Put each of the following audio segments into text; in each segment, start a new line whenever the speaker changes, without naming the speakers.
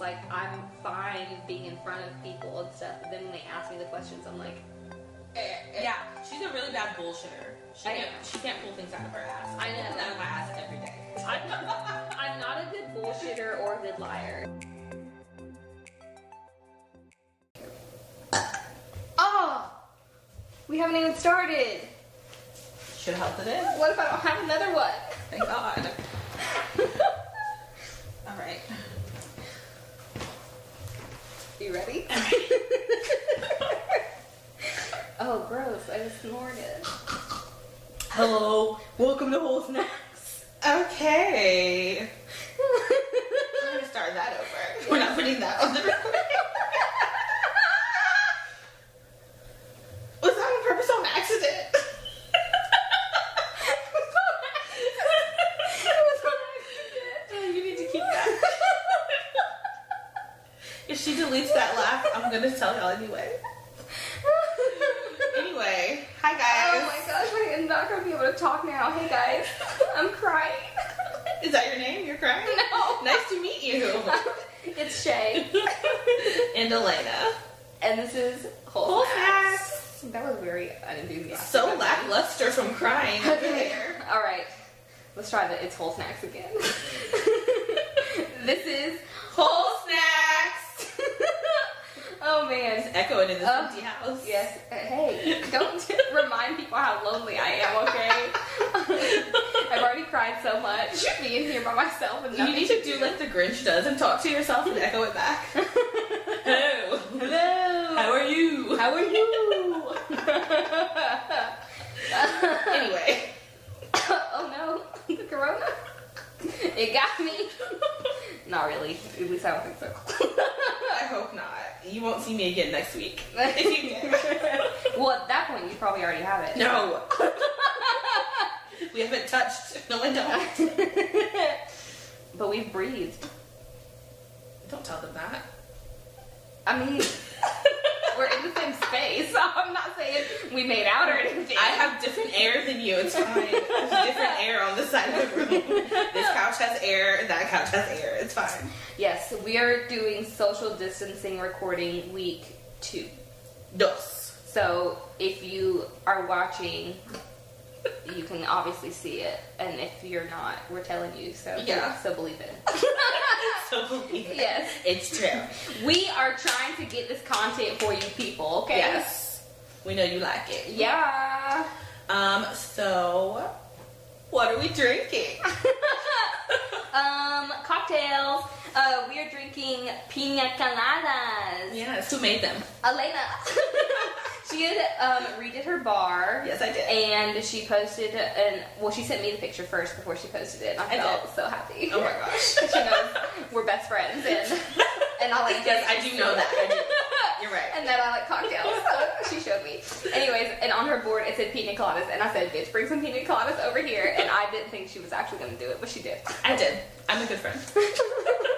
like I'm fine being in front of people and stuff. But then when they ask me the questions, I'm like,
Yeah, she's a really bad bullshitter. She
I
can't,
am.
she can't pull things out of her ass.
I know.
Pulls out of my ass every day.
I'm not, I'm not a good bullshitter or a good liar. Oh, we haven't even started.
Should help with it.
What if I don't have another one?
Thank God. All right.
you ready? oh, gross! I just snorted.
Hello.
Welcome to Whole Snacks.
Okay. I'm gonna start that over. We're not putting that on the recording. Was that on purpose or an accident? You need to keep that. If she deletes that laugh, I'm gonna tell y'all anyway. Anyway, hi
Oh
guys.
my gosh, wait, I'm not gonna be able to talk now. Hey guys, I'm crying.
Is that your name? You're crying?
No.
Nice to meet you.
it's Shay.
and Elena.
And this is Whole,
Whole
Snacks. That was very unenthusiastic.
So lackluster from crying over
Okay.
there.
Alright. Let's try the It's Whole Snacks again. this is
Whole snacks!
Oh man.
Echoing in this
Oh,
empty house.
Yes. Uh, Hey, don't remind people how lonely I am, okay? I've already cried so much being here by myself and
You
nothing.
need to do like the Grinch does and talk to yourself and echo it back. Hello.
Hello.
How are you?
How are you?
anyway.
oh no, the corona. It got me. Not really. At least I don't think so.
I hope not. You won't see me again next week. If you do.
well, at that point, you probably already have it.
no. we haven't touched. No, I don't.
but we've breathed.
Don't tell them that.
I mean, we're in the same space. So I'm not saying we made out or anything.
I have different air than you. It's fine. There's different air on this side of the room. This couch has air. That couch has air. It's fine.
Yes, we are doing social distancing recording week two.
Dos.
So if you are watching, you can obviously see it, and if you're not, we're telling you. So
Yeah.
so believe it.
So believe it.
Yes.
It's true.
We are trying to get this content for you people. Okay.
Yes. We know you like it.
Yeah.
Um. So, what are we drinking?
Um, cocktails. Uh, we are drinking pina coladas.
Yes. Who made them?
Elena. she had um, redid her bar.
Yes, I did.
And she posted an well, she sent me the picture first before she posted it. And I,
I
felt
did.
so happy.
Oh my gosh.
she knows we're best friends and and I like
Yes, I do know that. I do. You're right.
And then I like cocktails. So she showed me. Anyways, and on her board it said pina coladas, and I said, "Bitch, bring some pina coladas over here." And I didn't think she was actually gonna do it, but she did.
I did. I'm a good friend.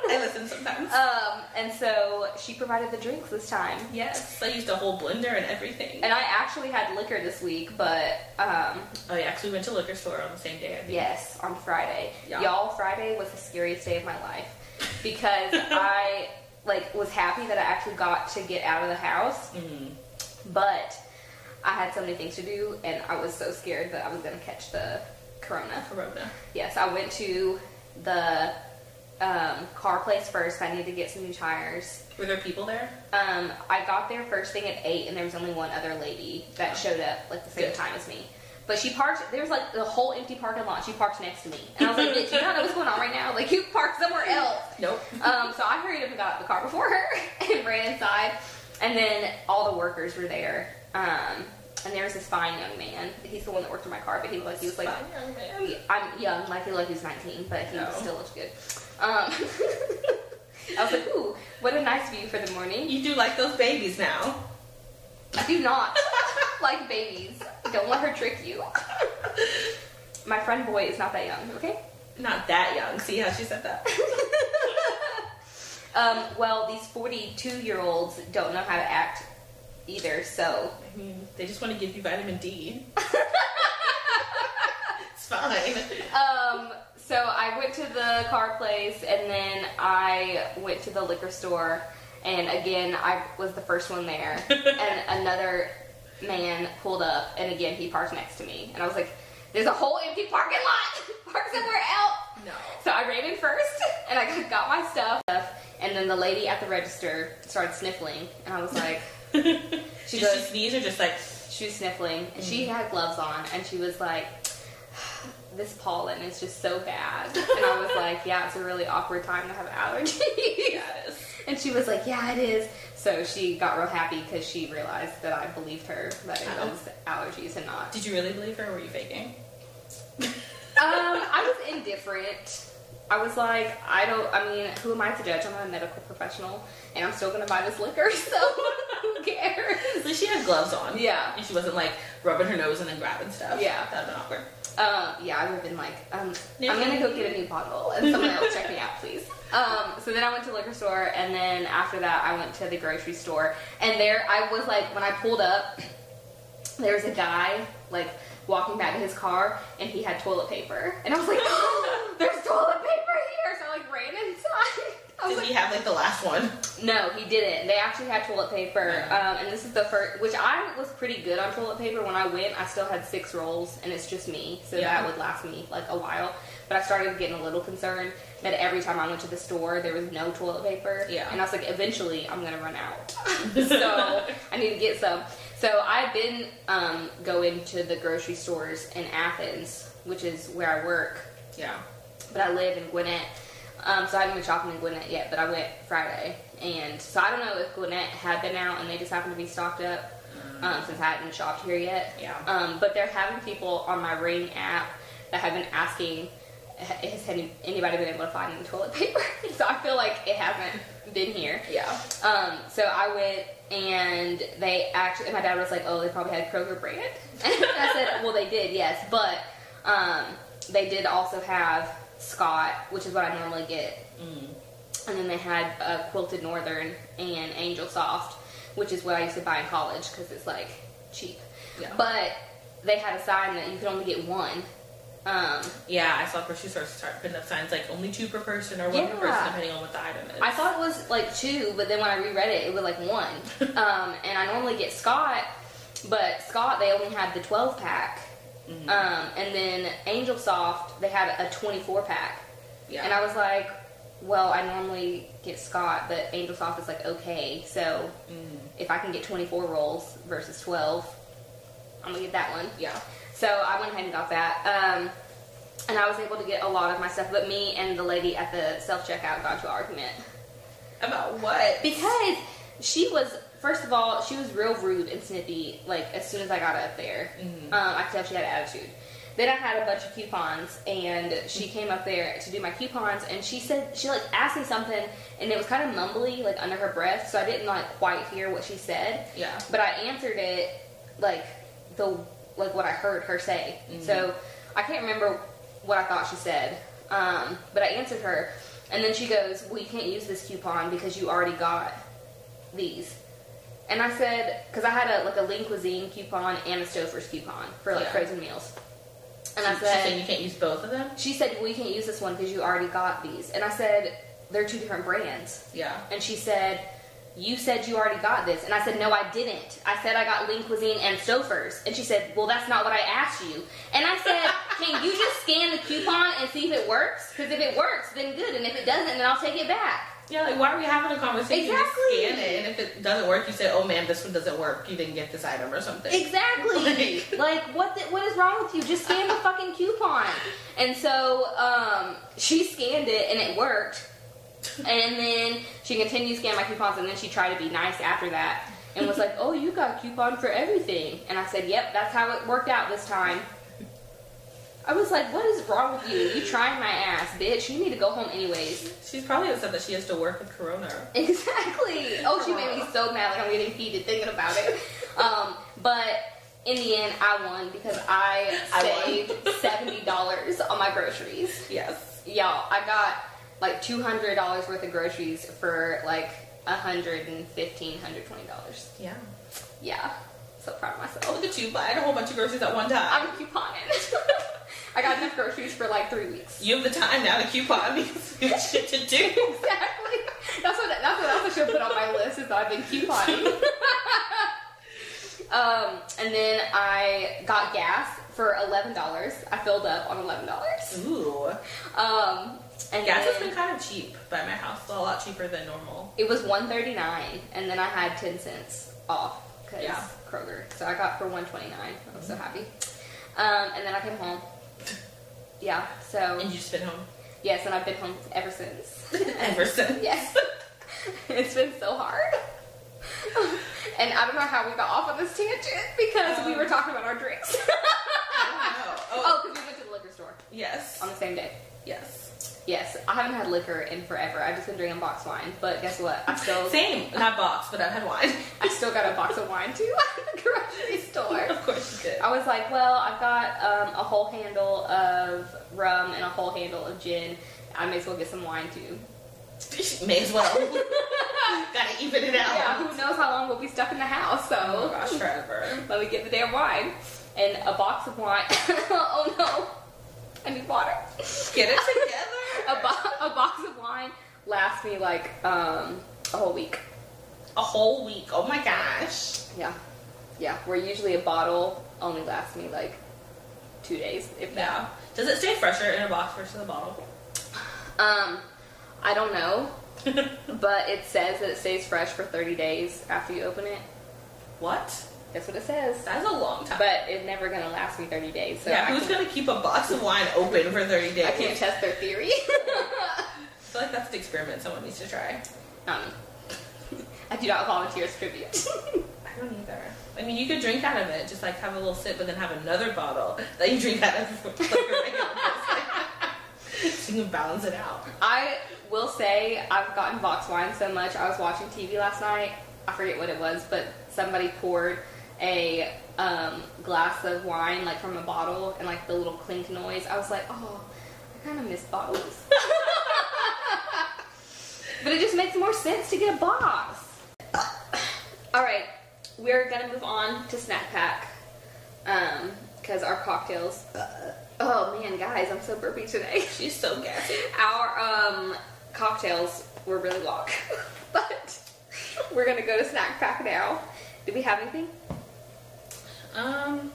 I listen sometimes.
Um, and so she provided the drinks this time.
yes. I used a whole blender and everything.
And I actually had liquor this week, but um,
oh yeah, because we went to liquor store on the same day. I think.
yes, on Friday.
Yeah.
Y'all, Friday was the scariest day of my life because I like was happy that I actually got to get out of the house,
Mm.
but I had so many things to do, and I was so scared that I was gonna catch the corona.
Corona.
Yes, I went to the um, car place first. I needed to get some new tires.
Were there people there?
Um, I got there first thing at eight, and there was only one other lady that showed up like the same
Good.
time as me. But she parked. There was like the whole empty parking lot. She parked next to me, and I was like, "Bitch, you don't know what's going on right now. Like, you parked somewhere else."
Nope.
Um, so I hurried up and got out the car before her and ran inside. And then all the workers were there. Um, and there was this fine young man. He's the one that worked in my car, but he was like, he was like,
young man.
I'm young, like he like he's 19, but he
No.
still looks good. Um, I was like, ooh, what a nice view for the morning.
You do like those babies now.
I do not like babies. Don't let her trick you. My friend boy is not that young, okay?
Not that young. See how she said that?
Um, well, these 42 year olds don't know how to act either, so.
I mean, they just want to give you vitamin D. it's fine.
Um, So I went to the car place and then I went to the liquor store and again I was the first one there and another man pulled up and again he parked next to me and I was like, There's a whole empty parking lot. Park somewhere else.
No.
So I ran in first and I got my stuff and then the lady at the register started sniffling and I was like
She
She
Did she
goes-
sneeze or just like
she was sniffling and she had gloves on and she was like this pollen is just so bad and i was like yeah it's a really awkward time to have allergies and she was like yeah it is so she got real happy because she realized that i believed her that it
Uh-oh.
was allergies and not um
Did you really believe her or were you faking?
Um, i was indifferent i was like i don't i mean who am i to judge i'm not a medical professional and i'm still gonna buy this liquor so who cares
At least she had gloves on.
Yeah.
And she wasn't like rubbing her nose and then grabbing stuff.
Yeah.
That'd been awkward.
Um, yeah, I would have been like, um,
Yeah.
I'm gonna go get a new bottle and someone else check me out, please. Um, so then I went to liquor store, and then after that, I went to the grocery store, and there I was like, when I pulled up, there was a guy like walking back to his car, and he had toilet paper, and I was like, there's toilet paper here, so I like ran inside. I was
Did
like,
he have like the last one?
no, he didn't. They actually had toilet paper, um, and this is the first. Which I was pretty good on toilet paper when I went. I still had six rolls, and it's just me, so
Yeah.
that would last me like a while. But I started getting a little concerned that every time I went to the store, there was no toilet paper.
Yeah.
and I was like, eventually, I'm gonna run out, so I need to get some. So I've been um, going to the grocery stores in Athens, which is where I work
Yeah.
but I live in Gwinnett. Um, so I haven't been shopping in Gwinnett yet, but I went Friday. And so I don't know if Gwinnett had been out and they just happened to be stocked up um, since I hadn't shopped here yet.
Yeah.
Um, but they're having people on my Ring app that have been asking, "Ha- has any- anybody been able to find any toilet paper? so I feel like it hasn't been here.
Yeah.
Um, so I went and they actually, my dad was like, oh, they probably had Kroger brand. And I said, well, they did, yes, but um, they did also have Scott, which is what I normally get. And then they had uh, Quilted Northern and Angel Soft, which is what I used to buy in college because it's like cheap.
Yeah.
But they had a sign that you could only get one. Um,
Yeah, I saw grocery stores start putting up signs like only two per person or one per person
Yeah.
depending on what the item is.
I thought it was like two, but then when I reread it, it was like one. Um, and I normally get Scott, but Scott they only had the twelve pack, um, and then Angel Soft they had a twenty four pack,
Yeah.
and I was like, well, I normally get Scott, but Angel Soft is like okay, so if I can get twenty four rolls versus twelve, I'm gonna get that one.
yeah.
So I went ahead and got that. Um, and I was able to get a lot of my stuff, but me and the lady at the self checkout got into an argument.
About what?
Because she was, first of all, she was real rude and snippy, like, as soon as I got up there. Um, I could tell she had an attitude. Then I had a bunch of coupons, and she came up there to do my coupons, and she said, she, like, asked me something, and it was kind of mumbly, like, under her breath, so I didn't, like, quite hear what she said.
Yeah.
But I answered it, like, the, like, what I heard her say.
Mm-hmm.
So I can't remember what I thought she said, um, but I answered her, and then she goes, well, you can't use this coupon because you already got these. And I said, because I had a like a Lean Cuisine coupon and a Stouffer's coupon for like
Yeah.
frozen meals. And I
She said
said,
you can't use both of them?
she said, we can't use this one because you already got these. And I said, they're two different brands.
Yeah.
And she said, you said you already got this. And I said, no, I didn't. I said I got Lean Cuisine and Stouffer's. And she said, well, that's not what I asked you. And I said, can you just scan the coupon and see if it works? Because if it works, then good. And if it doesn't, then I'll take it back.
Yeah, like why are we having a conversation?
Exactly.
You just scan it and if it doesn't work you say, Oh man, this one doesn't work, you didn't get this item or something.
Exactly.
Like-
Like, what? The, what is wrong with you? Just scan the fucking coupon. And so um, she scanned it and it worked. And then she continued to scan my coupons, and then she tried to be nice after that and was like, "Oh, you got a coupon for everything." And I said, "Yep, that's how it worked out this time." I was like, "What is wrong with you? You trying my ass, bitch. You need to go home anyways."
She's probably upset that she has to work with Corona.
Exactly. Oh, she made me so mad. Like I'm getting heated thinking about it. Um, but in the end, I won because I,
I won.
saved seventy dollars on my groceries.
Yes.
Y'all, I got like two hundred dollars worth of groceries for like a hundred and fifteen, hundred twenty dollars.
Yeah.
Yeah. So proud of myself.
Oh, Look at you buying a whole bunch of groceries at one time.
I'm couponing. I got enough groceries for like three weeks.
you have the time now to coupon because you have shit to do.
Exactly. That's what that's what else I should put on my list is I've been couponing. um, and then I got gas for eleven dollars. I filled up on eleven dollars.
Ooh.
Um, and
Gas has
then
been kind of cheap by my house. It's a lot cheaper than normal.
it was one thirty nine, and then I had ten cents off because
Yeah.
Kroger. So I got for one twenty nine. I was so happy. Um, and then I came home. Yeah. So
And you just been home
yes, and I've been home ever since.
ever since.
Yes. it's been so hard. and I don't know how we got off on this tangent because we were talking about our drinks.
I don't know. Oh,
oh, because we went to the liquor store
yes.
on the same day.
Yes.
Yes, I haven't had liquor in forever. I've just been drinking box wine, but guess what? I still
Same. Not box, but I've had wine.
I still got a box of wine too at the grocery store.
of course you did.
I was like, well, I've got um, a whole handle of rum and a whole handle of gin. I may as well get some wine too.
May as well. Gotta even it out.
Yeah, who knows how long we'll be stuck in the house, so.
Oh my gosh, forever.
Let me get the damn wine and a box of wine. oh no, I need water.
Get it together.
A, bo- a box of wine lasts me like um, a whole week.
A whole week. Oh my gosh.
Yeah, yeah. Where usually a bottle only lasts me like two days, if that.
Yeah. Does it stay fresher in a box versus a bottle?
Um, I don't know, but it says that it stays fresh for 30 days after you open it.
what?
That's what it says.
That's a long time.
But it's never gonna last me 30 days. So
yeah,
I,
who's
can,
gonna keep a box of wine open for 30 days?
I can't test their theory.
I feel like that's an experiment someone needs to try.
Um, I do not volunteer as tribute.
I don't either. I mean, you could drink out of it, just like have a little sip, but then have another bottle that you drink out of. Like a regular person. you can balance it out.
I will say I've gotten box wine so much. I was watching TV last night. I forget what it was, but somebody poured a um, glass of wine like from a bottle and like the little clink noise. I was like, oh, I kind of miss bottles. but it just makes more sense to get a box. All right, we're gonna move on to snack pack because our cocktails. Oh man, guys, I'm so burpy today
She's so gassy.
our um, cocktails were really long, but we're gonna go to snack pack now. Do we have anything?
Um,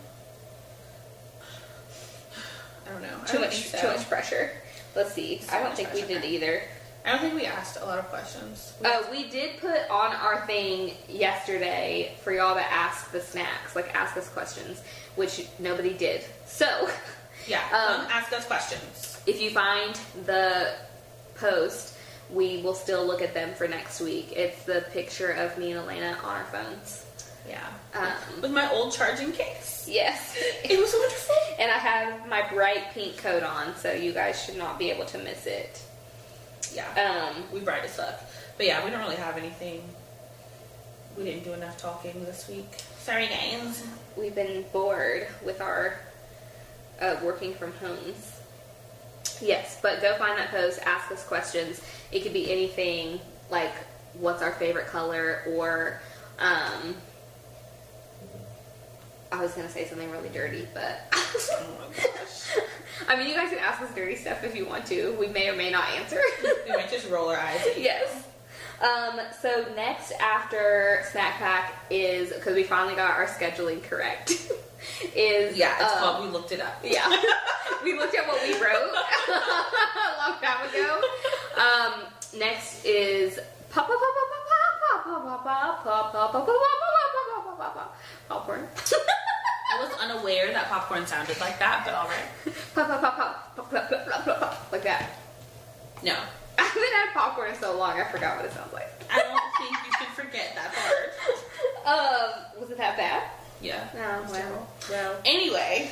I don't know. I
Too
don't
much,
think so.
too much pressure. Let's see.
So
I don't
much
think we
pressure.
did either.
I don't think we asked a lot of questions. We-
Uh, we did put on our thing yesterday for y'all to ask the snacks, like ask us questions, which nobody did. So,
yeah.
um,
Um, ask us questions.
if you find the post, we will still look at them for next week. It's the picture of me and Elena on our phones.
Yeah.
Um,
With my old charging case.
yes.
It was wonderful.
And I have my bright pink coat on, so you guys should not be able to miss it.
Yeah.
Um,
we bright as fuck. But yeah, we don't really have anything. We didn't do enough talking this week. Sorry, guys.
we've been bored with our uh, working from homes. Yes, but go find that post, ask us questions. It could be anything like what's our favorite color or um, I was going to say something really dirty, but
Oh my gosh.
I mean, you guys can ask us dirty stuff if you want to. We may or may not answer.
we might just roll our eyes. At you.
yes. Um, so next after snack pack is because we finally got our scheduling correct. is
Yeah, it's
um,
called. We looked it up.
yeah. we looked at what we wrote a long time ago. Um, next is pop pop pop pop pop pop pop pop pop pop pop pop pop pop pop pop popcorn.
I was unaware that popcorn sounded like that, but all right.
Pop pop pop pop pop pop pop pop pop like that.
No,
I haven't had popcorn in so long. I forgot what it sounds like.
I don't think you can forget that part.
Um, was it that bad?
Yeah.
No, Ah, well, well.
Anyway,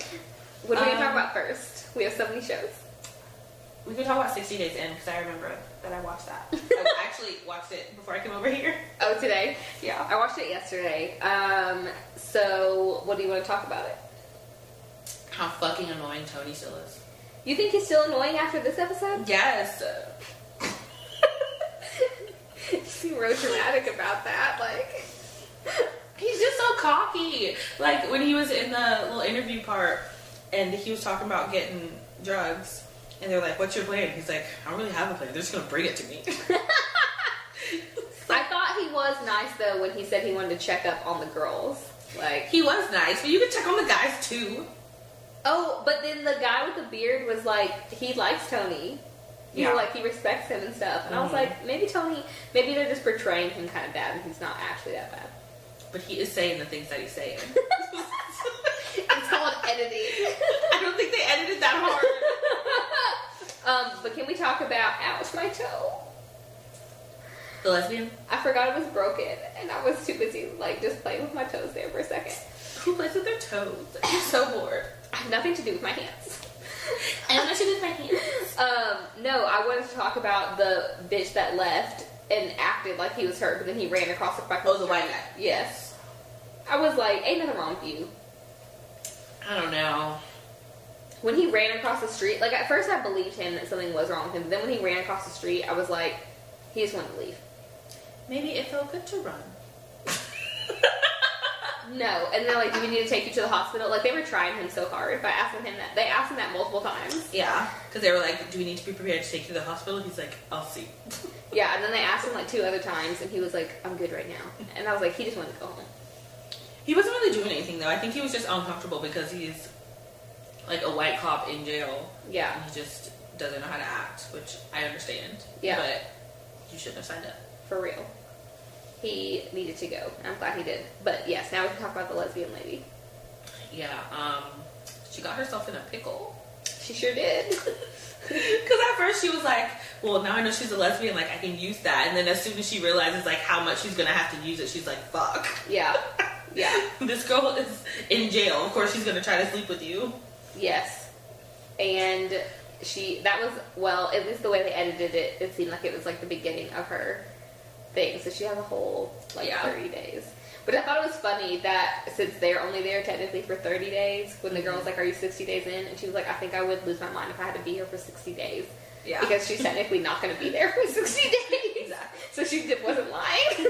What are we gonna talk
Um,
about first? We have so many shows.
we could talk about 60 Days In because I remember that I watched that. I actually watched it before I came over here.
Oh, today?
Yeah.
I watched it yesterday. Um, so what do you want to talk about it?
How fucking annoying Tony still is.
You think he's still annoying after this episode?
Yes.
you seem real dramatic about that. Like,
He's just so cocky. Like when he was in the little interview part and he was talking about getting drugs and they're like, What's your plan? He's like, I don't really have a plan. They're just gonna bring it to me.
I thought he was nice though when he said he wanted to check up on the girls. Like,
he was nice, but you could check on the guys too.
oh, but then the guy with the beard was like, he likes Tony. You know,
Yeah.
like he respects him and stuff. And I was
Mhm.
like, maybe Tony, maybe they're just portraying him kind of bad, and he's not actually that bad.
But he is saying the things that he's saying.
It's called editing.
I don't think they edited that hard.
um, but can we talk about ouch my toe?
The lesbian?
I forgot it was broken, and I was too busy like just playing with my toes there for a second.
Who plays with their toes? I'm so bored.
I have nothing to do with my hands.
I don't know what to do with my hands.
Um, no, I wanted to talk about the bitch that left and acted like he was hurt, but then he ran across the fucking.
Oh, the white guy.
Yes, I was like, ain't nothing wrong with you.
I don't know.
When he ran across the street, like at first I believed him that something was wrong with him, but then when he ran across the street, I was like, he just wanted to leave.
Maybe it felt good to run.
No, and they're like, "Do we need to take you to the hospital?" Like they were trying him so hard by asking him that. They asked him that multiple times.
Yeah, because they were like, "Do we need to be prepared to take you to the hospital?" He's like, "I'll see."
Yeah, and then they asked him like two other times, and he was like, "I'm good right now." And I was like, he just wanted to go home.
He wasn't really doing anything though. I think he was just uncomfortable because he's like a white cop in jail,
Yeah,
and he just doesn't know how to act, which I understand.
Yeah.
but you shouldn't have signed up.
for real. He needed to go. and I'm glad he did. But yes, now we can talk about the lesbian lady.
Yeah, um, she got herself in a pickle.
She sure did.
Because at first she was like, well, now I know she's a lesbian, like, I can use that. And then as soon as she realizes, like, how much she's gonna have to use it, she's like, fuck.
yeah, yeah,
This girl is in jail. Of course, she's gonna try to sleep with you.
yes. And she that was well, at least the way they edited it, it seemed like it was like the beginning of her thing. So she has a whole like
Yeah.
30 days. But I thought it was funny that since they're only there technically for 30 days, when the girl was like, "Are you 60 days in?" and she was like, "I think I would lose my mind if I had to be here for 60 days."
Yeah.
Because she's technically not going to be there for 60 days.
Exactly.
So she did, wasn't lying.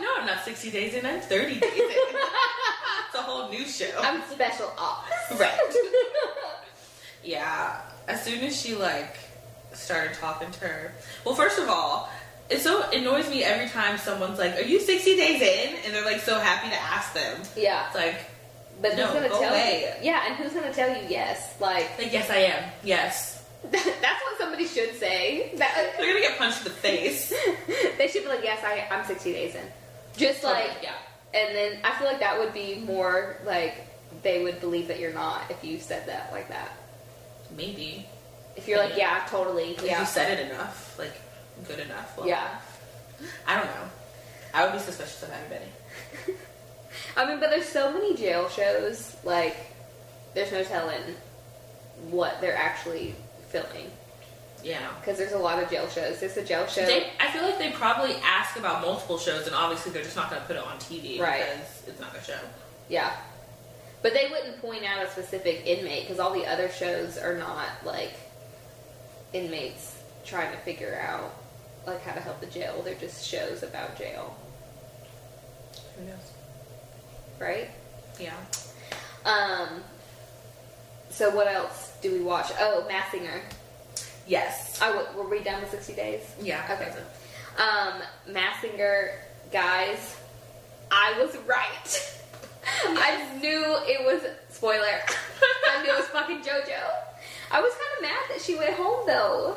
No, I'm not 60 days in, I'm 30 days in. it's a whole new show.
I'm special ops.
Right. yeah. As soon as she like started talking to her, well, first of all, it so annoys me every time someone's like, "Are you sixty days in?" and they're like so happy to ask them.
Yeah.
It's like,
But who's
No,
going to
go
tell
away.
you? Yeah, and who's going to tell you yes? Like,
like yes, I am. Yes,
that's what somebody should say. That,
they're gonna get punched in the face.
they should be like, yes, I, I'm 60 days in. Just like,
yeah,
and then I feel like that would be more like they would believe that you're not if you said that like that.
maybe.
If you're like, yeah, totally,
If
yeah,
you said it enough, like good enough. Well,
yeah.
I don't know. I would be suspicious of everybody.
I mean, but there's so many jail shows. Like, there's no telling what they're actually filming
Yeah.
because there's a lot of jail shows. There's a jail show.
They, I feel like they probably ask about multiple shows, and obviously they're just not going to put it on TV
Right.
because it's not a show.
Yeah. But they wouldn't point out a specific inmate because all the other shows are not like inmates trying to figure out like how to help the jail. They're just shows about jail,
Who knows?
right?
Yeah.
Um. So what else do we watch? Oh, Massinger.
Yes.
I w- were we done with sixty days?
Yeah.
Okay. Um, Massinger, guys, I was right. I knew it was spoiler. I knew it was fucking JoJo. I was kind of mad that she went home though.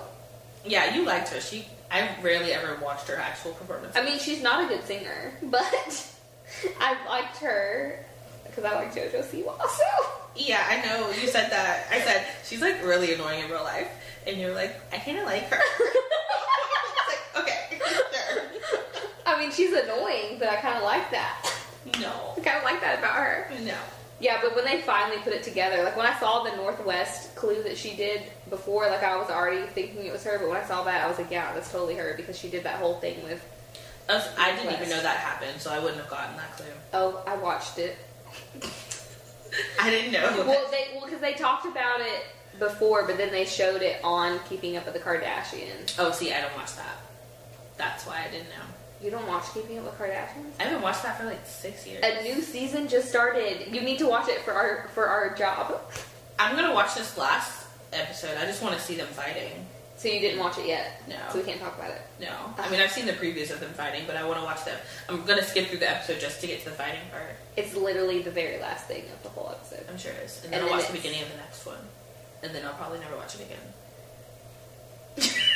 Yeah, you liked her. She. I rarely ever watched her actual performance.
I mean, she's not a good singer, but I liked her because I like JoJo Siwa. So
yeah, I know. You said that. I said she's like really annoying in real life, and you're like, I kind of like her. It's like, okay, sure.
I mean, she's annoying, but I kind of like that.
No.
I kind of like that about her.
No.
Yeah, but when they finally put it together, like when I saw the Northwest clue that she did before, like I was already thinking it was her, but when I saw that, I was like, yeah, that's totally her because she did that whole thing with,
Us, I didn't even
Request.
know that happened, so I wouldn't have gotten that clue.
oh, I watched it.
I didn't know.
Well, they, well, because they talked about it before, but then they showed it on Keeping Up with the Kardashians.
Oh, see, I don't watch that. That's why I didn't know.
You don't watch Keeping Up with Kardashians?
I haven't watched that for like six years.
A new season just started. You need to watch it for our for our job.
I'm gonna watch this last episode. I just want to see them fighting.
So you didn't watch it yet.
No.
So we can't talk about it.
No, I mean I've seen the previews of them fighting, but I want to watch them. I'm gonna skip through the episode just to get to the fighting part.
It's literally the very last thing of the whole episode.
I'm sure it is,
And
and then
then
I'll watch the
it's-
beginning of the next one, and then I'll probably never watch it again.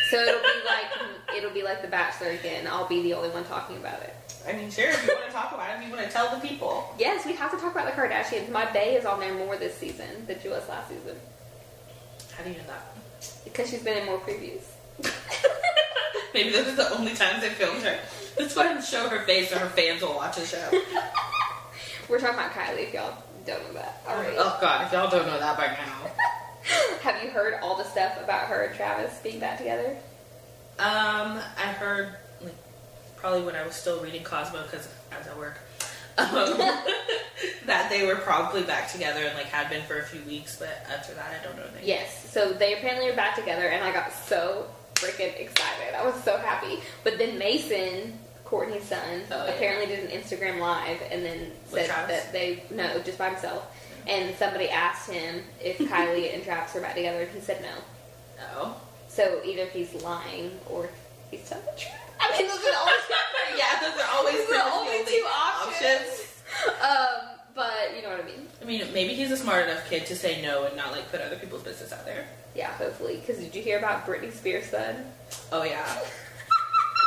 So it'll be like it'll be like The Bachelor again. I'll be the only one talking about it.
I mean, sure, if you want to talk about it, if you want to tell the people.
Yes, we have to talk about the Kardashians. My bae is on there more this season than she was last season
How do you know that?
because she's been in more previews.
Maybe those are the only times I filmed her. That's why I didn't show her face, so her fans will watch the show.
We're talking about Kylie. If y'all don't know that already,
Oh god, if y'all don't know that by now.
have you heard all the stuff about her and Travis being back together?
Um, I heard like probably when I was still reading Cosmo because I was at work. Um, that they were probably back together and like had been for a few weeks, but after that I don't know. anything.
Yes. So they apparently are back together, and I got so freaking excited. I was so happy. But then Mason, Courtney's son,
Oh, yeah.
apparently did an Instagram live and then
With
said
Travis?
that they no, just by himself. And somebody asked him if Kylie and Travis are back together, and he said no.
No.
So either he's lying or he's telling the truth. I mean, those are the only two.
yeah, those are always
Those are the only two options. Um, but you know what I mean.
I mean, maybe he's a smart enough kid to say no and not like put other people's business out there.
Yeah, hopefully. Because did you hear about Britney Spears' son?
Oh yeah.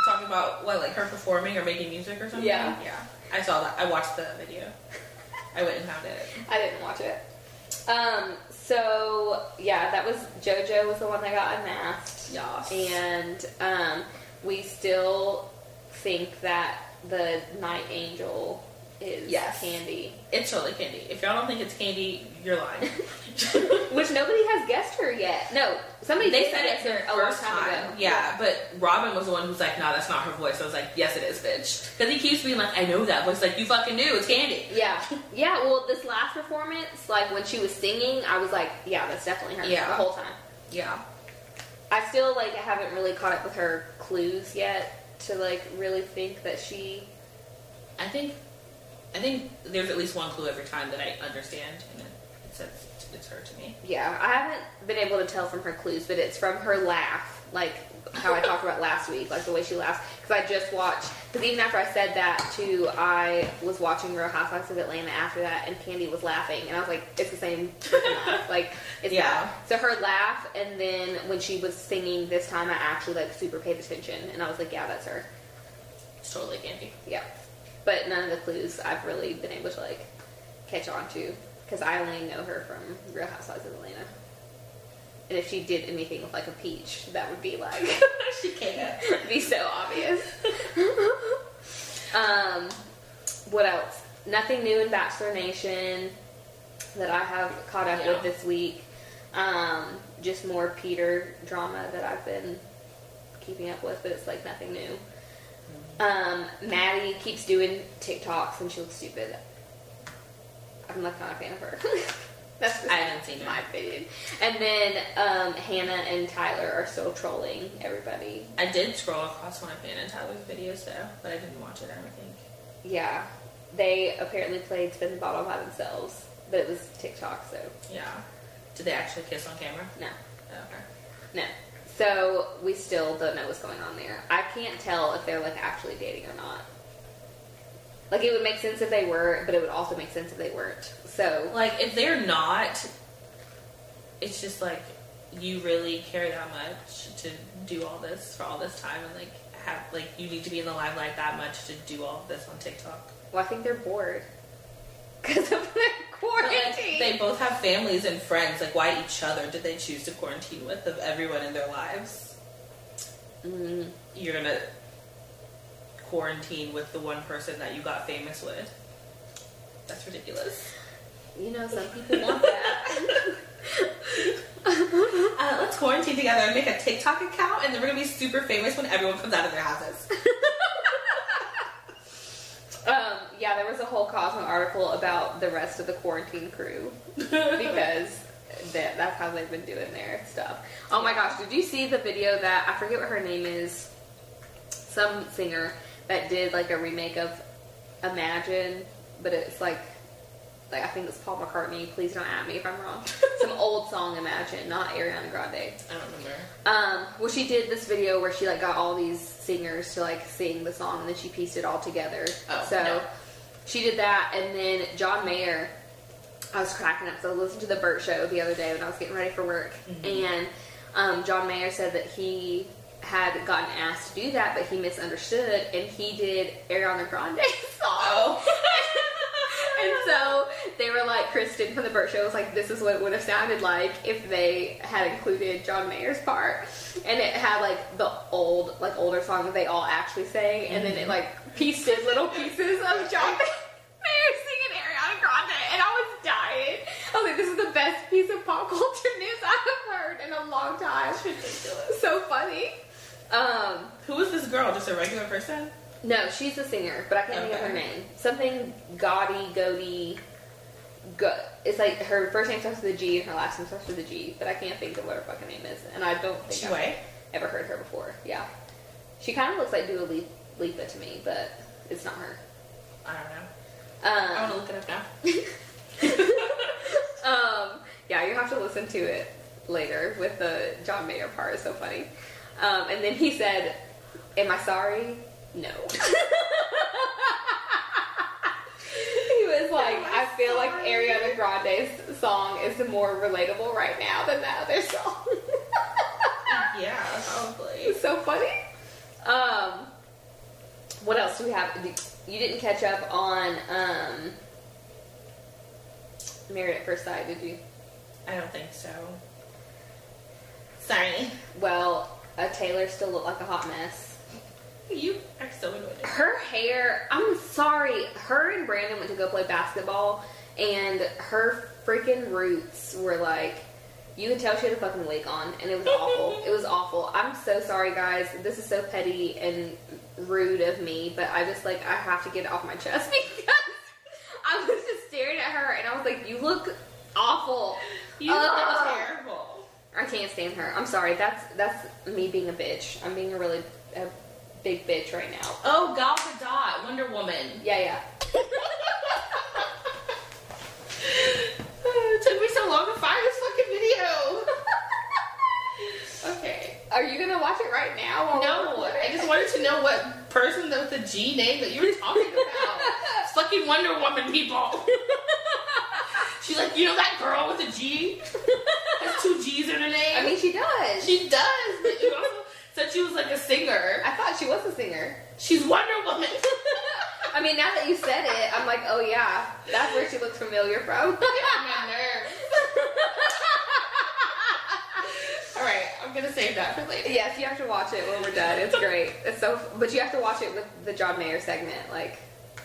Talking about what, like her performing or making music or something.
Yeah.
yeah. I saw that. I watched the video. I went and found it.
I didn't watch it. Um, so yeah, that was JoJo was the one that got unmasked.
Yes.
And um, we still think that the Night Angel is
Yes.
Candy,
It's totally candy. If y'all don't think it's candy, you're lying.
which nobody has guessed her yet. No, somebody
they
did
said it
guess her
their
a long
first
time,
time.
ago.
Yeah, but Robin was the one who's like, "No, that's not her voice." I was like, "Yes, it is, bitch." Because he keeps being like, "I know that voice." Like, you fucking knew it's candy.
Yeah, yeah. Well, this last performance, like when she was singing, I was like, "Yeah, that's definitely her."
Yeah.
the whole time.
Yeah.
I still like haven't really caught up with her clues yet to like really think that she
I think, I think there's at least one clue every time that I understand, and it, it says it's her to me.
Yeah, I haven't been able to tell from her clues, but it's from her laugh, like how I talked about last week, like the way she laughs. Because I just watched, because even after I said that too, I was watching Real Housewives of Atlanta after that, and Candy was laughing, and I was like, it's the same freaking laugh, like it's
Yeah.
yeah. So her laugh, and then when she was singing this time, I actually like super paid attention, and I was like, yeah, that's her,
It's totally candy.
yeah. But none of the clues I've really been able to like catch on to because I only know her from Real Housewives of Atlanta. And if she did anything with like a peach, that would be like
she can't.
be so obvious. um, what else? Nothing new in Bachelor Nation that I have caught up
Yeah.
with this week. Um, just more Peter drama that I've been keeping up with, but it's like nothing new.
Mm-hmm.
Um, Maddie keeps doing TikToks and she looks stupid. I'm like not a fan of her. That's just
I haven't seen her.
my opinion. And then um, Hannah and Tyler are still trolling everybody.
I did scroll across one of Hannah and Tyler's videos though, but I didn't watch it. I don't think.
Yeah, they apparently played spin the bottle by themselves, but it was TikTok, so
Yeah. Did they actually kiss on camera? Oh,
no,
Okay.
no. So we still don't know what's going on there. I can't tell if they're like actually dating or not. Like it would make sense if they were, but it would also make sense if they weren't. So
Like if they're not, it's just like you really care that much to do all this for all this time and like have like you need to be in the limelight that much to do all this on TikTok.
Well, I think they're bored because of the
But,
quarantine.
like, they both have families and friends. Like why each other did they choose to quarantine with of everyone in their lives?
Mm,
You're gonna quarantine with the one person that you got famous with. That's ridiculous.
you know, some people want that.
Uh, let's quarantine together and make a TikTok account, and then we're gonna be super famous when everyone comes out of their houses.
um, yeah, there was a whole Cosmo article about the rest of the quarantine crew because that, that's how they've been doing their stuff. Oh my gosh, did you see the video that I forget what her name is? Some singer that did like a remake of Imagine, but it's like like I think it's Paul McCartney. Please don't at me if I'm wrong. Some old song, Imagine, not Ariana Grande.
I don't remember.
Um, well, she did this video where she like got all these singers to like sing the song, and then she pieced it all together.
Oh,
so
no.
she did that, and then John Mayer. I was cracking up. So I listened to the Burt Show the other day when I was getting ready for work, and um, John Mayer said that he had gotten asked to do that, but he misunderstood, and he did Ariana Grande's song. And so they were like, Kristen from the Burt Show was like, this is what it would have sounded like if they had included John Mayer's part. And it had like the old, like older song that they all actually sang, and then it like pieced in little pieces of John Mayer singing Ariana Grande. And I was dying. I was like, this is the best piece of pop culture news I have heard in a long time.
ridiculous.
So funny. Um,
Who was this girl? Just a regular person?
no, she's a singer, but I can't think of her
Okay.
name. Something gaudy, goaty. Go- it's like her first name starts with a G and her last name starts with a G, but I can't think of what her fucking name is, and I don't think I've
Chue?
ever heard her before. Yeah, she kind of looks like Dua Lip- Lipa to me, but it's not her.
I don't know. I want
Um,
to look it up now.
um, yeah, you have to listen to it later with the John Mayer part. It's so funny. Um, and then he said, "Am I sorry? No." he was like,
Am I
"I feel like
sorry?"
Ariana Grande's song is more relatable right now than that other song."
yeah, probably.
it's so funny. Um, what else do we have? You didn't catch up on um, Married at First Sight, did you?
I don't think so. Sorry.
Well, uh, Taylor still looked like a hot mess.
You are so annoyed.
Her hair, I'm sorry, her and Brandon went to go play basketball, and her freaking roots were like, you could tell she had a fucking wig on, and it was awful. it was awful. I'm so sorry, guys. This is so petty and rude of me, but I just like, I have to get it off my chest because I was just staring at her, and I was like, you look awful.
You
Ugh.
are terrible.
I can't stand her. I'm sorry. That's that's me being a bitch. I'm being a really a big bitch right now.
Oh, Gal Gadot, Wonder Woman.
Yeah, yeah.
it took me so long to find this fucking video. okay.
Are you gonna watch it right now? while
No,
we're
I
recording?
just wanted to know what person with the G name that you were talking about. It's fucking Wonder Woman people. She's like, you know that girl with the G? Has two G's in her name?
I mean, she does.
she does, but you also said she was like a singer.
I thought she was a singer.
She's Wonder Woman.
I mean, now that you said it, I'm like, oh yeah, that's where she looks familiar from.
my nerves. Alright, I'm gonna save that for later.
yes, you have to watch it when we're done. It's great. It's so, but you have to watch it with the John Mayer segment. Like,
Do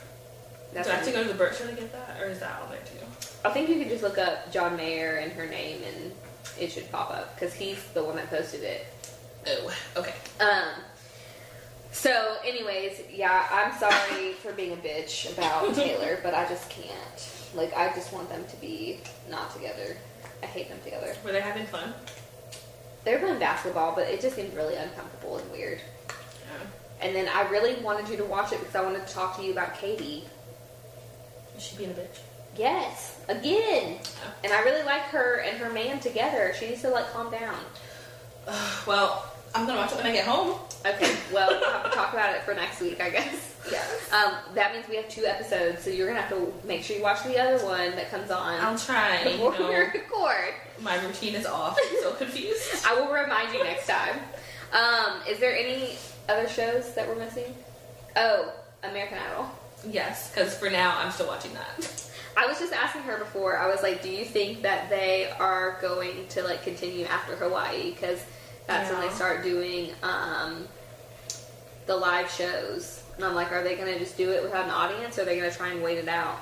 that's
I have to go to the Burt Show to get that, or is that on there too?
I think you could just look up John Mayer and her name, and it should pop up because he's the one that posted it.
Oh, okay.
Um. So, anyways, yeah, I'm sorry for being a bitch about Taylor, but I just can't. Like, I just want them to be not together. I hate them together.
Were they having fun?
They were playing basketball, but it just seemed really uncomfortable and weird.
Yeah.
And then I really wanted you to watch it because I wanted to talk to you about Katie.
Is she being a bitch?
Yes, again. And I really like her and her man together. She needs to like calm down.
Well, I'm gonna watch it when I get home.
Okay, well, we'll have to talk about it for next week, I guess.
Yeah.
Um, that means we have two episodes, so you're gonna have to make sure you watch the other one that comes on
I'll try. You
before we
know,
record.
my routine is off. I'm so confused.
I will remind you next time. Um, is there any other shows that we're missing? Oh, American Idol.
Yes, because for now I'm still watching that.
I was just asking her before. I was like, "Do you think that they are going to like continue after Hawaii? Because that's when they
Yeah.
start doing um, the live shows." And I'm like, "Are they going to just do it without an audience? Or are they going to try and wait it out?"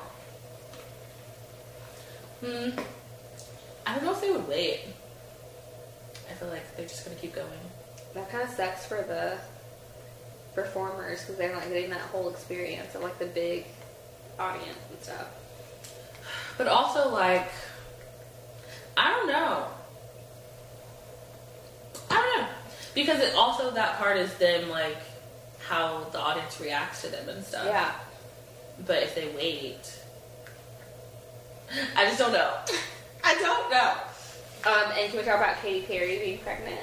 Hmm. I don't know if they would wait. I feel like they're just gonna keep going.
That kind of sucks for the performers because they're not getting that whole experience of like the big audience and stuff.
But also, like, I don't know. I don't know. Because it also, that part is them, like, how the audience reacts to them and stuff.
Yeah.
But if they wait, I just don't know. I don't know.
Um, and can we talk about Katy Perry being pregnant?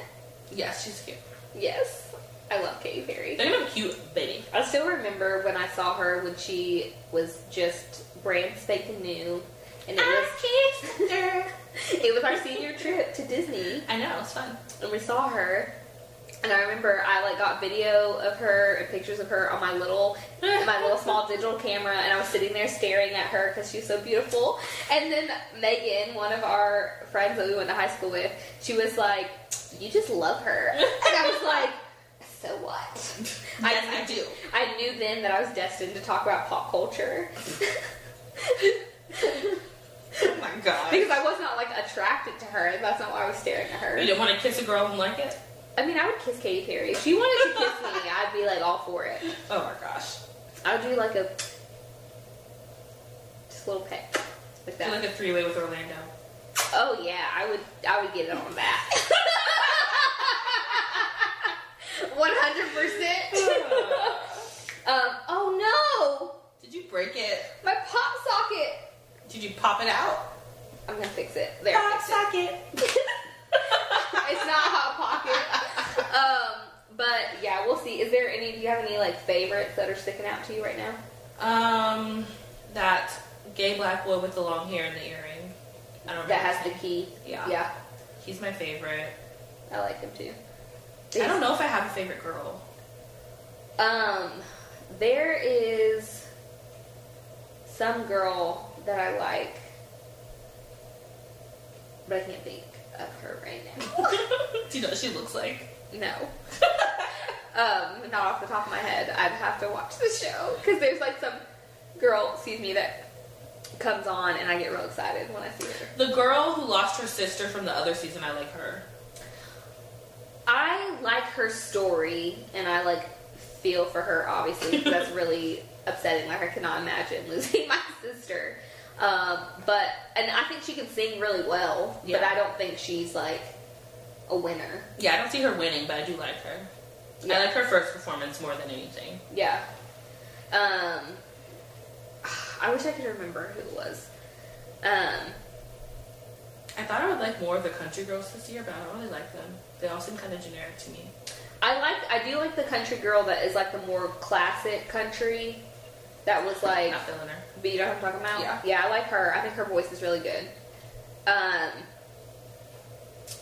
Yeah, she's cute.
Yes. I love Katy Perry.
They're gonna have a cute baby.
I still remember when I saw her when she was just brand spanking new, and it was
Ah!
it was our senior trip to Disney,
I know it's fun.
and we saw her. And I remember I like got video of her and pictures of her on my little my little small digital camera, and I was sitting there staring at her because she was so beautiful. And then Megan, one of our friends that we went to high school with, she was like, "You just love her," and I was like, "So what?"
Yes, I do.
I knew then that I was destined to talk about pop culture
Oh my god.
because I was not like attracted to her. and That's not why I was staring at her.
You didn't want to kiss a girl and like it?
I mean, I would kiss Katy Perry. If she wanted to kiss me, I'd be like all for it.
Oh my gosh.
I would do like a just a little peck like
Do
that.
like a three way with Orlando.
Oh yeah, I would. I would get it on that. One hundred percent. Um. Oh
Did you break it?
no, my pop socket.
Did you pop it out?
I'm gonna fix it. There, I fixed it.
socket.
it's not hot pocket. Um, but yeah, we'll see. Is there any? Do you have any like favorites that are sticking out to you right now?
Um, that gay black boy with the long hair and the earring. I don't know.
That has
his
the
name.
key.
Yeah.
yeah,
He's my favorite.
I like him too.
I don't know if I have a favorite girl.
Um, there is some girl that I like, but I can't think of her right now.
Do you know what she looks like?
no. Um, not off the top of my head. I'd have to watch the show because there's like some girl, excuse me, that comes on and I get real excited when I see her.
The girl who lost her sister from the other season, I like her.
I like her story and I like feel for her obviously 'cause that's really upsetting. Like I cannot imagine losing my sister. Um, but and I think she can sing really well, but
Yeah.
I don't think she's like a winner.
Yeah, I don't see her winning, but I do like her. I like her first performance more than anything.
Yeah. Um, I wish I could remember who it was. Um,
I thought I would like more of the country girls this year, but I don't really like them. They all seem kind of generic to me.
I like I do like the country girl that is like the more classic country. That was like
Not feeling her.
But you know what I'm talking about?
Yeah.
I like her. I think her voice is really good. Um,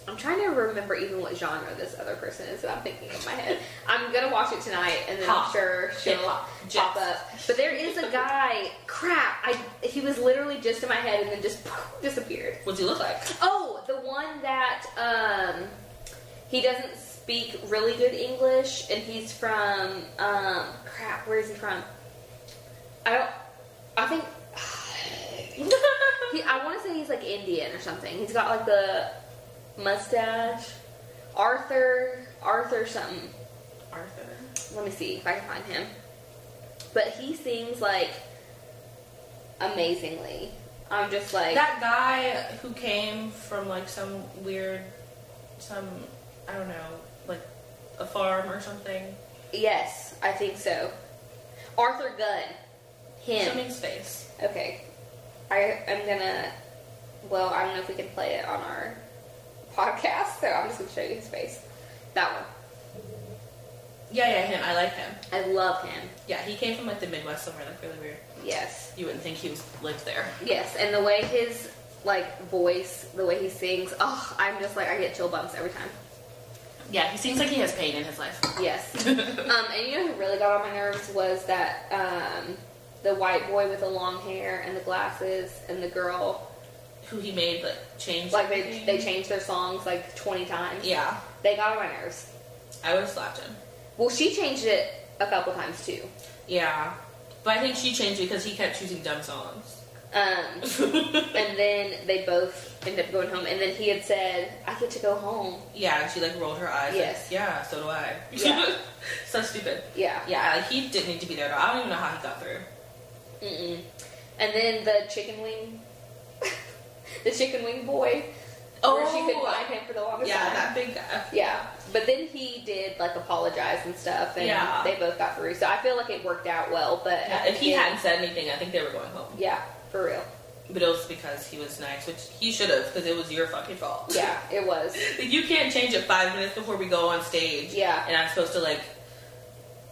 I'm trying to remember even what genre this other person is that I'm thinking in my head. I'm gonna watch it tonight, and then
Pop.
I'm sure she'll
Hip-hop.
pop
Jazz.
up. But there is a guy. crap! I he was literally just in my head, and then just disappeared.
What's he look like?
Oh, the one that um, he doesn't speak really good English, and he's from um, crap. Where is he from? I don't. I think he, I want to say he's like Indian or something. He's got like the mustache. Arthur, Arthur something.
Arthur.
Let me see if I can find him. But he sings like amazingly. I'm just like
That guy who came from like some weird, some I don't know, like a farm or something.
Yes, I think so. Arthur Gunn.
Show me
Him.
his face.
Okay. I I'm gonna well, I don't know if we can play it on our podcast, so I'm just gonna show you his face. That one.
Yeah, yeah, him. I like him.
I love him.
Yeah, he came from like the Midwest somewhere, like really weird.
Yes.
You wouldn't think he was lived there.
Yes, and the way his like voice, the way he sings, oh I'm just like I get chill bumps every time.
Yeah, he seems like he has pain in his life.
Yes. um and you know who really got on my nerves was that um the white boy with the long hair and the glasses and the girl
Who he made like change.
Like they
everything.
they changed their songs like twenty times.
Yeah,
They got on my nerves.
I would have slapped him.
Well, she changed it a couple times too.
Yeah, but I think she changed because he kept choosing dumb songs.
Um, and then they both ended up going home. And then he had said, "I get to go home."
yeah, and she like rolled her eyes. like,
Yes.
yeah, so do I.
Yeah.
so stupid.
Yeah.
Yeah, like, he didn't need to be there at all. I don't even know how he got through.
Mm-mm. And then the chicken wing, the chicken wing boy. Or she
Oh,
could find him for the longest
yeah,
time.
that big guy.
Yeah, but then he did like apologize and stuff, and
Yeah.
they both got through. So I feel like it worked out well. But at
Yeah,
the
if he
end-
hadn't said anything, I think they were going home.
yeah, for real,
But it was because he was nice, which he should have, because it was your fucking fault.
yeah, it was.
Like, you can't change it five minutes before we go on stage.
Yeah.
And I'm supposed to like,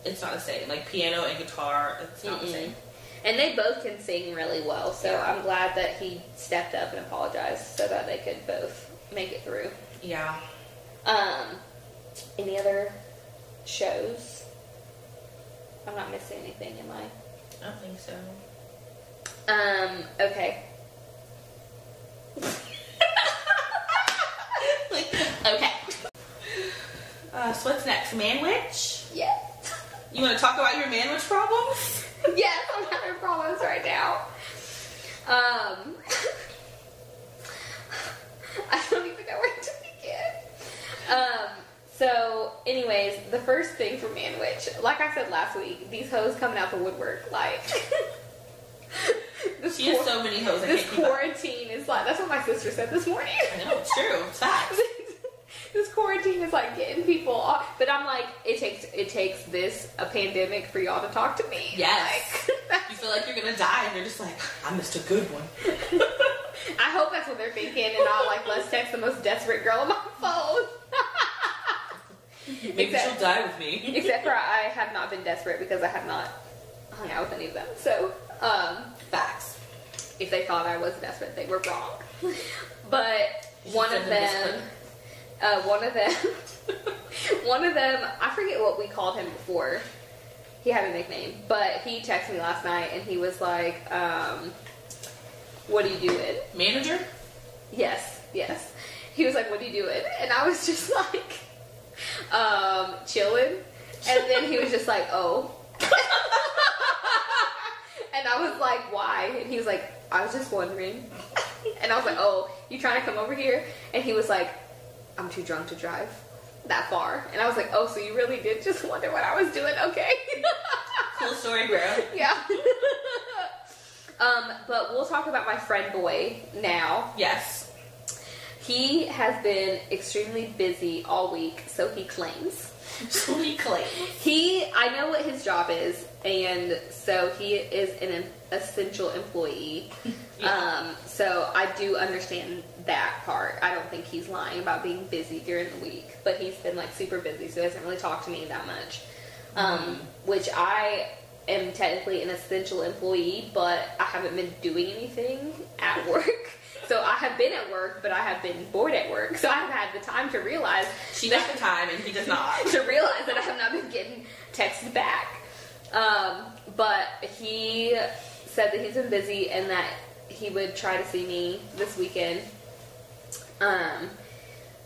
it's not the same. Like piano and guitar, it's not the
Mm-mm.
same.
And they both can sing really well, so
Yeah.
I'm glad that he stepped up and apologized so that they could both make it through.
Yeah.
Um, any other shows? I'm not missing anything, am I?
I don't think so.
Um, okay.
okay. Uh, so what's next? Manwich?
Yeah.
You want to talk about your manwich problems?
yes, I'm having problems right now. Um, I don't even know where to begin. Um, so, anyways, the first thing for Manwich, like I said last week, these hoes coming out the woodwork, like. this
She has
quar-
so many hoes. I
this
can't keep up.
quarantine is like that's what my sister said this morning.
I know it's true. It's facts.
this quarantine is like getting people off but I'm like, it takes it takes this a pandemic for y'all to talk to me.
Yes.
Like,
You feel like you're gonna die, and you're just like, I missed a good one.
I hope that's what they're thinking and not like let's text the most desperate girl on my phone.
Maybe
Exact-
she'll die with me.
Except for I have not been desperate because I have not hung out with any of them. So, um,
Facts.
if they thought I was desperate, they were wrong. But
should
one of
send them this
them, uh, one of them, one of them, I forget what we called him before. He had a nickname, but he texted me last night and he was like, um, "What are you doing?"
Manager?
Yes, yes. He was like, "What are you doing?" And I was just like, um, "Chilling." And then he was just like, "Oh." and I was like, "Why?" And he was like, "I was just wondering." And I was like, "Oh, you trying to come over here?" And he was like, "I'm too drunk to drive that far." And I was like, "Oh, so you really did just wonder what I was doing?" Okay.
Cool story, bro.
yeah. um, but we'll talk about my friend boy now.
Yes.
He has been extremely busy all week, so he claims.
Tony Clay.
He, I know what his job is, and so he is an essential employee.
Yeah.
Um, so I do understand that part. I don't think he's lying about being busy during the week, but he's been like super busy, so he hasn't really talked to me that much. Um, which I am technically an essential employee, but I haven't been doing anything at work. So I have been at work, but I have been bored at work. So I've had the time to realize
She got the time, and he does not.
to realize that I have not been getting texts back. Um, but he said that he's been busy and that he would try to see me this weekend um,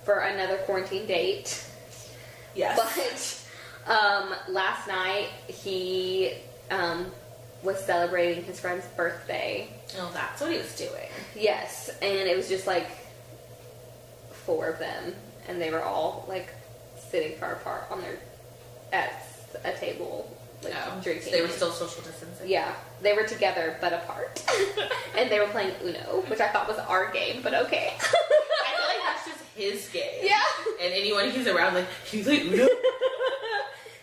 for another quarantine date.
Yes.
But um, last night he um, was celebrating his friend's birthday.
oh, that's what he was doing.
Yes, and it was just like four of them, and they were all like sitting far apart on their at a table, like
No,
drinking.
Oh, They were still social distancing.
yeah, they were together but apart, and they were playing Uno, which I thought was our game, but okay.
I feel like that's just his game.
yeah.
And anyone he's around, like, can you play Uno?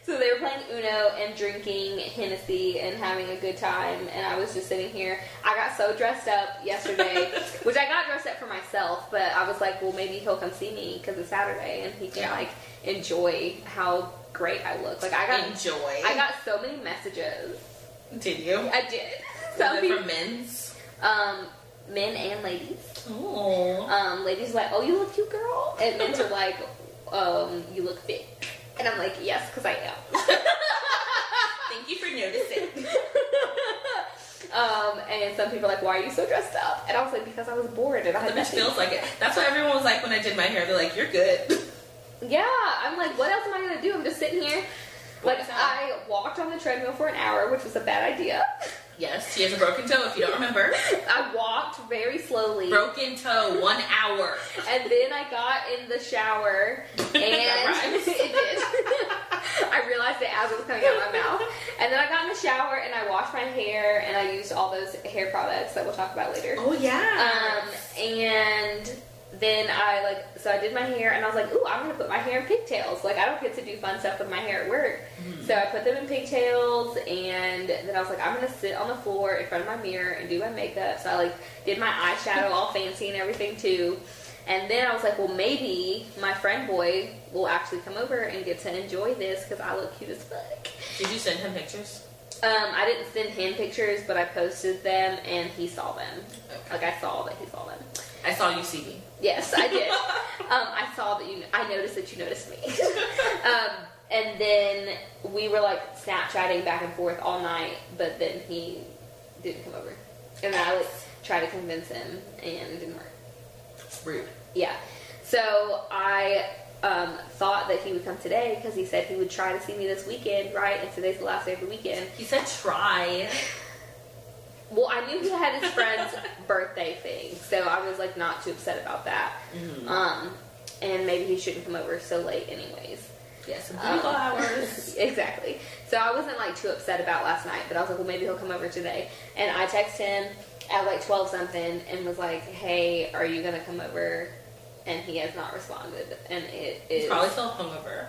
So they were playing Uno and drinking Hennessy and having a good time, and I was just sitting here. I got so dressed up yesterday, which I got dressed up for myself, but I was like, well, maybe he'll come see me because it's Saturday and he can
Yeah.
like enjoy how great I look. Like I got,
Enjoy.
I got so many messages.
Did you?
I did.
Was
Some
it
people,
from men's?
um, men and ladies.
Oh.
Um, ladies are like, oh, you look cute, girl, and men are like, um, you look fit, and I'm like, yes, because I am.
Thank you for noticing.
Um, and some people are like, why are you so dressed up? And I was like, because I was bored and I had
The bitch
nothing.
feels like it. That's what everyone was like when I did my hair. They're like, you're good.
Yeah, I'm like, what else am I gonna do? I'm just sitting here.
What
Like,
is
I
that?
walked on the treadmill for an hour, which was a bad idea.
Yes, she has a broken toe if you don't remember.
I walked very slowly,
Broken toe, one hour.
and then I got in the shower, and
rhymes.
it did. I realized it as it was coming out of my mouth, and then I got in the shower and I washed my hair and
Um,
I used all those hair products that we'll talk about later.
Oh, yeah.
Um, and then I like so I did my hair and I was like, ooh, I'm gonna put my hair in pigtails. Like I don't get to do fun stuff with my hair at work. So I put them in pigtails and then I was like, I'm gonna sit on the floor in front of my mirror and do my makeup. So I like did my eyeshadow all fancy and everything too. And then I was like, well, maybe my friend boy will actually come over and get to enjoy this because I look cute as fuck.
Did you send him pictures?
Um, I didn't send him pictures, but I posted them and he saw them.
Okay.
Like I saw that he saw them.
I saw you see me.
Yes, I did. um, I saw that you. I noticed that you noticed me. um, and then we were like Snapchatting back and forth all night, but then he didn't come over, and I like tried to convince him, and it didn't work.
Rude.
Yeah. So I um, thought that he would come today because he said he would try to see me this weekend, right? And today's the last day of the weekend.
He said try.
Well, I knew he had his friend's birthday thing, so I was like not too upset about that. Um, and maybe he shouldn't come over so late, anyways.
Yes, some
Um,
people hours.
exactly. So I wasn't like too upset about last night, but I was like, well, maybe he'll come over today. And I texted him at like twelve something and was like, hey, are you gonna come over? And he has not responded, and it
He's
is
probably still hungover.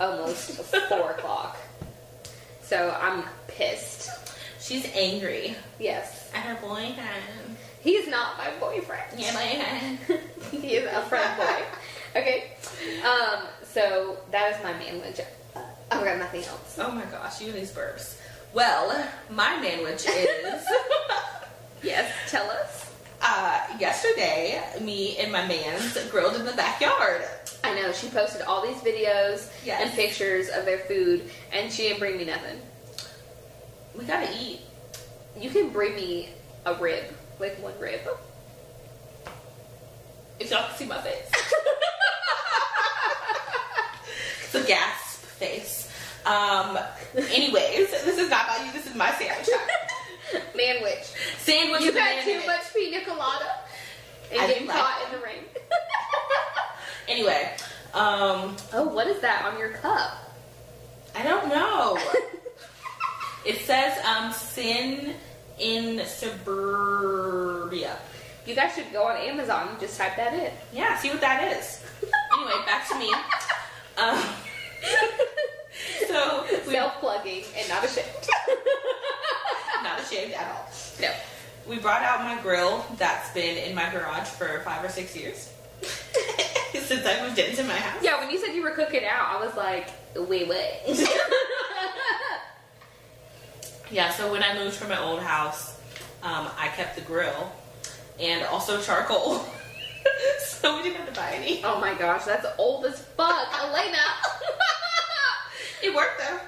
almost four o'clock. So I'm pissed.
She's angry
Yes,
at her boyfriend.
he's not my boyfriend.
Yeah, boyfriend.
he is a friend boy. Okay. Um, so that is my manwich. I've got nothing else.
Oh my gosh, you and these burps. Well, my man, which is.
Yes, tell us.
Uh, yesterday, me and my man's grilled in the backyard.
I know she posted all these videos
Yes.
and pictures of their food, and she didn't bring me nothing.
We gotta eat.
You can bring me a rib, like one rib.
If y'all can see my face. it's a gasp face. Um, anyways, this is not about you, this is my sandwich.
Manwich.
sandwich
You
with
got
man in
too
it.
much pina colada
I
and
do
getting
like
caught in the rain.
Anyway, um,
oh, what is that on your cup?
I don't know. it says, um, sin in suburbia.
You guys should go on Amazon and just type that in.
Yeah, see what that is. anyway, back to me. Um, so we
Self plugging and not ashamed.
not ashamed at all. No, we brought out my grill that's been in my garage for five or six years since I moved into my house.
yeah, when you said you were cooking out, I was like, wait, wait.
Yeah, so when I moved from my old house, um, I kept the grill and also charcoal, so we didn't have to buy any.
oh my gosh, that's old as fuck, Elena.
It worked though.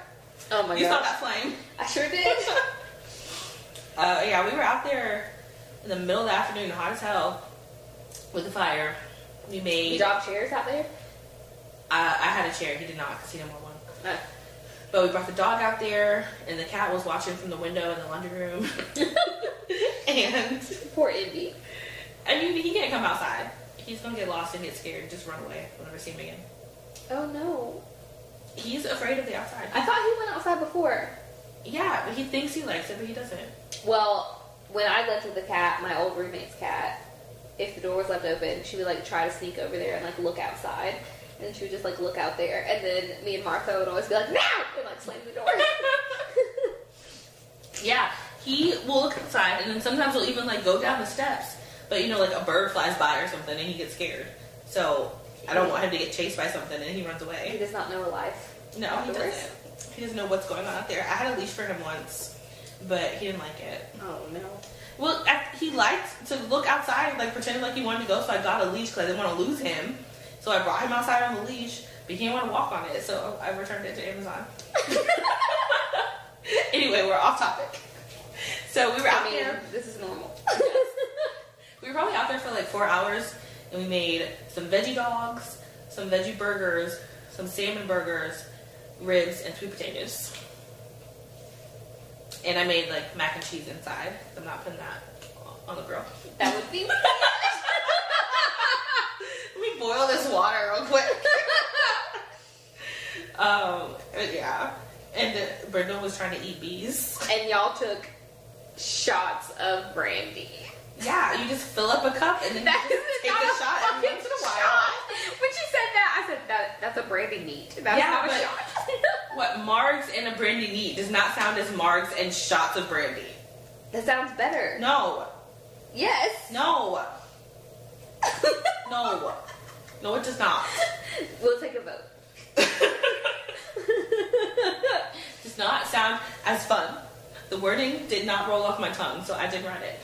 oh my
You saw
gosh.
that flame.
I sure did.
Uh, yeah, we were out there in the middle of the afternoon, hot as hell, with the fire. We
You
made. Uh,
drop chairs out there?
I had a chair. He did not, because he didn't want one.
No.
But we brought the dog out there, and the cat was watching from the window in the laundry room. and
Poor Indy.
I mean, he can't come outside. He's gonna get lost and get scared and just run away. We'll never see him again.
Oh no.
He's afraid of the outside.
I thought he went outside before.
Yeah, but he thinks he likes it, but he doesn't.
Well, when I lived with the cat, my old roommate's cat, if the door was left open, she would like try to sneak over there and like look outside. And she would just like look out there. And then me and Martha would always be like, no! And like slam the door.
Yeah, he will look outside, and then sometimes he'll even like go down the steps. But you know, like a bird flies by or something, and he gets scared. So I don't want him to get chased by something, and he runs away.
he does not know her life.
No, he
outdoors?
doesn't. He doesn't know what's going on out there. I had a leash for him once, but he didn't like it.
Oh no.
Well, I, he liked to look outside, like pretending like he wanted to go. So I got a leash because I didn't want to lose him. So I brought him outside on the leash, but he didn't want to walk on it. So I returned it to Amazon. anyway, we're off topic. So we were out
I mean,
there.
this is normal.
We were probably out there for like four hours, and we made some veggie dogs, some veggie burgers, some salmon burgers, ribs, and sweet potatoes. And I made like mac and cheese inside. I'm not putting that on the grill.
that would be
Let me boil this water real quick. um, but yeah. And uh, Brenda was trying to eat bees.
And y'all took shots of brandy.
Yeah, you just fill up a cup and then
That
you
is
just take
not
a
a
shot every
fucking
once in a while.
shot. When she said that, I said that that's a brandy neat. That's
Yeah,
not a
but-
shot.
What margs and a brandy neat does not sound as margs and shots of brandy.
that sounds better.
No,
Yes.
no, no, no, it does not.
we'll take a vote.
does not sound as fun. The wording did not roll off my tongue, so I did write it.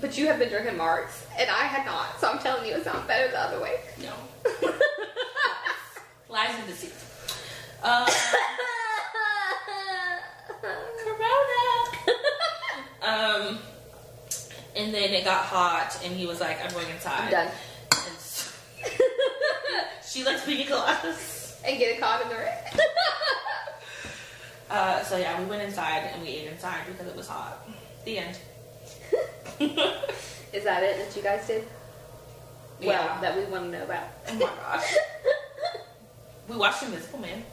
But you have been drinking marks, and I had not, so I'm telling you, it sounds better the other way.
No. Lies and deceit. Uh, corona. um, and then it got hot, and he was like, "I'm going inside."
Done.
And so- she likes pina coladas.
and get caught in the rain.
Uh, so yeah, we went inside and we ate inside because it was hot. The end.
Is that it that you guys did?
Yeah.
Well, that we want to know about.
Oh my gosh. We watched Invisible Man.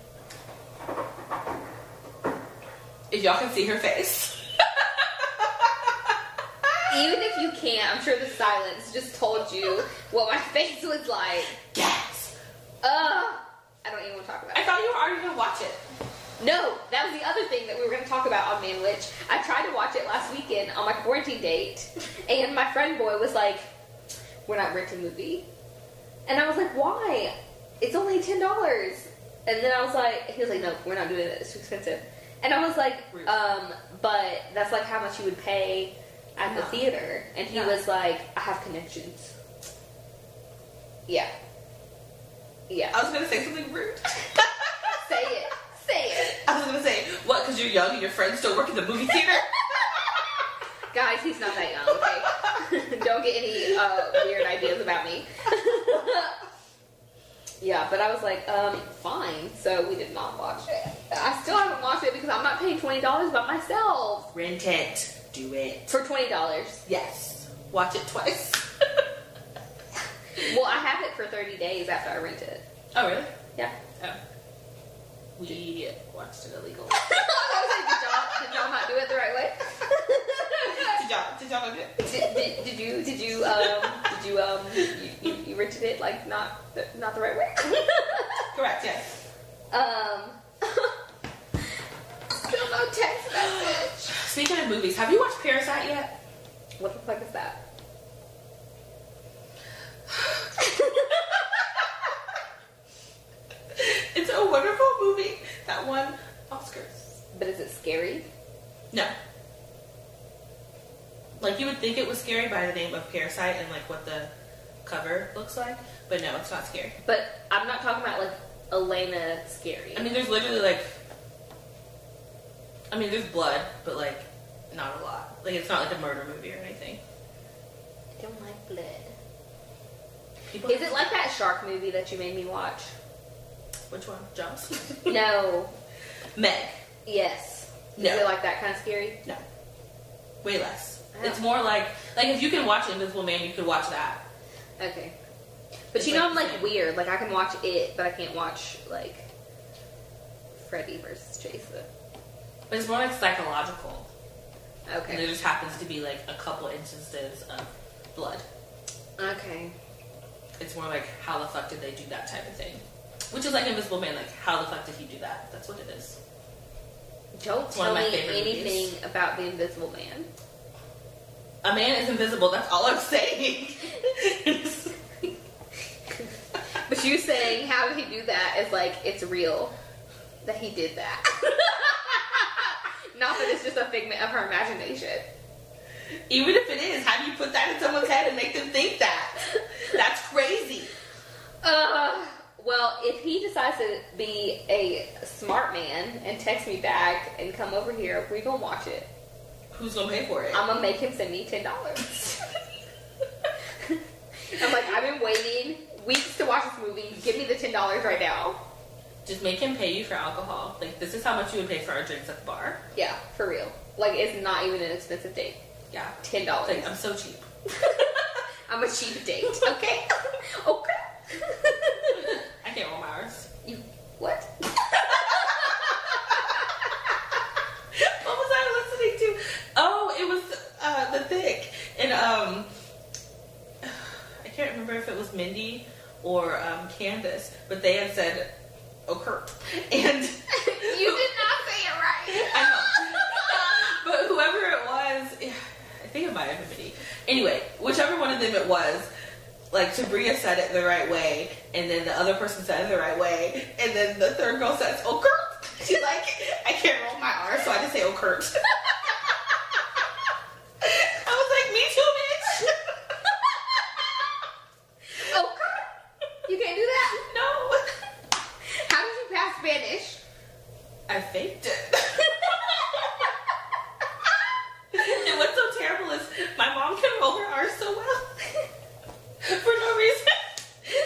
If y'all can see her face.
Even if you can't, I'm sure the silence just told you what my face was like.
Yes.
Ugh. I don't even want to talk about
I
it.
thought you were already gonna watch it.
No, that was the other thing that we were going to talk about on Man Witch. I tried to watch it last weekend on my quarantine date, and my friend boy was like, We're not renting movie. And I was like, Why? It's only $10. And then I was like, He was like, No, we're not doing it. It's too expensive. And I was like,
Rude.
um, But that's like how much you would pay at the
No.
theater. And he
No.
was like, I have connections. Yeah. Yeah.
I was gonna say something rude.
say it. Say it.
I was gonna say, what, because you're young and your friends still work at the movie theater?
Guys, he's not that young, okay? Don't get any uh, weird ideas about me. yeah, but I was like, um, fine. So we did not watch it. I still haven't watched it because I'm not paying $20 by myself.
Rent it. Do it.
For $20. Well,
Yes. Watch it twice.
I have it for 30 days after I rent it.
oh, really?
Yeah.
Oh. We watched it illegal.
I was like, did y'all, did y'all not do it the right way?
did y'all, did y'all go get
did,
it?
did, did you, did you, um, did you, um, you, you, you rented it like not, the, not the right way?
Correct, yes.
Um. Still no text message.
Speaking of movies, have you watched Parasite yet?
What the fuck is that?
It's a wonderful movie that won Oscars.
But is it scary?
No. Like you would think it was scary by the name of Parasite and like what the cover looks like, but no, it's not scary.
But I'm not talking about like Elena scary.
I mean, there's literally like, I mean, there's blood, but like not a lot. Like it's not like a murder movie or anything.
I don't like blood.
People
Is it like that shark movie that you made me watch?
which one? Jaws.
No.
Meg.
Yes. Is
No.
it like that kind of scary?
No. Way less.
I don't-
It's more like like if you can watch Invisible Man, you could watch that.
Okay. But
It's
you know
like
I'm
the same.
like weird. Like I can watch it, but I can't watch like Freddy versus Jason.
But it's more like psychological. And there
Okay.
just happens to be like a couple instances of blood.
Okay.
It's more like how the fuck did they do that type of thing. Which is like Invisible Man, like how the fuck did he do that? That's what it is.
Don't
one
tell
of my
me
favorite
anything
movies.
about the Invisible Man.
A man is invisible, that's all I'm saying.
But you saying how did he do that is like it's real that he did that. Not that it's just a figment of her imagination.
Even if it is, how do you put that in someone's head and make them think that? That's crazy.
Uh, well, if he decides to be a smart man and text me back and come over here, we gonna watch it.
Who's gonna pay for it?
I'm gonna make him send me ten dollars. I'm like, I've been waiting weeks to watch this movie. Give me the ten dollars right now.
Just make him pay you for alcohol. Like this is how much you would pay for our drinks at the bar.
Yeah, for real. Like, it's not even an expensive date.
Yeah.
Ten dollars.
Like I'm so cheap.
I'm a cheap date, okay? okay.
I can't roll my hours.
you what?
what was I listening to? Oh, it was uh, the thick, and um, I can't remember if it was Mindy or um, Candace, but they had said occur.
You
And
did not say it right.
I know. but whoever it was, I think it might have been Mindy. Anyway, whichever one of them it was, like Tabria said it the right way, and then the other person said it the right way, and then the third girl says, "Oh, Kurt." She's like, "I can't roll my R, so I just say, oh, Kurt." I was like, "Me too,
Oh, crap. you can't do that.
bitch." no.
How did you pass Spanish?
I faked it. and what's so terrible is my mom can roll her R so well for no reason.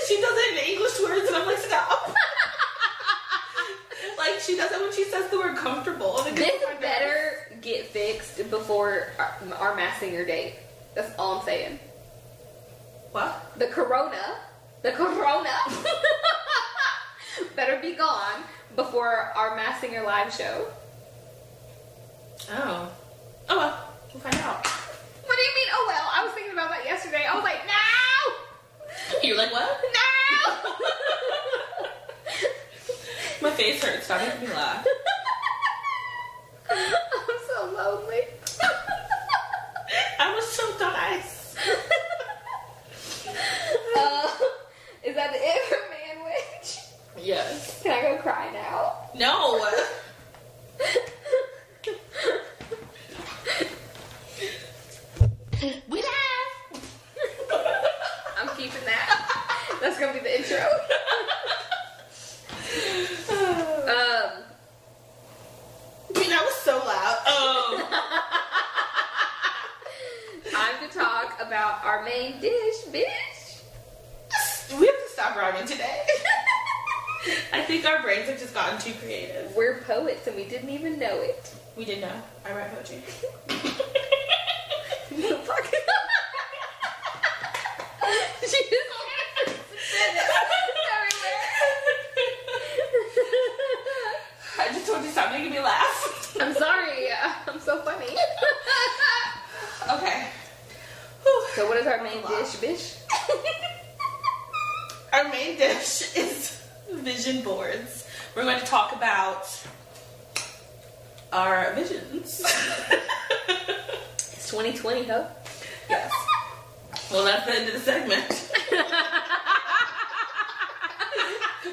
She does it in English words, and I'm like, stop. like she does it when she says the word comfortable. And it gets
This
on my nerves.
better get fixed before our, our mass singer date. That's all I'm saying.
What?
The corona, the corona, better be gone before our mass singer live show.
Oh. Oh well. We'll find out.
What do you mean? Oh well, I was thinking about that yesterday. I was like, no,
You're like, what? My face hurts. Stop making me laugh.
no. I'm so lonely.
I was choked on ice.
uh, is that it for man witch?
Yes.
Can I go cry now?
No.
we laugh. I'm keeping that. That's gonna be the intro. um,
I mean, I was so loud. Oh.
time to talk about our main dish, bitch.
we have to stop rhyming today. I think our brains have just gotten too creative.
We're poets and we didn't even know it.
We did know. I write poetry.
Fuck. she just said it everywhere.
I just told you stop making me laugh.
I'm sorry. uh, I'm so funny.
okay. Whew.
so what is our main
Hold on.
dish, bitch?
Our main dish is vision boards. We're going to talk about our visions.
It's 2020, huh?
yes. Well, that's the end of the segment.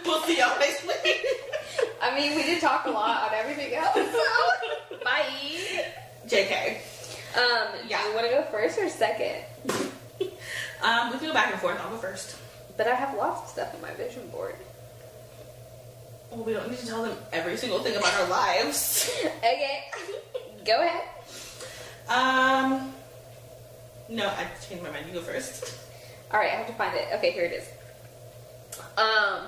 we'll see y'all next week.
I mean, we did talk a lot on everything else. So. Bye.
JK.
Um,
Yeah.
do you want to go first or second?
Um, we can go back and forth. I'll go first.
But I have lots of stuff on my vision board.
Well, we don't need to tell them every single thing about our lives.
Okay, go ahead.
Um, no, I changed my mind. You go first.
All right, I have to find it. Okay, here it is. Um,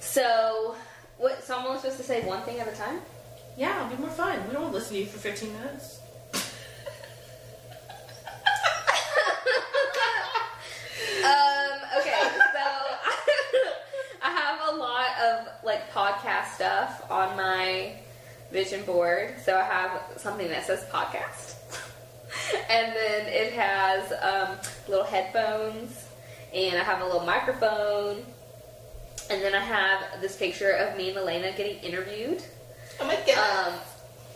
so what? So I'm only supposed to say one thing at a time.
Yeah, it'll be more fun. We don't want to listen to you for 15 minutes.
Um, okay, so I have a lot of like podcast stuff on my vision board. So I have something that says podcast, and then it has um, little headphones, and I have a little microphone, and then I have this picture of me and Elena getting interviewed
Oh my god.
um,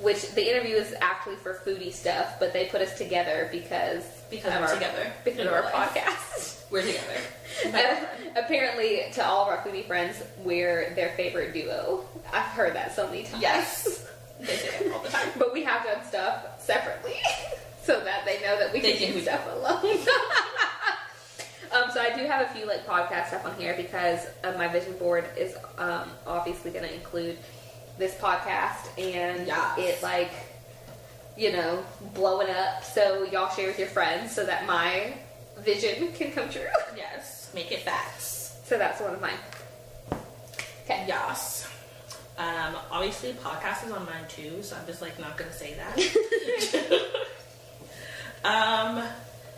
which the interview is actually for foodie stuff, but they put us together because
Because we're
our,
together
because
in
of our
real life.
podcast.
We're together.
Uh, apparently, to all of our foodie friends, we're their favorite duo. I've heard that so many times.
yes. They say it all the time.
but we have done stuff separately so that they know that we
They
can
can
do
do
stuff alone. um, so I do have a few like podcast stuff on here because uh, my vision board is um, obviously going to include this podcast and
Yes.
it like you know blowing up. So y'all share with your friends so that my vision can come true.
Yes. Make it facts.
So that's one of mine. Okay.
Yes. Um, obviously, podcast is on mine too, so I'm just like not gonna say that. um,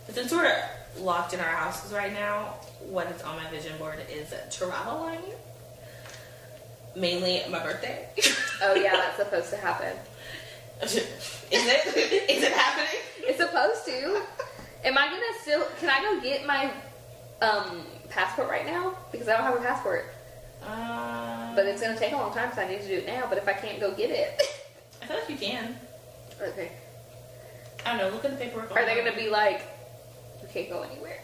but since we're locked in our houses right now, what is on my vision board is traveling. Mainly my birthday.
Oh yeah, that's supposed to happen.
is it? Is it happening?
It's supposed to. Am I gonna still? Can I go get my um passport right now? Because I don't have a passport,
Um,
but it's gonna take a long time, so I need to do it now. But if I can't go get it,
I feel like you can.
okay.
I don't know. Look at the paperwork.
Are they
online.
gonna be like, you can't go anywhere?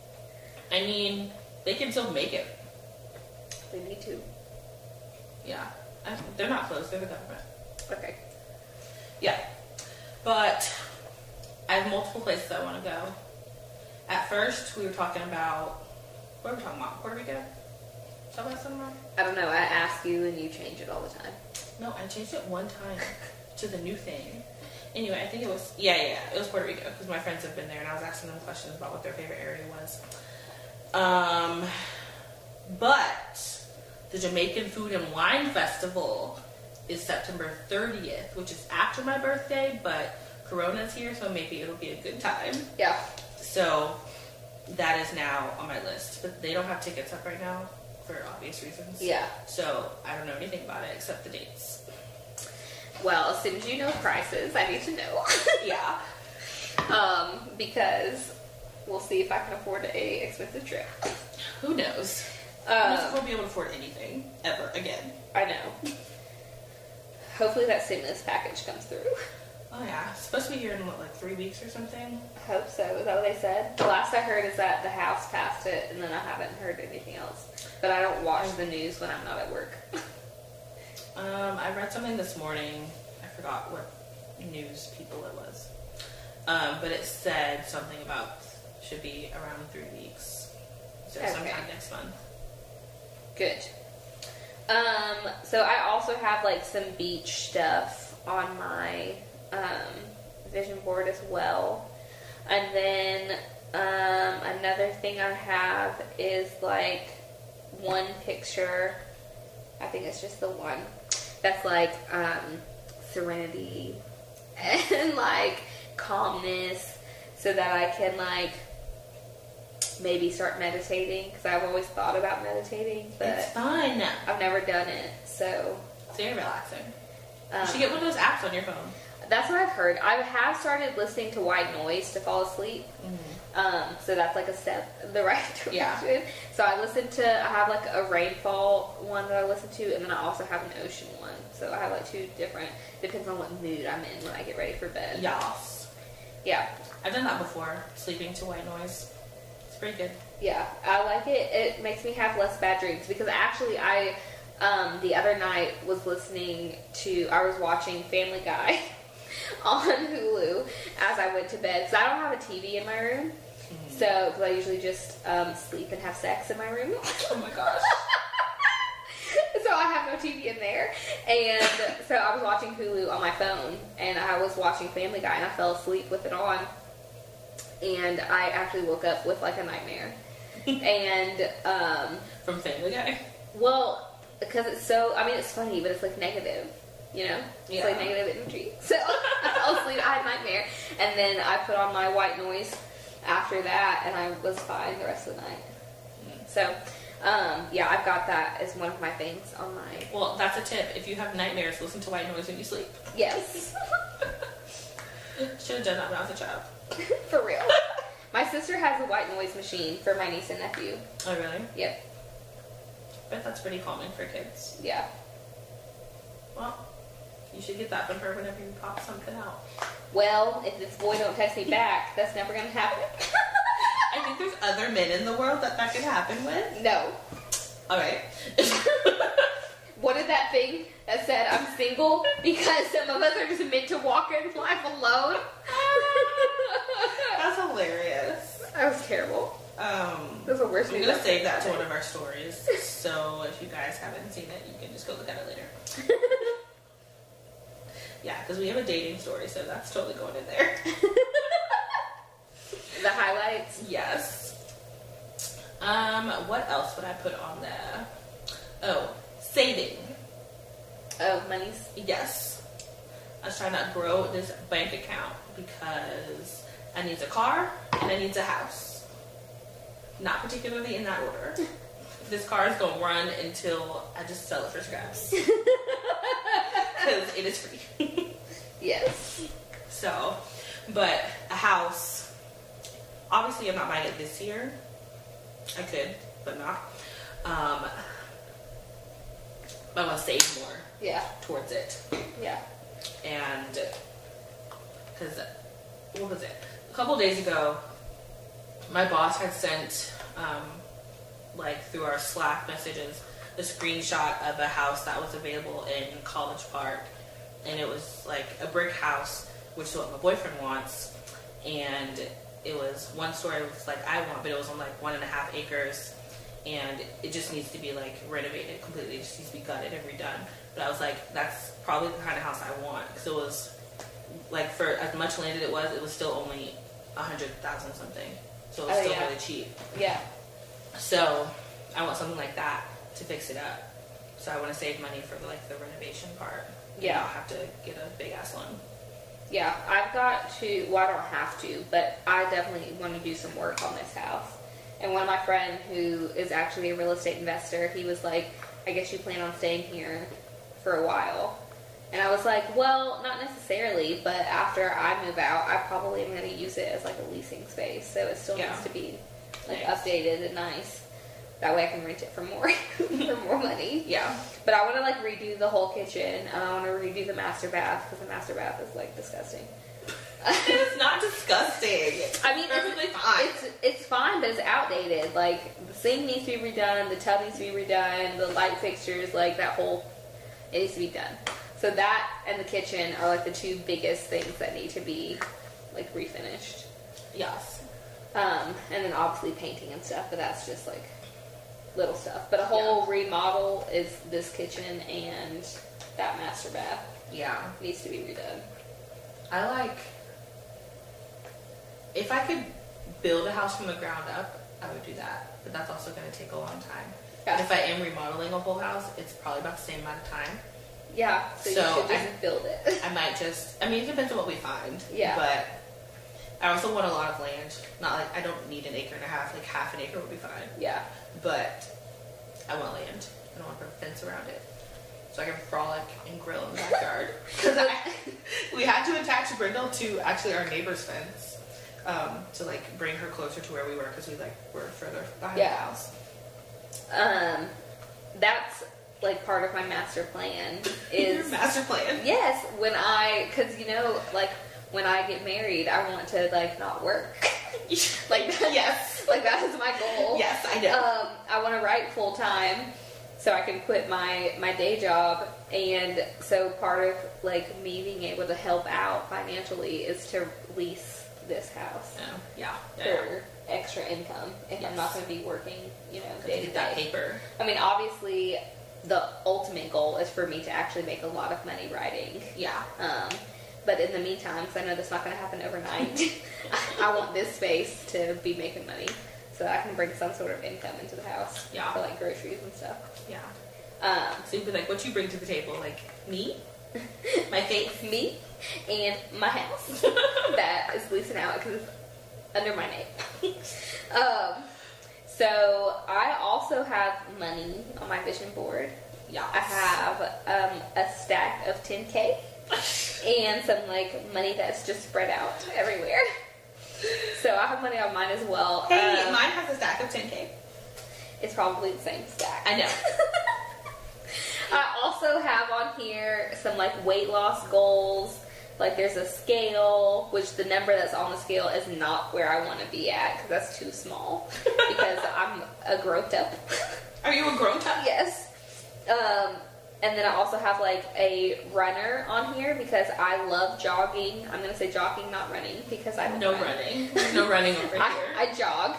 I mean, they can still make it.
they need to.
Yeah, I, they're not closed. They're the government.
Okay.
Yeah. But I have multiple places I want to go. At first, we were talking about, what were we talking about? Puerto Rico? Talking about somewhere?
I don't know. I ask you and you change it all the time.
No, I changed it one time to the new thing. Anyway, I think it was, yeah, yeah, it was Puerto Rico because my friends have been there and I was asking them questions about what their favorite area was. Um, but the Jamaican Food and Wine Festival is September 30th, which is after my birthday, but Corona's here, so maybe it'll be a good time.
Yeah.
So that is now on my list, but they don't have tickets up right now for obvious reasons.
Yeah.
So I don't know anything about it except the dates.
Well, as soon as you know prices, I need to know.
Yeah.
um, because we'll see if I can afford a expensive trip.
Who knows?
Um,
we'll be able to afford anything ever again.
I know. Hopefully that stimulus package comes through.
Oh yeah, it's supposed to be here in what, like three weeks or something.
I hope so. Is that what they said? The last I heard is that the House passed it, and then I haven't heard anything else. But I don't watch the news when I'm not at work.
Um, I read something this morning. I forgot what news people it was, um, but it said something about should be around three weeks, so
Okay.
sometime next month.
Good. Um, so I also have like some beach stuff on my um, vision board as well. And then um, another thing I have is like one picture. I think it's just the one that's like um, serenity and like calmness so that I can like maybe start meditating because I've always thought about meditating,
it's
but
fun.
I've never done it. So
It's very relaxing.
um,
you should get one of those apps on your phone.
that's what I've heard. I have started listening to white noise to fall asleep. Um, so that's like a step in the right direction.
Mm-hmm. Yeah.
So I listen to, I have like a rainfall one that I listen to, and then I also have an ocean one. So I have like two different, depends on what mood I'm in when I get ready for bed.
Yas.
Yeah.
I've done that before. Sleeping to white noise. It's pretty good.
Yeah, I like it. It makes me have less bad dreams because actually, I um, the other night was listening to I was watching Family Guy on Hulu as I went to bed. So I don't have a TV in my room, so 'cause I usually just um, sleep and have sex in my room.
Oh my gosh.
so I have no TV in there, and so I was watching Hulu on my phone, and I was watching Family Guy, and I fell asleep with it on, and I actually woke up with like a nightmare, and um,
From Family Guy.
well, because it's so I mean it's funny, but it's like negative, you know, it's like
Yeah.
negative energy. So I fell asleep, I had a nightmare, and then I put on my white noise after that, and I was fine the rest of the night. So um, yeah, I've got that as one of my things on my
Well, that's a tip. If you have nightmares, listen to white noise when you sleep.
Yes,
Should have done that when I was a child.
for real. My sister has a white noise machine for my niece and nephew.
Oh really?
Yep,
But that's pretty calming for kids.
yeah.
Well, you should get that from her whenever you pop something out.
Well, if this boy don't text me back, that's never gonna happen.
I think there's other men in the world that that could happen with.
no.
All right.
What is that thing that said I'm single? Because some of us are just meant to walk in life alone.
that's hilarious.
that was terrible.
Um.
That was the worst
I'm
news
gonna
I've
save
ever
that to
heard.
one of our stories. So if you guys haven't seen it, you can just go look at it later. yeah, because we have a dating story, so that's totally going in there.
The highlights.
yes. Um, what else would I put on there? Oh, saving.
Oh, money's.
Yes. I was trying to grow this bank account because I need a car and I need a house. Not particularly in that order. this car is gonna run until I just sell it for scraps. Because it is free.
Yes.
so, but a house, Obviously, I'm not buying it this year. I could, but not. Um, I want to save more
Yeah.
towards it,
Yeah.
and because what was it? A couple days ago, my boss had sent um, like through our Slack messages the screenshot of a house that was available in College Park, and it was like a brick house, which is what my boyfriend wants, and it was one story was like I want, but it was on like one and a half acres, and it just needs to be like renovated completely. It just needs to be gutted and redone. But I was like, that's probably the kind of house I want because it was like for as much land as it was, it was still only a hundred thousand something, so it was
Oh,
still
yeah.
really cheap.
Yeah.
So I want something like that to fix it up. So I want to save money for like the renovation part.
Yeah.
I'll have to get a big ass loan.
Yeah, I've got to, well, I don't have to, but I definitely want to do some work on this house. And one of my friend who is actually a real estate investor, he was like, I guess you plan on staying here for a while. And I was like, well, not necessarily, but after I move out, I probably am going to use it as like a leasing space. So it still
Yeah.
needs to be like
Nice.
updated and nice. That way I can rent it for more, for more money.
Yeah.
But I want to like redo the whole kitchen, and I want to redo the master bath because the master bath is like disgusting.
it's not disgusting.
I mean,
perfectly
it's,
fine.
It's it's fine, but it's outdated. Like the sink needs to be redone, the tub needs to be redone, the light fixtures, like that whole, it needs to be done. So that and the kitchen are like the two biggest things that need to be like refinished.
yes.
Um, and then obviously painting and stuff, but that's just like little stuff. But a whole remodel is this kitchen and that master bath
Yeah.
needs to be redone.
I like. If I could build a house from the ground up, I would do that. But that's also going to take a long time.
Yeah.
And If I am remodeling a whole house, it's probably about the same amount of time.
Yeah, so,
So,
you should just
I-
build it.
I might just. I mean, it depends on what we find.
Yeah.
But I also want a lot of land. Not like I don't need an acre and a half. Like half an acre would be fine.
yeah,
But I want land. I don't want to put a fence around it. So I can frolic and grill in the backyard. Because we had to attach Brindle to actually our neighbor's fence um, to like bring her closer to where we were because we like were further behind
Yeah.
the house.
um, that's like part of my master plan
Your
is
master plan.
yes when I because you know like when I get married I want to like not work like that,
Yes.
like that is my goal
Yes, I know.
um, I want to write full time so I can quit my my day job. And so part of like me being able to help out financially is to lease this house
No. yeah. Yeah.
for extra income if I'm not
Yes.
going to be working, you know,
They
day to
did that
day.
paper.
I mean, obviously, the ultimate goal is for me to actually make a lot of money writing.
Yeah.
Um, but in the meantime, because I know that's not going to happen overnight, I want this space to be making money so that I can bring some sort of income into the house
Yeah.
for like groceries and stuff.
Yeah.
Um,
So you'd be like, what you bring to the table? Like, me? My face?
me and my house that is leasing out because it's under my name. um, so I also have money on my vision board.
Yeah.
I have um, a stack of 10k and some like money that's just spread out everywhere. So I have money on mine as well.
Hey,
Um,
mine has a stack of 10K.
it's probably the same stack.
I know.
I also have on here some like weight loss goals. Like there's a scale, which the number that's on the scale is not where I want to be at because that's too small. because I'm a growth up.
Are you a grown up?
yes. Um, and then I also have like a runner on here because I love jogging. I'm gonna say jogging, not running, because I don't
No
run.
running. There's no running over here.
I, I jog.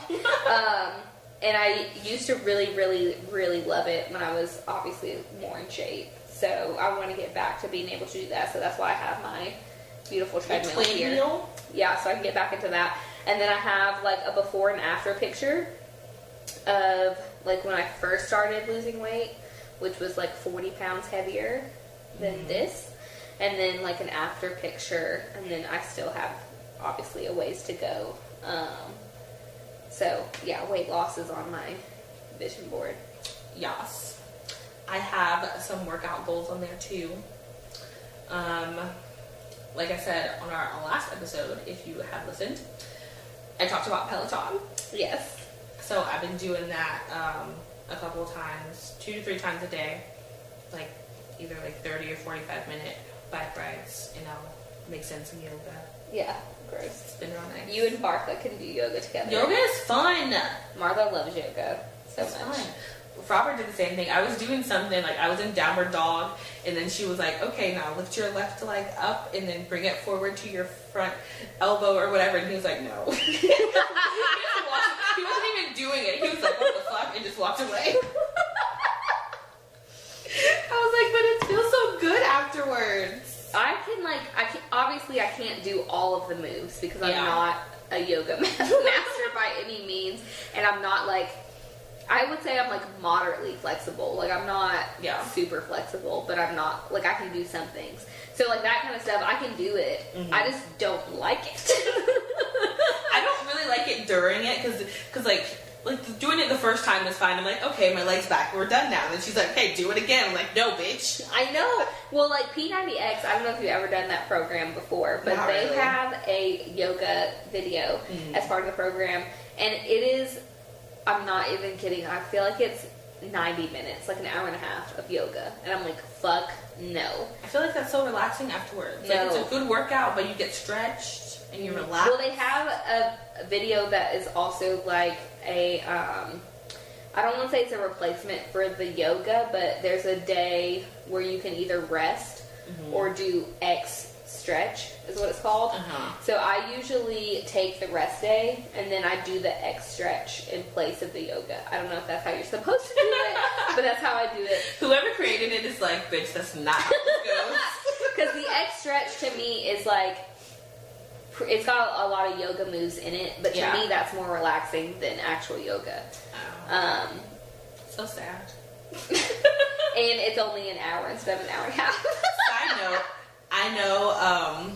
um, and I used to really, really, really love it when I was obviously more in shape. So I want to get back to being able to do that. So that's why I have my beautiful treadmill here.
meal?
Yeah, so I can get back into that. And then I have like a before and after picture of like when I first started losing weight, which was like 40 pounds heavier than
Mm-hmm.
this. And then like an after picture. And then I still have obviously a ways to go. Um, so yeah, weight loss is on my vision board.
Yes. I have some workout goals on there too. Um, like I said on our last episode, if you have listened, I talked about Peloton.
Yes.
So I've been doing that um, a couple of times, two to three times a day, like either like 30 or 45 minute bike rides, you know, makes sense in yoga.
Yeah. Gross.
It's been real nice.
You and Martha can do yoga together.
yoga is fun.
Martha loves yoga so
It's
much.
fun. Robert did the same thing. I was doing something like I was in downward dog, and then she was like, "Okay, now lift your left leg up, and then bring it forward to your front elbow or whatever." And he was like, "No." he, was watching- he wasn't even doing it. He was like, "What the fuck?" and just walked away. I was like, "But it feels so good afterwards."
I can like I can obviously I can't do all of the moves because I'm
Yeah.
not a yoga master by any means, and I'm not like I would say I'm like moderately flexible. Like I'm not
Yeah.
super flexible, but I'm not like I can do some things. So like that kind of stuff I can do it.
Mm-hmm.
I just don't like it.
I don't really like it during it because because like. Like doing it the first time is fine. I'm like, okay, my leg's back. We're done now. And she's like, hey, do it again. I'm like, no, bitch.
I know. Well, like P90X, I don't know if you've ever done that program before, but
Not
they
really. Mm-hmm.
have a yoga video as part of the program, and it is. I'm not even kidding. I feel like it's 90 minutes, like an hour and a half of yoga, and I'm like, fuck no.
I feel like that's so relaxing afterwards. Like
No.
it's a good workout, but you get stretched and you
Mm-hmm.
relax.
Well, they have a, a video that is also like a. Um, I don't want to say it's a replacement for the yoga, but there's a day where you can either rest
Mm-hmm.
or do X stretch, is what it's called.
Uh-huh.
So I usually take the rest day and then I do the X stretch in place of the yoga. I don't know if that's how you're supposed to do it, but that's how I do it.
Whoever created it is like, bitch, that's not how this
Because the X stretch to me is like, pr- it's got a lot of yoga moves in it, but to
Yeah.
me that's more relaxing than actual yoga.
goes.
Um,
Oh. so sad.
and it's only an hour instead of an hour and a half.
Side note, I know um,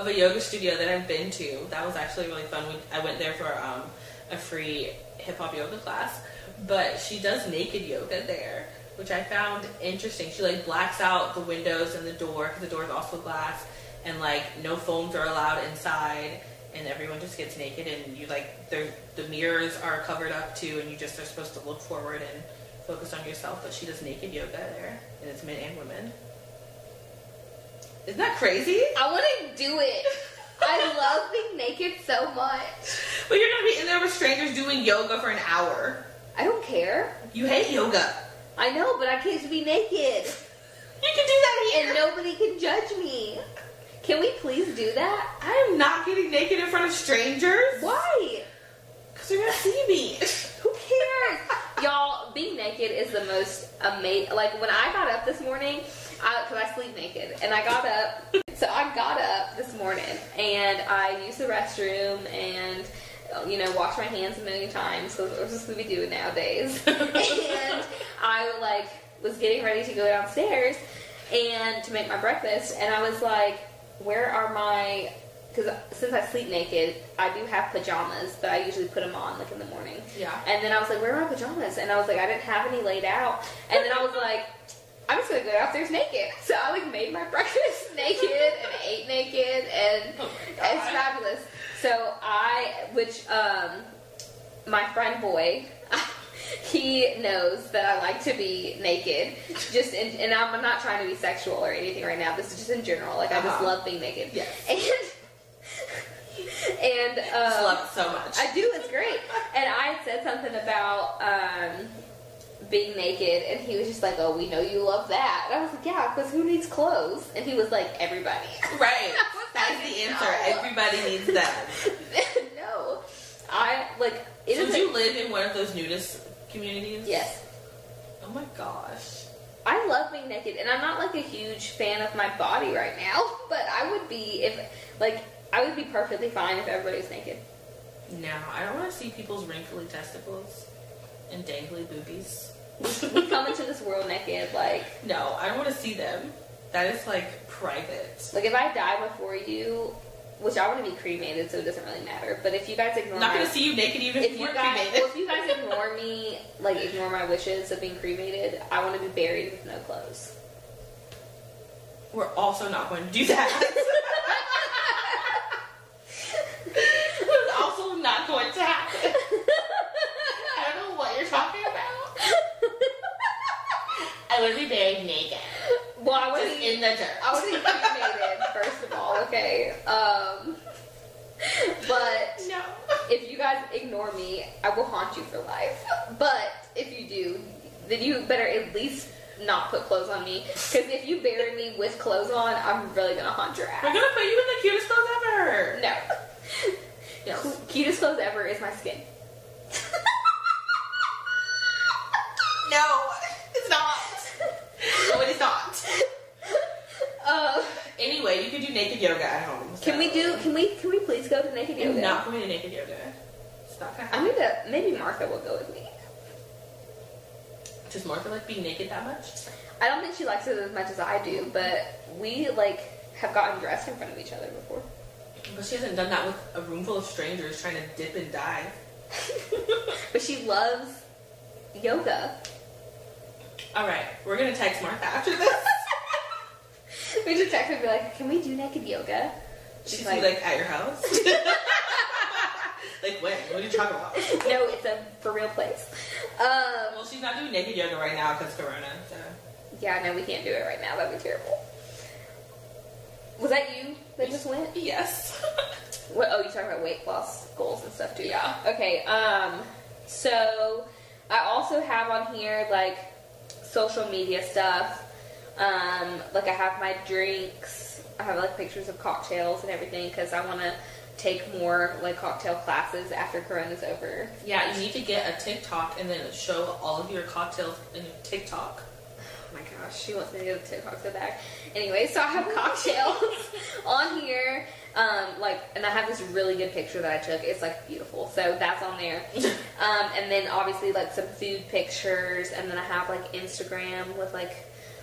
of a yoga studio that I've been to. That was actually really fun. We, I went there for um, a free hip hop yoga class, but she does naked yoga there, which I found interesting. She like blacks out the windows and the door because the door is also glass, and like no phones are allowed inside. And everyone just gets naked, and you like the the mirrors are covered up too, and you just are supposed to look forward and focus on yourself. But she does naked yoga there, and it's men and women. Isn't that crazy?
I want to do it. I love being naked so much.
But you're gonna be in there with strangers doing yoga for an hour.
I don't care.
You hate yoga.
I know, but I can't be naked.
You can do that here.
And nobody can judge me. Can we please do that?
I am not getting naked in front of strangers.
Why?
Because they're gonna see me.
Who cares? Y'all, being naked is the most amazing. Like when I got up this morning, because I, sleep naked, and I got up. So I got up this morning and I used the restroom and you know washed my hands a million times because that's just what we do nowadays. and I like was getting ready to go downstairs and to make my breakfast, and I was like, where are my because since I sleep naked, I do have pajamas, but I usually put them on like in the morning.
Yeah.
And then I was like, where are my pajamas? And I was like, I didn't have any laid out. And then I was like, I'm just gonna go downstairs naked. So I like made my breakfast naked and ate naked, and
Oh my God.
it's fabulous. So I, which um, my friend boy, he knows that I like to be naked. Just in, and I'm not trying to be sexual or anything right now. This is just in general. Like I just
Uh-huh.
love being naked.
Yes.
And and um,
I just love it so much.
I do. It's great. And I had said something about um, being naked, and he was just like, "Oh, we know you love that." And I was like, "Yeah, because who needs clothes?" And he was like, "Everybody."
right. That's the answer. Everybody needs that.
no, I like it
so
is.
do
a-
you live in one of those nudist communities?
yes,
Oh my gosh.
I love being naked, and I'm not like a huge fan of my body right now, but I would be if like I would be perfectly fine if everybody was naked.
No, I don't want to see people's wrinkly testicles and dangly boobies.
We come into this world naked, like
No, I don't want to see them. That is like private.
Like if I die before you, which I want to be cremated, so it doesn't really matter. But if you guys ignore,
I'm not
my,
gonna see you naked even if,
if you
we're
guys,
cremated.
well, if you guys ignore me, like ignore my wishes of being cremated, I want to be buried with no clothes.
We're also not going to do that. that jar.
I was intimidated, first of all, okay? Um, but
No.
if you guys ignore me, I will haunt you for life. But if you do, then you better at least not put clothes on me. Because if you bury me with clothes on, I'm really gonna haunt your
We're
ass.
gonna put you in the cutest clothes ever.
No.
Yes.
Cu- Cutest clothes ever is my skin.
No, it's not. No, it is not.
Uh,
Anyway, you can do naked yoga at home. so-
can we do? Can we? Can we please go to naked
I'm
yoga?
not going to naked yoga. It's not gonna
I
happen.
need to. Maybe Martha will go with me.
Does Martha like being naked that much?
I don't think she likes it as much as I do, but we like have gotten dressed in front of each other before.
But she hasn't done that with a room full of strangers trying to dip and dive.
But she loves yoga.
All right, we're gonna text Martha after this.
We just text her and be like, "Can we do naked yoga?"
She's
She's
like,
like-
like at your house. like when? What are you talking about?
No, it's a for real place. Um,
Well, she's not doing naked yoga right now because Corona. So.
yeah, no, we can't do it right now. That'd be terrible. Was that you that just went?
Yes.
What, oh, you talking about weight loss goals and stuff too? Yeah. Okay. Um. So, I also have on here like social media stuff. Um. Like I have my drinks. I have like pictures of cocktails and everything because I want to take more like cocktail classes after Corona's over.
yeah, you need to get a TikTok and then show all of your cocktails in your TikTok.
Oh my gosh, she wants me to go to TikTok so bad. Anyway, so I have cocktails on here. Um, like, and I have this really good picture that I took. It's like beautiful, so that's on there. Um, and then obviously like some food pictures, and then I have like Instagram with like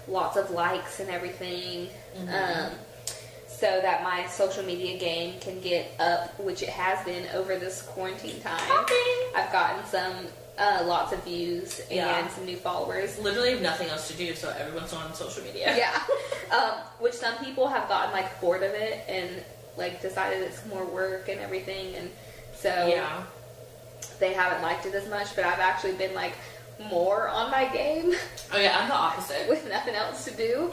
lots of likes and everything. Um, so that my social media game can get up, which it has been over this quarantine time.
Hopping.
I've gotten some uh, lots of views and
Yeah.
some new followers.
Literally have nothing else to do, so everyone's on social media.
Yeah. Um, which some people have gotten like bored of it and like decided it's more work and everything and so
Yeah.
they haven't liked it as much, but I've actually been like more on my game
Oh yeah, I'm the opposite.
with nothing else to do.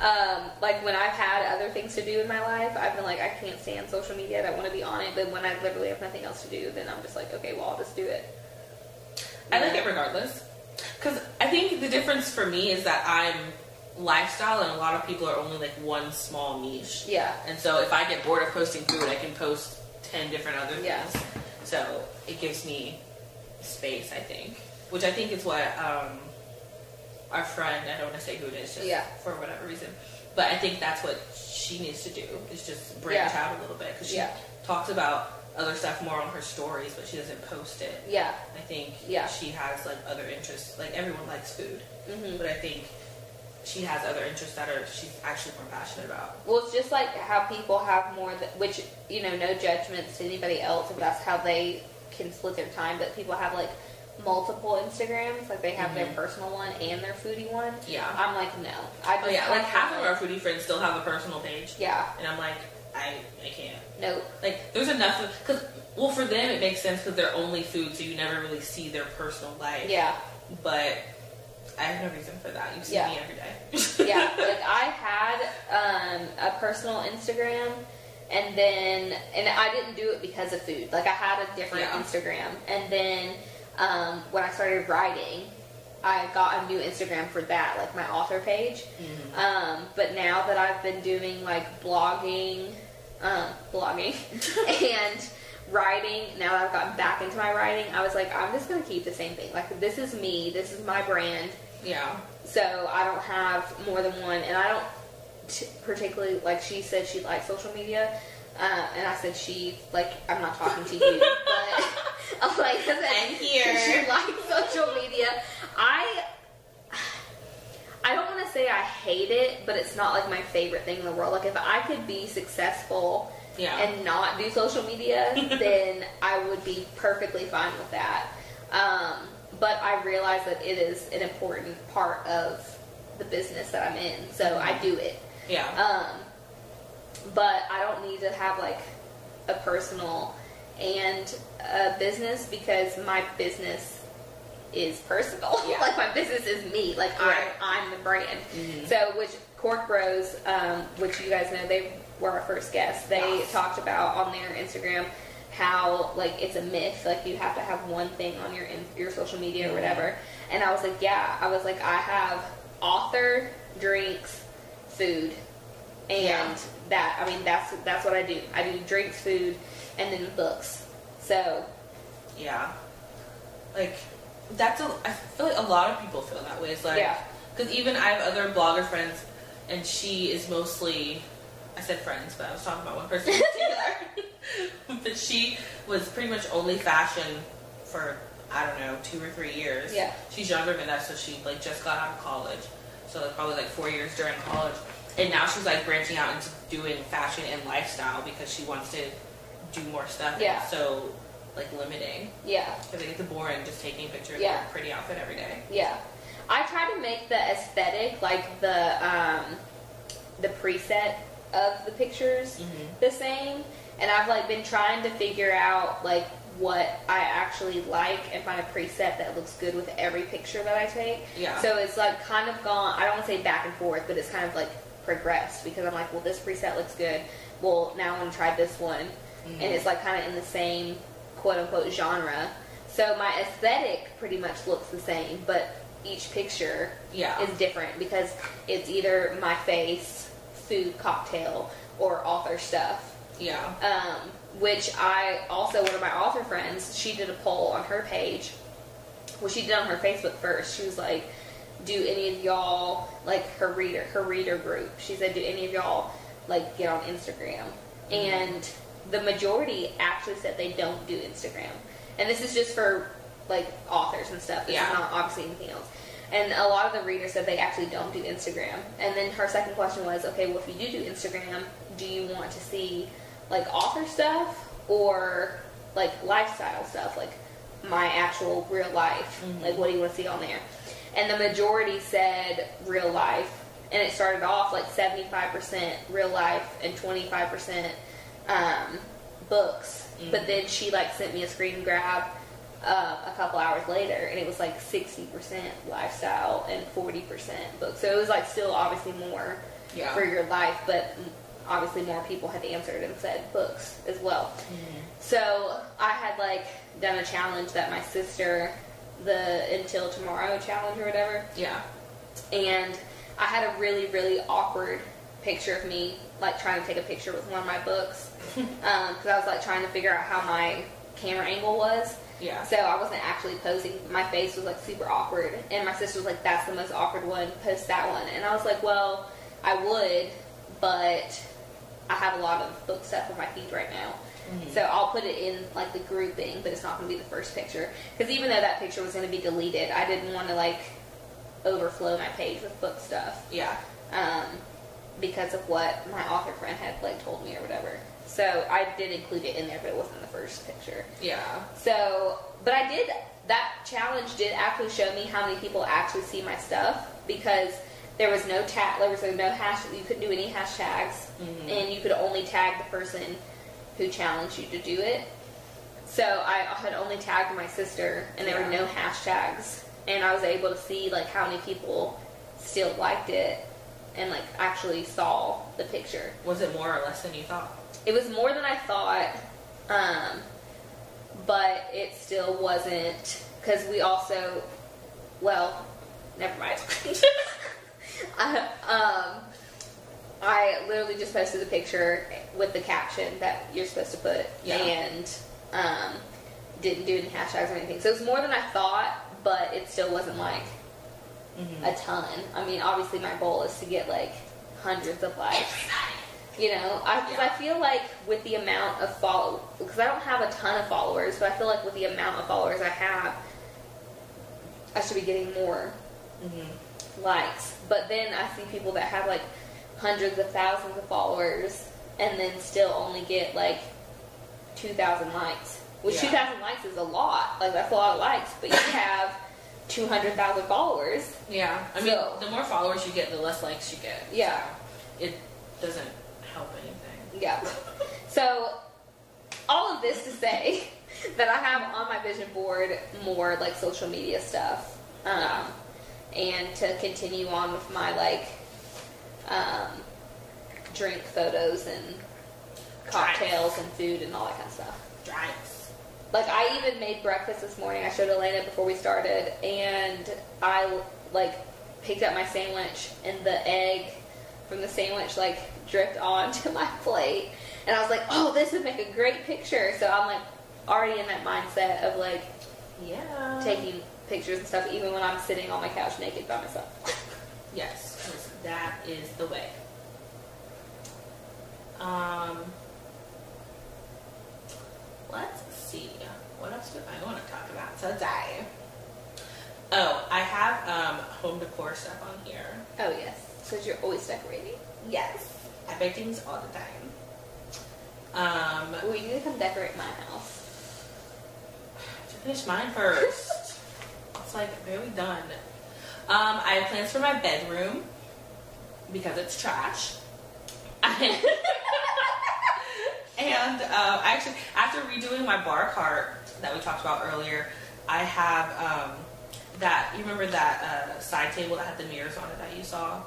Um, like when I've had other things to do in my life, I've been like, I can't stand social media, I don't want to be on it, but when I literally have nothing else to do, then I'm just like, okay, well I'll just do it.
I like it regardless. Because I think the difference for me is that I'm lifestyle, and a lot of people are only like one small niche.
Yeah.
And so if I get bored of posting food, I can post 10 different other things.
Yeah.
So it gives me space, I think. Which I think is what um, our friend, I don't want to say who it is, just
Yeah.
for whatever reason. But I think that's what she needs to do, is just branch
Yeah.
out a little bit. Because she
Yeah.
talks about other stuff more on her stories, but she doesn't post it.
Yeah.
I think
Yeah.
she has like other interests. Like everyone likes food,
Mhm.
but I think she has other interests that are she's actually more passionate about.
Well, it's just like how people have more, th- which, you know, no judgments to anybody else if that's how they can split their time, but people have like multiple Instagrams. Like they have
Mm-hmm.
their personal one and their foodie one.
Yeah.
I'm like, no. I
Oh
just
yeah, like half of
constantly-
our foodie friends still have a personal page,
Yeah.
and I'm like, I I can't.
Nope.
Like there's enough of because well for them it makes sense because they're only food, so you never really see their personal life.
Yeah.
but. I have no reason for that. You see
Yeah.
me every day.
yeah, like I had um, a personal Instagram, and then and I didn't do it because of food. Like I had a different
Yeah.
Instagram, and then um, when I started writing, I got a new Instagram for that, like my author page. Um, but now that I've been doing like blogging, um, blogging, and writing now that i've gotten back into my writing i was like i'm just gonna keep the same thing like this is me this is my brand
yeah.
so I don't have more than one, and I don't t- particularly like. She said she likes social media, uh, and I said she like. I'm not talking to you, but I'm like, I said,
I'm here.
She likes social media. I I don't want to say I hate it, but it's not like my favorite thing in the world. Like if I could be successful
Yeah.
and not do social media, then I would be perfectly fine with that. Um, but I realize that it is an important part of the business that I'm in, so I do it.
Yeah.
Um, but I don't need to have like a personal and a business because my business is personal.
Yeah.
like my business is me. Like
Right. Mm-hmm.
I'm, I'm the brand. So, which Cork Bros, um, which you guys know they were our first guests. They
Yes.
talked about on their Instagram how like it's a myth, like you have to have one thing on your in- your social media
Mm-hmm.
or whatever. And I was like, yeah, I was like, I have author, drinks, food, and
Yeah.
that. I mean, that's that's what I do. I do drinks, food, and then books. So
Yeah. Like, that's a. I feel like a lot of people feel that way. It's like,
Yeah.
because even I have other blogger friends, and she is mostly. I said friends, but I was talking about one person in particular. but she was pretty much only fashion for I don't know two or three years.
Yeah.
She's younger than us, so she like just got out of college, so like probably like four years during college, and now she's like branching out into doing fashion and lifestyle because she wants to do more stuff. and
Yeah.
So like limiting.
yeah,
Because it gets boring just taking pictures
Yeah.
of a pretty outfit every day.
Yeah, I try to make the aesthetic like the um, the preset of the pictures the same, and I've like been trying to figure out like what I actually like and find a preset that looks good with every picture that I take.
Yeah.
So it's like kind of gone. I don't want to say back and forth, but it's kind of like progressed because I'm like, well, this preset looks good. Well, now I'm gonna try this one,
Mm-hmm.
and it's like kind of in the same quote unquote genre. So my aesthetic pretty much looks the same, but each picture
Yeah.
is different because it's either my face, food, cocktail, or author stuff
Yeah.
um, which I also one of my author friends she did a poll on her page. Well, she did on her Facebook first. She was like, "Do any of y'all like her reader her reader group?" She said, "Do any of y'all like get on Instagram?" And the majority actually said they don't do Instagram. And this is just for like authors and stuff. This
Yeah.
is not obviously anything else. And a lot of the readers said they actually don't do Instagram. And then her second question was, okay, well, if you do do Instagram, do you want to see like author stuff or like lifestyle stuff, like my actual real life? Like, what do you want to see on there? And the majority said real life. And it started off like 75% real life and 25% um, books. But then she like sent me a screen grab uh, a couple hours later, and it was like 60% lifestyle and 40% book. So it was like still obviously more
Yeah.
for your life, but m- obviously more people had answered and said books as well. So I had like done a challenge that my sister, the Until Tomorrow challenge or whatever,
Yeah.
and I had a really, really awkward picture of me, like trying to take a picture with one of my books, because I was like trying to figure out how my camera angle was.
Yeah.
So I wasn't actually posing. My face was like super awkward, and my sister was like, "That's the most awkward one. Post that one." And I was like, "Well, I would, but I have a lot of book stuff on my feed right now." So I'll put it in like the grouping, but it's not going to be the first picture because even though that picture was going to be deleted, I didn't want to like overflow my page with book stuff
Yeah.
um, because of what my author friend had like told me or whatever. So I did include it in there, but it wasn't the first picture.
Yeah.
So, but I did that challenge did actually show me how many people actually see my stuff because there was no tag, there was no hash, you couldn't do any hashtags, and you could only tag the person who challenged you to do it. So I had only tagged my sister, and there were
Yeah.
no hashtags, and I was able to see like how many people still liked it and like actually saw the picture
Was it more or less than you thought?
it was more than I thought, um, but it still wasn't because we also, well, never mind. I, um, I literally just posted a picture with the caption that you're supposed to put,
Yeah.
and um, didn't do any hashtags or anything. So it was more than I thought, but it still wasn't like
Mm-hmm.
a ton. I mean, obviously, my goal is to get like hundreds of likes. You know, I, 'cause I
Yeah.
feel like with the amount of follow, because I don't have a ton of followers, but I feel like with the amount of followers I have, I should be getting more
Mm-hmm.
likes. But then I see people that have like hundreds of thousands of followers and then still only get like 2,000 likes. Which
Yeah.
2,000 likes is a lot. Like, that's a lot of likes, but you have 200,000 followers.
Yeah. I mean,
So-
the more followers you get, the less likes you get.
Yeah.
It doesn't help anything.
Yeah. So, all of this to say that I have on my vision board more like social media stuff, um, and to continue on with my like um, drink photos and cocktails and food and all that kind of stuff.
Drinks.
Like I even made breakfast this morning. I showed Elena before we started, and I like picked up my sandwich, and the egg from the sandwich like dripped onto my plate, and I was like, "Oh, this would make a great picture." So I'm like already in that mindset of like
Yeah.
taking pictures and stuff, even when I'm sitting on my couch naked by myself.
Yes, 'cause that is the way. Um, let's see. What else do I want to talk about today? Oh, I have um, home decor stuff on here.
Oh yes, because you're always decorating.
Yes. I bake things all the time. Um,
We need to come decorate my house.
to finish mine first. it's like barely done. Um, I have plans for my bedroom because it's trash. and um, I actually, after redoing my bar cart that we talked about earlier, I have um, that. You remember that uh, side table that had the mirrors on it that you saw?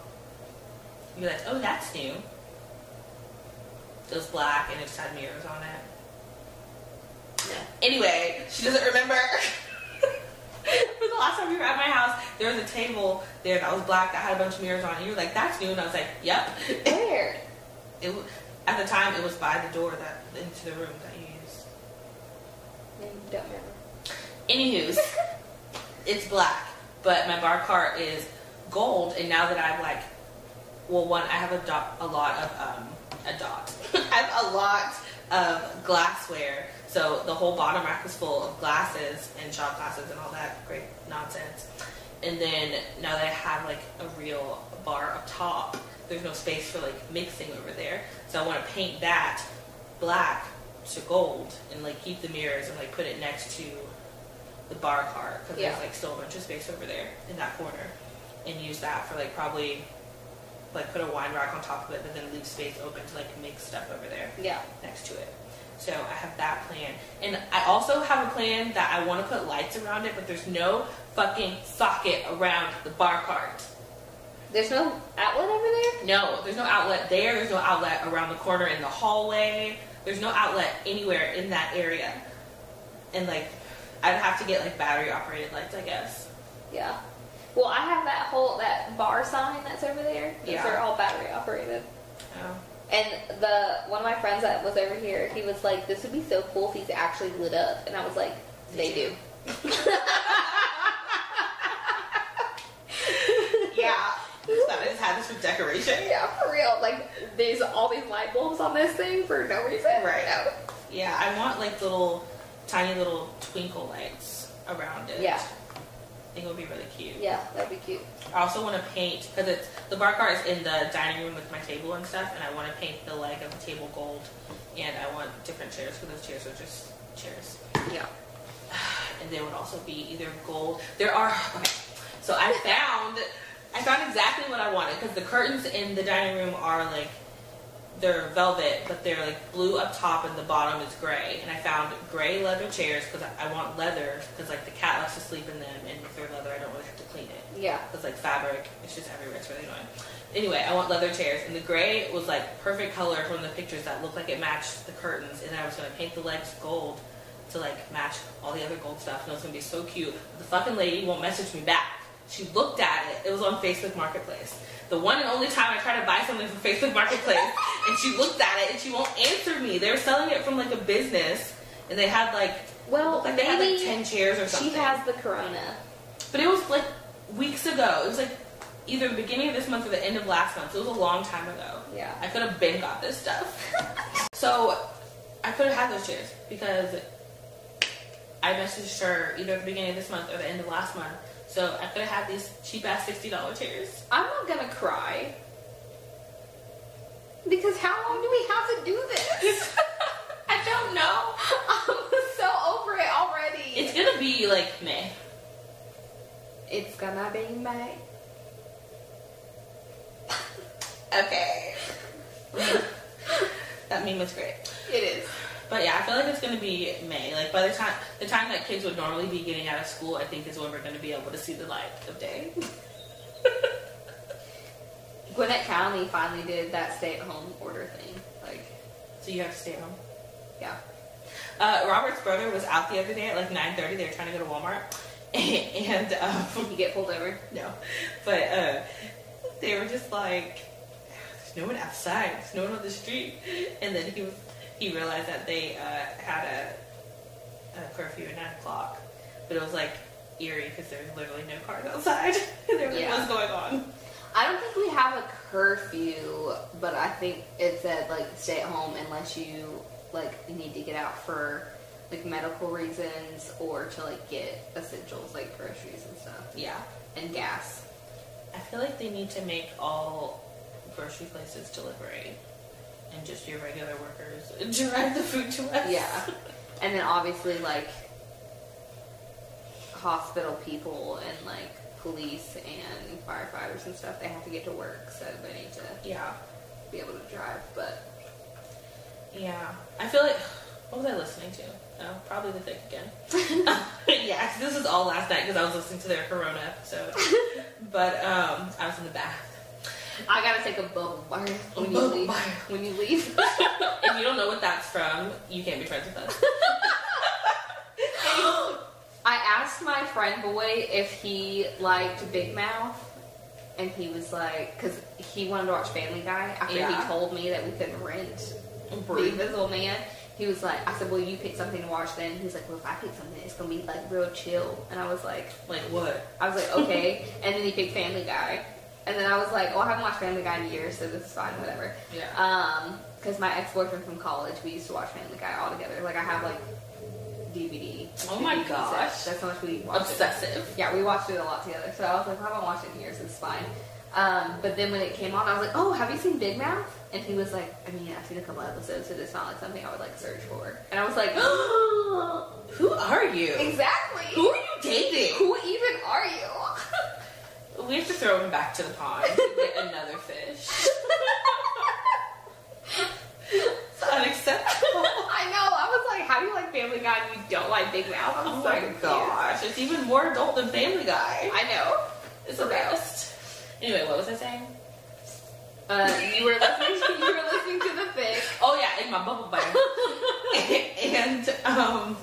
You're like, oh, that's new. It was black and it just had mirrors on it.
No.
Anyway, she doesn't remember. but the last time we were at my house, there was a table there that was black that had a bunch of mirrors on it. You were like, that's new. And I was like, yep. It,
Where?
w at the time, it was by the door that into the room that you used.
No, you don't remember.
Anywho's, it's black, but my bar cart is gold. And now that I've like, well, one, I have a dot, a lot of um, a dot. I have a lot of glassware. So the whole bottom rack is full of glasses and shot glasses and all that great nonsense. And then now that I have like a real bar up top, there's no space for like mixing over there. So I want to paint that black to gold and like keep the mirrors and like put it next to the bar cart because
Yeah.
there's like still a bunch of space over there in that corner and use that for like probably like put a wine rack on top of it but then leave space open to like mix stuff over there
Yeah.
next to it. So I have that plan. And I also have a plan that I want to put lights around it, but there's no fucking socket around the bar cart.
There's no outlet over there?
No, there's no outlet there. There's no outlet around the corner in the hallway. There's no outlet anywhere in that area. And like, I'd have to get like battery operated lights, I guess.
Yeah. Well, I have that whole that bar sign that's over there. Those
Yeah.
are all battery operated.
Oh.
And the one of my friends that was over here, he was like, "This would be so cool if these actually lit up." And I was like, "They do."
Yeah. So I just had this for decoration.
Yeah, for real. Like there's all these light bulbs on this thing for no reason.
Right.
No.
Yeah, I want like little, tiny little twinkle lights around it.
Yeah.
I think it would be really cute.
Yeah, that'd be cute.
I also want to paint because it's the bar cart is in the dining room with my table and stuff, and I want to paint the leg of the table gold, and I want different chairs because those chairs are just chairs,
Yeah.
and they would also be either gold. There are okay, so I found I found exactly what I wanted because the curtains in the dining room are like they're velvet, but they're like blue up top and the bottom is gray. And I found gray leather chairs because I, I want leather because like the cat likes to sleep in them, and if they're leather, I don't really have to clean it.
Yeah.
It's like fabric. It's just everywhere. It's really annoying. Anyway, I want leather chairs, and the gray was like perfect color from the pictures that looked like it matched the curtains. And I was gonna paint the legs gold to like match all the other gold stuff, and it was gonna be so cute. The fucking lady won't message me back. She looked at it. It was on Facebook Marketplace. The one and only time I tried to buy something from Facebook Marketplace, and she looked at it and she won't answer me. They were selling it from like a business, and they had like
Well,
like they had like
maybe
ten chairs or
She
something.
has the corona.
But it was like weeks ago. It was like either the beginning of this month or the end of last month. It was a long time ago.
Yeah.
I could have been got this stuff. so I could have had those chairs because I messaged her either at the beginning of this month or the end of last month. So I could have had these cheap ass sixty dollar chairs.
I'm not gonna cry. Because how long do we have to do this?
I don't know.
I'm so over it already.
It's gonna be like meh.
It's gonna be May.
Okay. that meme was great.
It is.
But yeah, I feel like it's gonna be May. Like by the time the time that kids would normally be getting out of school, I think is when we're gonna be able to see the light of day.
Gwinnett County finally did that stay-at-home order thing. Like,
So you have to stay at home.
yeah.
Uh, Robert's brother was out the other day at like 9.30. They were trying to go to Walmart. and um,
Did he get pulled over?
No, but uh, they were just like, there's no one outside, there's no one on the street, and then he was he realized that they uh, had a, a curfew at nine o'clock, but it was like eerie because there was literally no cars outside. and they were like,
Yeah.
what's going on?
I don't think we have a curfew, but I think it said like stay at home unless you like need to get out for like medical reasons or to like get essentials like groceries and stuff
Yeah,
and gas.
I feel like they need to make all grocery places delivery, and just your regular workers drive the food to us.
Yeah, and then obviously like hospital people and like police and firefighters and stuff they have to get to work so they need to
yeah.
be able to drive but
Yeah. I feel like what was I listening to? Oh, probably the thick again. yeah, 'cause this was all last night because I was listening to their Corona episode. but um, I was in the bath.
i gotta take a bubble bath when you
Bubble
leave
bath.
when you leave
if you don't know what that's from, you can't be friends with us.
I asked my friend boy if he liked Big Mouth, and he was like, because he wanted to watch Family Guy after
Yeah.
he told me that we couldn't rent The
Rude.
Invisible Man. He was like, I said, well, you pick something to watch then. He was like, well, if I pick something, it's gonna be like real chill. And I was like,
like what?
I was like, okay. and then he picked Family Guy, and then I was like, oh, I haven't watched Family Guy in years, so this is fine, whatever.
Yeah.
Um, because my ex-boyfriend from college, we used to watch Family Guy all together. Like I have like DVD.
Oh my
DVD sets.
gosh.
that's how much we watched it.
Obsessive.
Yeah, we watched it a lot together. So I was like, I haven't watched it in years. It's fine. Um, but then when it came on, I was like, oh, have you seen Big Mouth? And he was like, I mean, I've seen a couple episodes, but it's not like something I would like search for. And I was like,
Who are you?
exactly.
Who are you dating?
Who even are you?
We have to throw him back to the pond. and Get another fish. It's unacceptable.
I know. I was like, how do you like Family Guy and you don't like Big Mouth? I'm
Oh
so
my
confused.
gosh, it's even more adult than Family Guy.
I know.
It's the best. Anyway, what was I saying?
Uh, you were listening. To, you were listening to the thing.
Oh yeah, in my bubble bath. and um,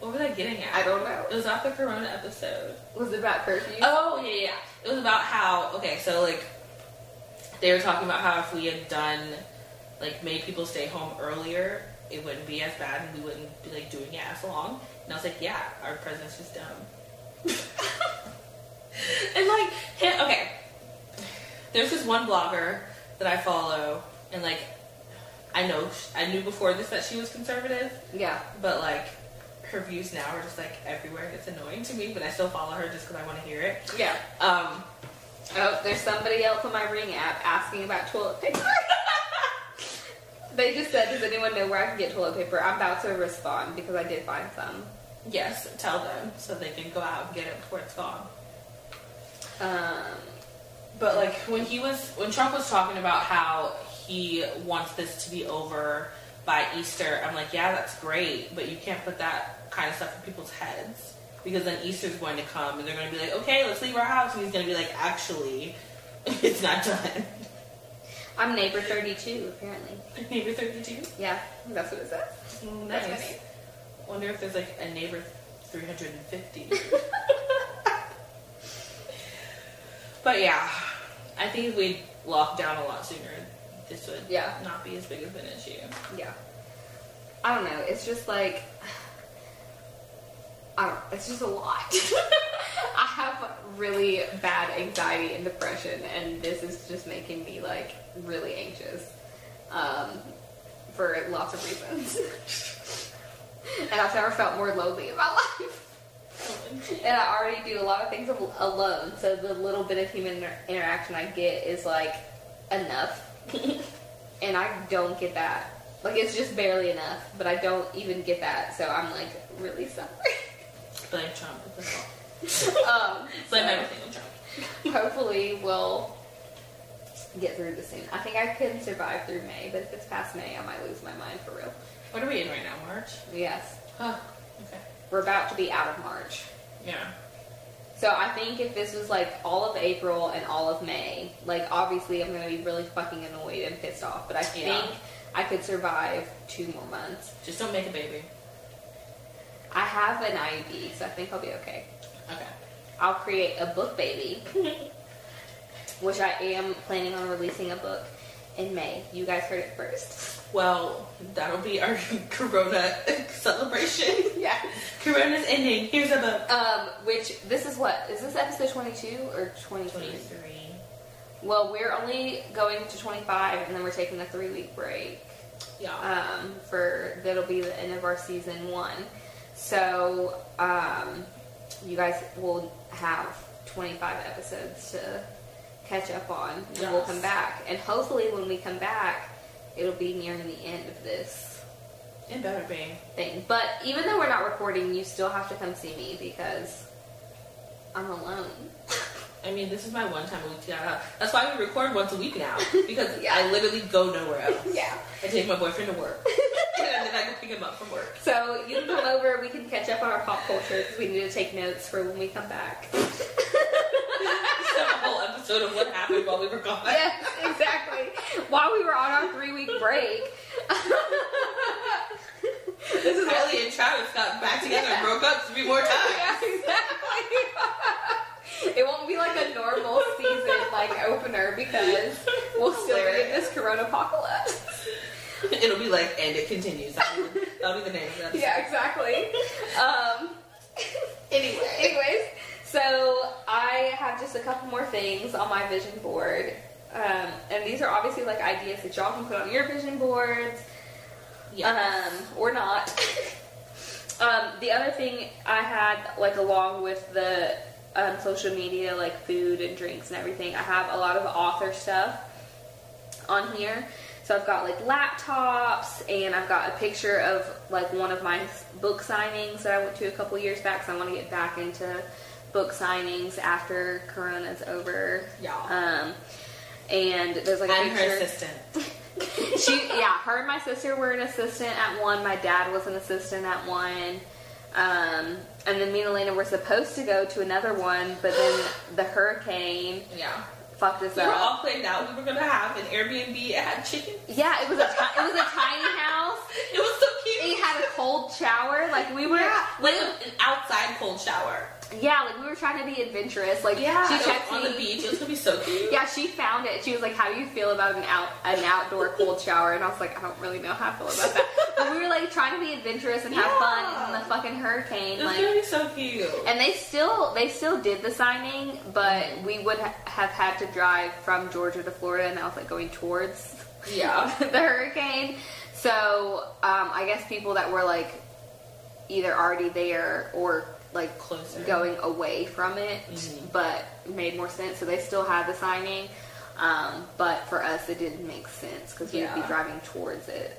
what was I getting at?
I don't know.
It was off the Corona episode.
Was it about curfew?
Oh yeah, yeah, yeah. It was about how okay, so like they were talking about how if we had done like made people stay home earlier, it wouldn't be as bad and we wouldn't be like doing it as long. And I was like, yeah, our president's just dumb. and like, him, okay, there's this one blogger that I follow, and like, I know I knew before this that she was conservative,
Yeah.
but like her views now are just like everywhere. It's annoying to me, but I still follow her just because I want to hear it.
Yeah.
Um,
Oh, there's somebody else on my Ring app asking about toilet paper. they just said, does anyone know where I can get toilet paper? I'm about to respond because I did find some.
yes, tell them so they can go out and get it before it's gone.
Um,
But like when he was when Trump was talking about how he wants this to be over by Easter, I'm like, yeah, that's great, but you can't put that kind of stuff in people's heads because then Easter's going to come and they're going to be like, okay, let's leave our house, and he's going to be like, actually, it's not done.
I'm neighbor 32 apparently.
Neighbor 32.
Yeah, that's what it says.
Nice.
Mm, That's funny.
Wonder if there's like a neighbor 350. but yeah, I think if we locked down a lot sooner, this would
Yeah.
not be as big of an issue.
Yeah. I don't know. It's just like I don't. It's just a lot. I have really bad anxiety and depression, and this is just making me like really anxious um, for lots of reasons. and I've never felt more lonely in my life. And I already do a lot of things al- alone, so the little bit of human inter- interaction I get is like enough. and I don't get that. Like it's just barely enough, but I don't even get that, so I'm like really sorry.
Blame Trump. That's all.
um,
Blame
so
everything on Trump.
hopefully we'll get through this soon. I think I can survive through May, but if it's past May, I might lose my mind for real.
What are we in right now, March?
Yes,
Huh. Okay.
we're about to be out of March.
Yeah.
So I think if this was like all of April and all of May, like obviously I'm gonna be really fucking annoyed and pissed off. But I think
Yeah.
I could survive two more months.
Just don't make a baby.
I have an IUD, so I think I'll be okay.
Okay.
I'll create a book baby, which I am planning on releasing a book in May. You guys heard it first.
Well, that'll be our Corona celebration.
Yeah.
Corona's ending. Here's a book.
Um, which this is what is this episode 22 or 23?
Twenty-three.
Well, we're only going to 25, and then we're taking a three week break.
Yeah.
um, for that'll be the end of our season one. So um, you guys will have 25 episodes to catch up on. And We'll
Yes.
come back, and hopefully when we come back, it'll be nearing the end of this
it better be.
thing. But even though we're not recording, you still have to come see me because I'm alone.
I mean, this is my one time a week out. That's why we record once a week now because
Yeah.
I literally go nowhere else.
yeah.
I take my boyfriend to work, and then I go pick him up from work.
So you can come over. We can catch up on our pop culture 'cause we need to take notes for when we come back.
So a whole episode of what happened while we were gone.
yes, exactly. While we were on our three week break.
This is Ellie and Travis got back together and broke up three more times.
Yeah, exactly. it won't be like a normal season like opener because we'll still be in this corona apocalypse.
It'll be like, and it continues. That'll be, that'll be the name of that.
Yeah, exactly. Um, anyway, anyways, so I have just a couple more things on my vision board, um, and these are obviously like ideas that y'all can put on your vision boards. um, or not. um, the other thing I had, like, along with the um, social media, like food and drinks and everything, I have a lot of author stuff on here. So I've got like laptops, and I've got a picture of like one of my s- book signings that I went to a couple years back. So I want to get back into book signings after Corona's over.
Yeah.
Um, and there's like a
I'm
picture
her assistant.
she yeah her and my sister were an assistant at one my dad was an assistant at one um, and then me and elena were supposed to go to another one but then the hurricane
Yeah.
fucked us
We were
up
all planned out. We were gonna have an Airbnb. It had chicken.
yeah it was a ti- it was a tiny house
It was so cute.
it had a cold shower like we were
Yeah, like an outside cold shower.
yeah like we were trying to be adventurous like
She
she
checked
texted
on the
me
beach. It was gonna be so cute.
yeah, she found it. She was like, "How do you feel about an out an outdoor cold shower?" And I was like, "I don't really know how I feel about that." But we were like trying to be adventurous and have fun in
Yeah.
the fucking hurricane.
It was
Like,
gonna be so cute.
And they still they still did the signing, but we would ha- have had to drive from Georgia to Florida, and I was like going towards
Yeah.
the hurricane. So um, I guess people that were like either already there or like
Closer.
going away from it,
Mhm.
but made more sense. So they still had the signing, um, but for us it didn't make sense because we would
Yeah.
be driving towards it.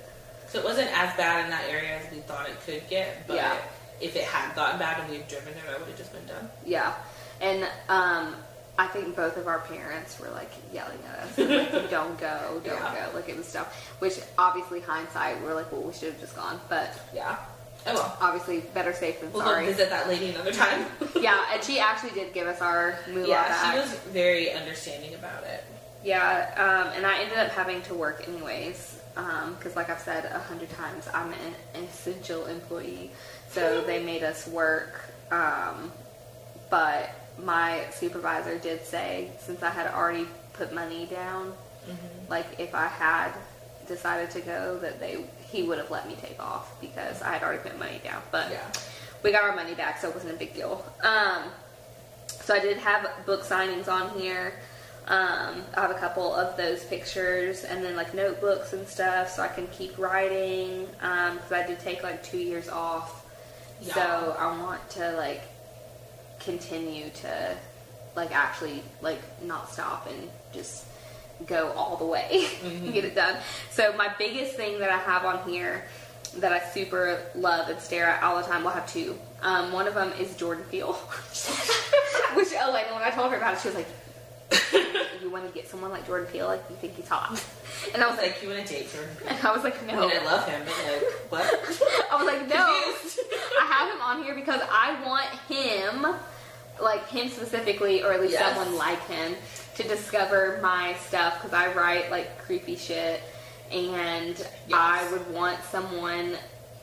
So it wasn't as bad in that area as we thought it could get. But
Yeah.
if it had gotten bad and we'd driven there, that would have just been done.
Yeah, and um, I think both of our parents were like yelling at us, like, "Don't go, don't
Yeah.
go!" Like it was stuff. Which obviously hindsight, we're like, "Well, we should have just gone," but
Yeah. Oh well.
obviously better safe than
We'll
sorry.
go visit that lady another time.
yeah, and she actually did give us our moolah
yeah.
back.
She was very understanding about it.
yeah, um, and I ended up having to work anyways. Because, like I've said a hundred times, I'm an essential employee, so they made us work. Um, but my supervisor did say since I had already put money down, like if I had decided to go, that they he would have let me take off because I had already put money down. But
Yeah.
we got our money back, so it wasn't a big deal. Um, so I did have book signings on here. Um, I have a couple of those pictures and then like notebooks and stuff so I can keep writing because I did take like two years off.
Yeah.
So I want to like continue to like actually like not stop and just go all the way and get it done. So my biggest thing that I have on here that I super love and stare at all the time. We'll have two. Um, one of them is Jordan Peele, which Elena, when I told her about it, she was like, "You want to get someone like Jordan Peele? Like you think he's hot?" And I was like,
Like you and a date, Jordan.
and "I was like,
I
no."
mean, I love him, but like, what?
I was like, no.
Confused.
I have him on here because I want him. like him specifically, or at least
Yes.
someone like him, to discover my stuff because I write like creepy shit, and I would want someone,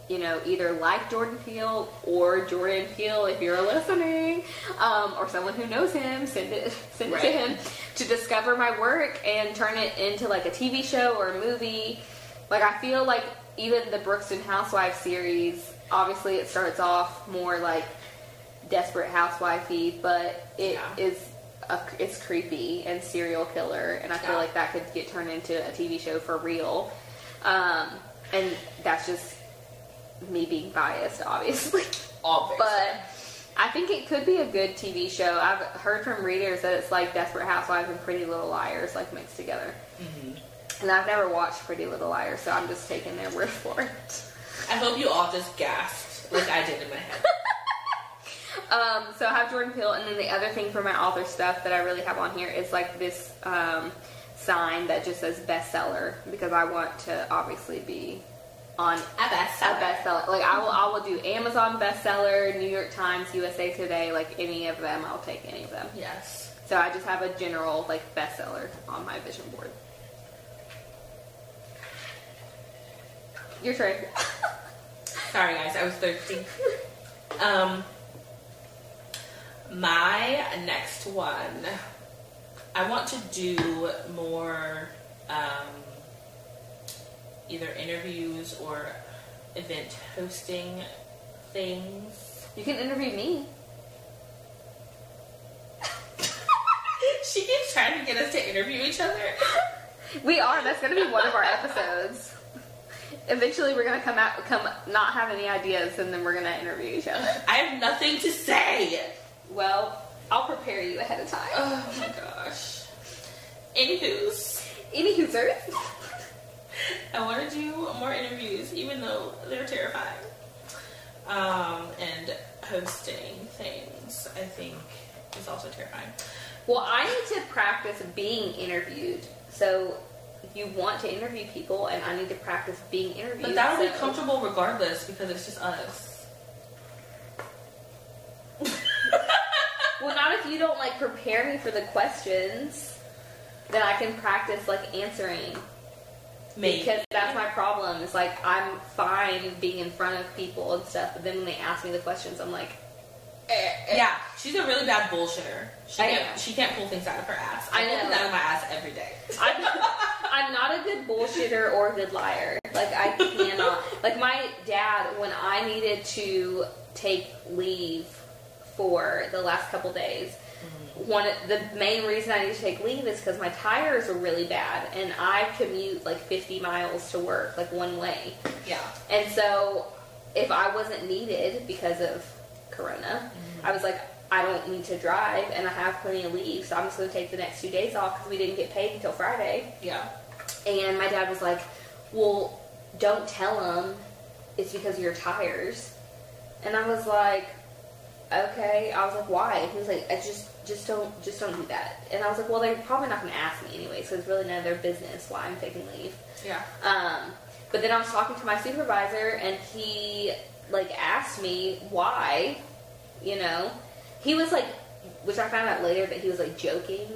you know, either like Jordan Peele or Jordan Peele, if you're listening, um, or someone who knows him, send it send it
Right.
to him to discover my work and turn it into like a TV show or a movie. Like I feel like even the Brookston Housewives series, obviously it starts off more like desperate housewifey, but it
Yeah.
is a, it's creepy and serial killer, and I feel
Yeah.
like that could get turned into a TV show for real. Um, and that's just me being biased, obviously.
Obviously.
But I think it could be a good TV show. I've heard from readers that it's like Desperate Housewives and Pretty Little Liars, like mixed together. And I've never watched Pretty Little Liars, so I'm just taking their word for it.
I hope you all just gasped like I did in my head.
Um, so I have Jordan Peele, and then the other thing for my author stuff that I really have on here is like this um, sign that just says bestseller because I want to obviously be on
I best.
a bestseller. Like I will, I will do Amazon bestseller, New York Times, USA Today, like any of them. I'll take any of them.
Yes.
So I just have a general like bestseller on my vision board. Your turn.
Sorry guys, I was thirsty. um my next one I want to do more um either interviews or event hosting things.
You can interview me.
she keeps trying to get us to interview each other.
We are. That's going to be one of our episodes. Eventually, we're going to come out, come not have any ideas, and then we're going to interview each other.
I have nothing to say.
Well, I'll prepare you ahead of time.
Oh my gosh. Anywho's,
Any hoosers?
I want to do more interviews, even though they're terrifying. Um, and hosting things, I think, is also terrifying.
Well, I need to practice being interviewed. So, you want to interview people, and I need to practice being interviewed.
But that'll be
so-
comfortable regardless because it's just us.
Well, not if you don't like prepare me for the questions. Then I can practice like answering.
Maybe.
Because that's my problem. It's like I'm fine being in front of people and stuff, but then when they ask me the questions, I'm like, eh,
yeah, she's a really bad bullshitter. She
I
can't,
am.
she can't pull things out of her ass.
I
I pull
know.
things out of my ass every day.
I'm, I'm not a good bullshitter or a good liar. Like I cannot. Like my dad, when I needed to take leave for the last couple days, one of- the main reason I needed to take leave is because my tires were really bad, and I commute like 50 miles to work, like one way.
Yeah.
And so, if I wasn't needed because of Corona, I was like, I don't need to drive, and I have plenty of leave, so I'm just going to take the next two days off because we didn't get paid until Friday.
Yeah.
And my dad was like, Well, don't tell them it's because of your tires. And I was like, Okay. I was like, Why? He was like, I just, just don't, just don't do that. And I was like, Well, they're probably not going to ask me anyway, so it's really none of their business why I'm taking leave.
Yeah.
Um, but then I was talking to my supervisor, and he like asked me why, you know, he was like, which I found out later that he was like joking,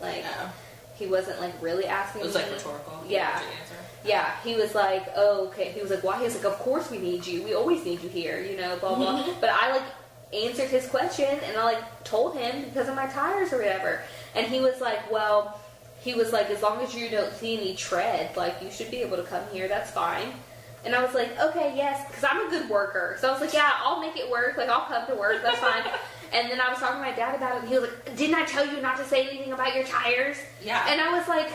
like
Yeah.
he wasn't like really asking.
It was like
me.
rhetorical.
Mm-hmm. Yeah.
Good answer.
Yeah, he was like, oh, okay. He was like, why? He was like, of course we need you. We always need you here, you know, blah, blah. but I, like, answered his question and I, like, told him because of my tires or whatever. And he was like, well, he was like, as long as you don't see any tread, like, you should be able to come here. That's fine. And I was like, okay, yes, because I'm a good worker. So I was like, yeah, I'll make it work. Like, I'll come to work. That's fine. and then I was talking to my dad about it. And he was like, didn't I tell you not to say anything about your tires?
Yeah.
And I was like,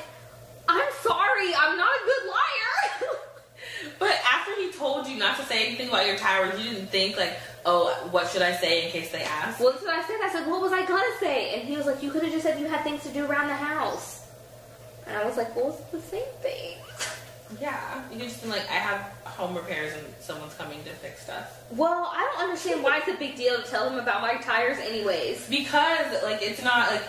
I'm sorry, I'm not a good liar.
But after he told you not to say anything about your tires, you didn't think like, oh, what should I say in case they ask?
well, that's what I said. I said, what was I gonna say? And he was like, you could have just said you had things to do around the house. And I was like, well, it's the same thing.
Yeah. You could just been like, I have home repairs and someone's coming to fix stuff.
Well, I don't understand why it's a big deal to tell them about my tires, anyways.
Because like it's not like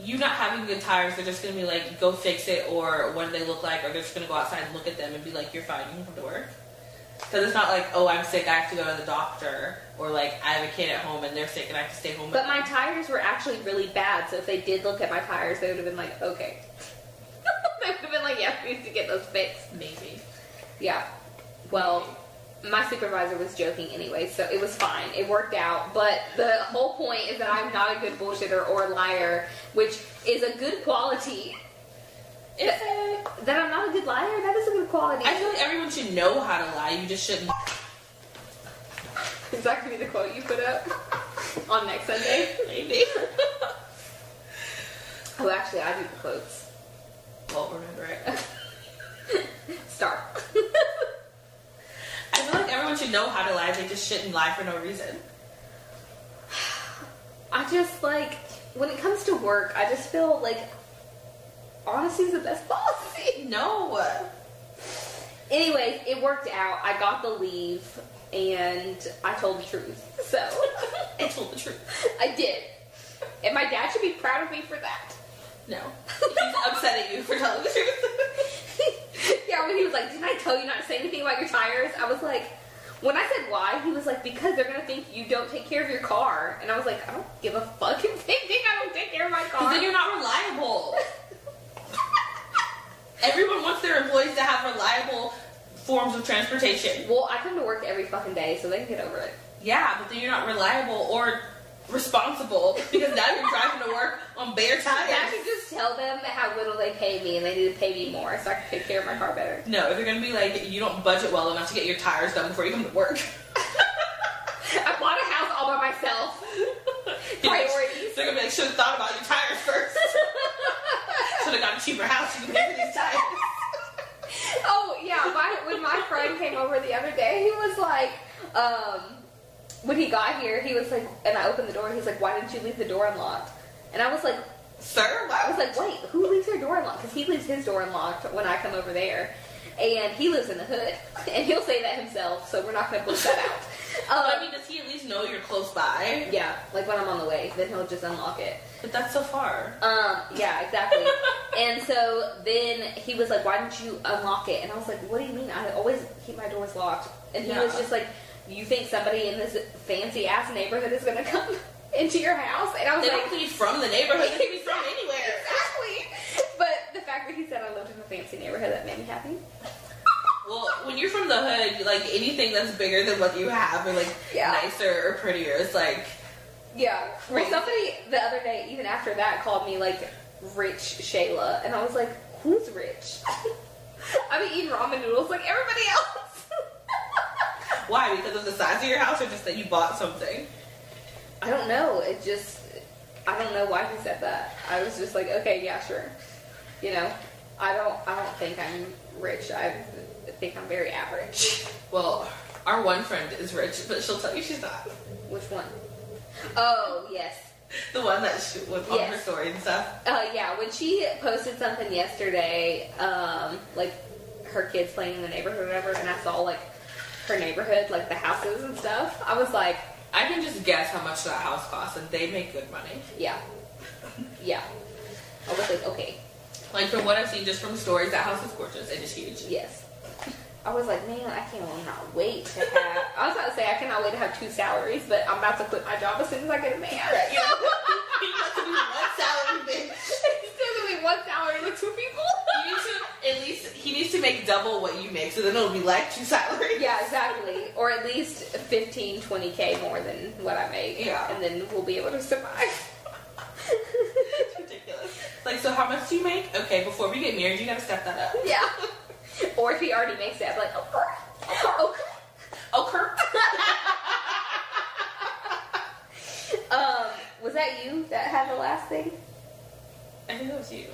you not having good tires, they're just gonna be like, go fix it or what do they look like, or they're just gonna go outside and look at them and be like, You're fine, you can come to work. Because it's not like, oh, I'm sick, I have to go to the doctor, or like I have a kid at home and they're sick and I have to stay home. with
But my tires were actually really bad, so if they did look at my tires, they would have been like, okay. they would have been like, yeah, we need to get those fixed.
them. maybe.
Yeah. Well, my supervisor was joking anyway, so it was fine. It worked out. But the whole point is that I'm not a good bullshitter or liar, which is a good quality.
Is it?
That I'm not a good liar, that is a good quality.
I feel like everyone should know how to lie. You just shouldn't.
Is that going to be the quote you put up on next Sunday?
Maybe.
Oh, actually, I do the quotes.
well, remember it.
Star.
I feel like everyone should know how to lie. They just shouldn't lie for no reason.
I just like when it comes to work, I just feel like honesty is the best policy.
No.
Anyway, it worked out. I got the leave and I told the truth. So
I told the truth.
I did. And my dad should be proud of me for that.
No. He's upset at you for telling the truth.
yeah, when he was like, Didn't I tell you not to say anything about your tires? I was like, when I said why, he was like, because they're gonna think you don't take care of your car. And I was like, I don't give a fuck if they think I don't take care of my car.
Because then you're not reliable. Everyone wants their employees to have reliable forms of transportation.
Well, I come to work every fucking day, so they can get over it.
Yeah, but then you're not reliable or responsible because now you're driving to work on bare
I
tires.
should just tell them how little they pay me and they need to pay me more so I can take care of my car better.
No, if you're gonna be like, you don't budget well enough to get your tires done before you come to work.
I bought a house all by myself. Priorities.
They're gonna be like, should have thought about your tires first. should have got a cheaper house. You can pay for these tires.
Oh, yeah, my, when my friend came over the other day, he was like, um, when he got here, he was like, and I opened the door and he's like, why didn't you leave the door unlocked? And I was like,
Sir,
I
why
was
was
like, wait, who leaves their door unlocked? Because he leaves his door unlocked when I come over there. And he lives in the hood. And he'll say that himself, so we're not going to push that out. Um,
I mean, does he at least know you're close by?
Yeah, like when I'm on the way, then he'll just unlock it.
But that's so far.
Um, yeah, exactly. and so then he was like, "Why didn't you unlock it?" And I was like, "What do you mean? I always keep my doors locked." And he
Yeah.
was just like, "You think somebody in this fancy ass neighborhood is gonna come into your house?" And I was
They
like,
don't leave from the neighborhood. They leave from anywhere.
"Exactly." But the fact that he said I lived in a fancy neighborhood that made me happy.
Well, when you're from the hood, like anything that's bigger than what you have, or like
Yeah.
nicer or prettier, it's like
Yeah. Well,
Right.
somebody the other day, even after that, called me like rich Shayla, and I was like, who's rich? I've been eating ramen noodles like everybody else.
why? Because of the size of your house, or just that you bought something?
I don't know. It just, I don't know why he said that. I was just like, okay, yeah, sure. You know, I don't, I don't think I'm rich. I think I'm very average.
Well, our one friend is rich, but she'll tell you she's not.
Which one? Oh yes.
The one that she was on her
Yes.
story and stuff.
Uh, yeah, when she posted something yesterday, um, like her kids playing in the neighborhood or whatever, and I saw like her neighborhood, like the houses and stuff, I was like,
I can just guess how much that house costs, and they make good money.
yeah, yeah. I was like, okay,
Like from what I've seen, just from stories, that house is gorgeous and it's huge.
yes. I was like, man, I cannot wait to have. I was about to say I cannot wait to have two salaries, but I'm about to quit my job as soon as I get a man.
You know, you have to do one salary, bitch.
it's still gonna be one salary with two people.
You need to at least he needs to make double what you make, so then it'll be like two salaries.
Yeah, exactly. Or at least 15, 20k more than what I make.
Yeah.
And then we'll be able to survive.
It's ridiculous. Like, so how much do you make? Okay, before we get married, you gotta step that up.
yeah. Or if he already makes it, I'm like, oh, crap. oh.
Oh, Kirk.
crap. Um, was that you that had the last thing?
I think that was you,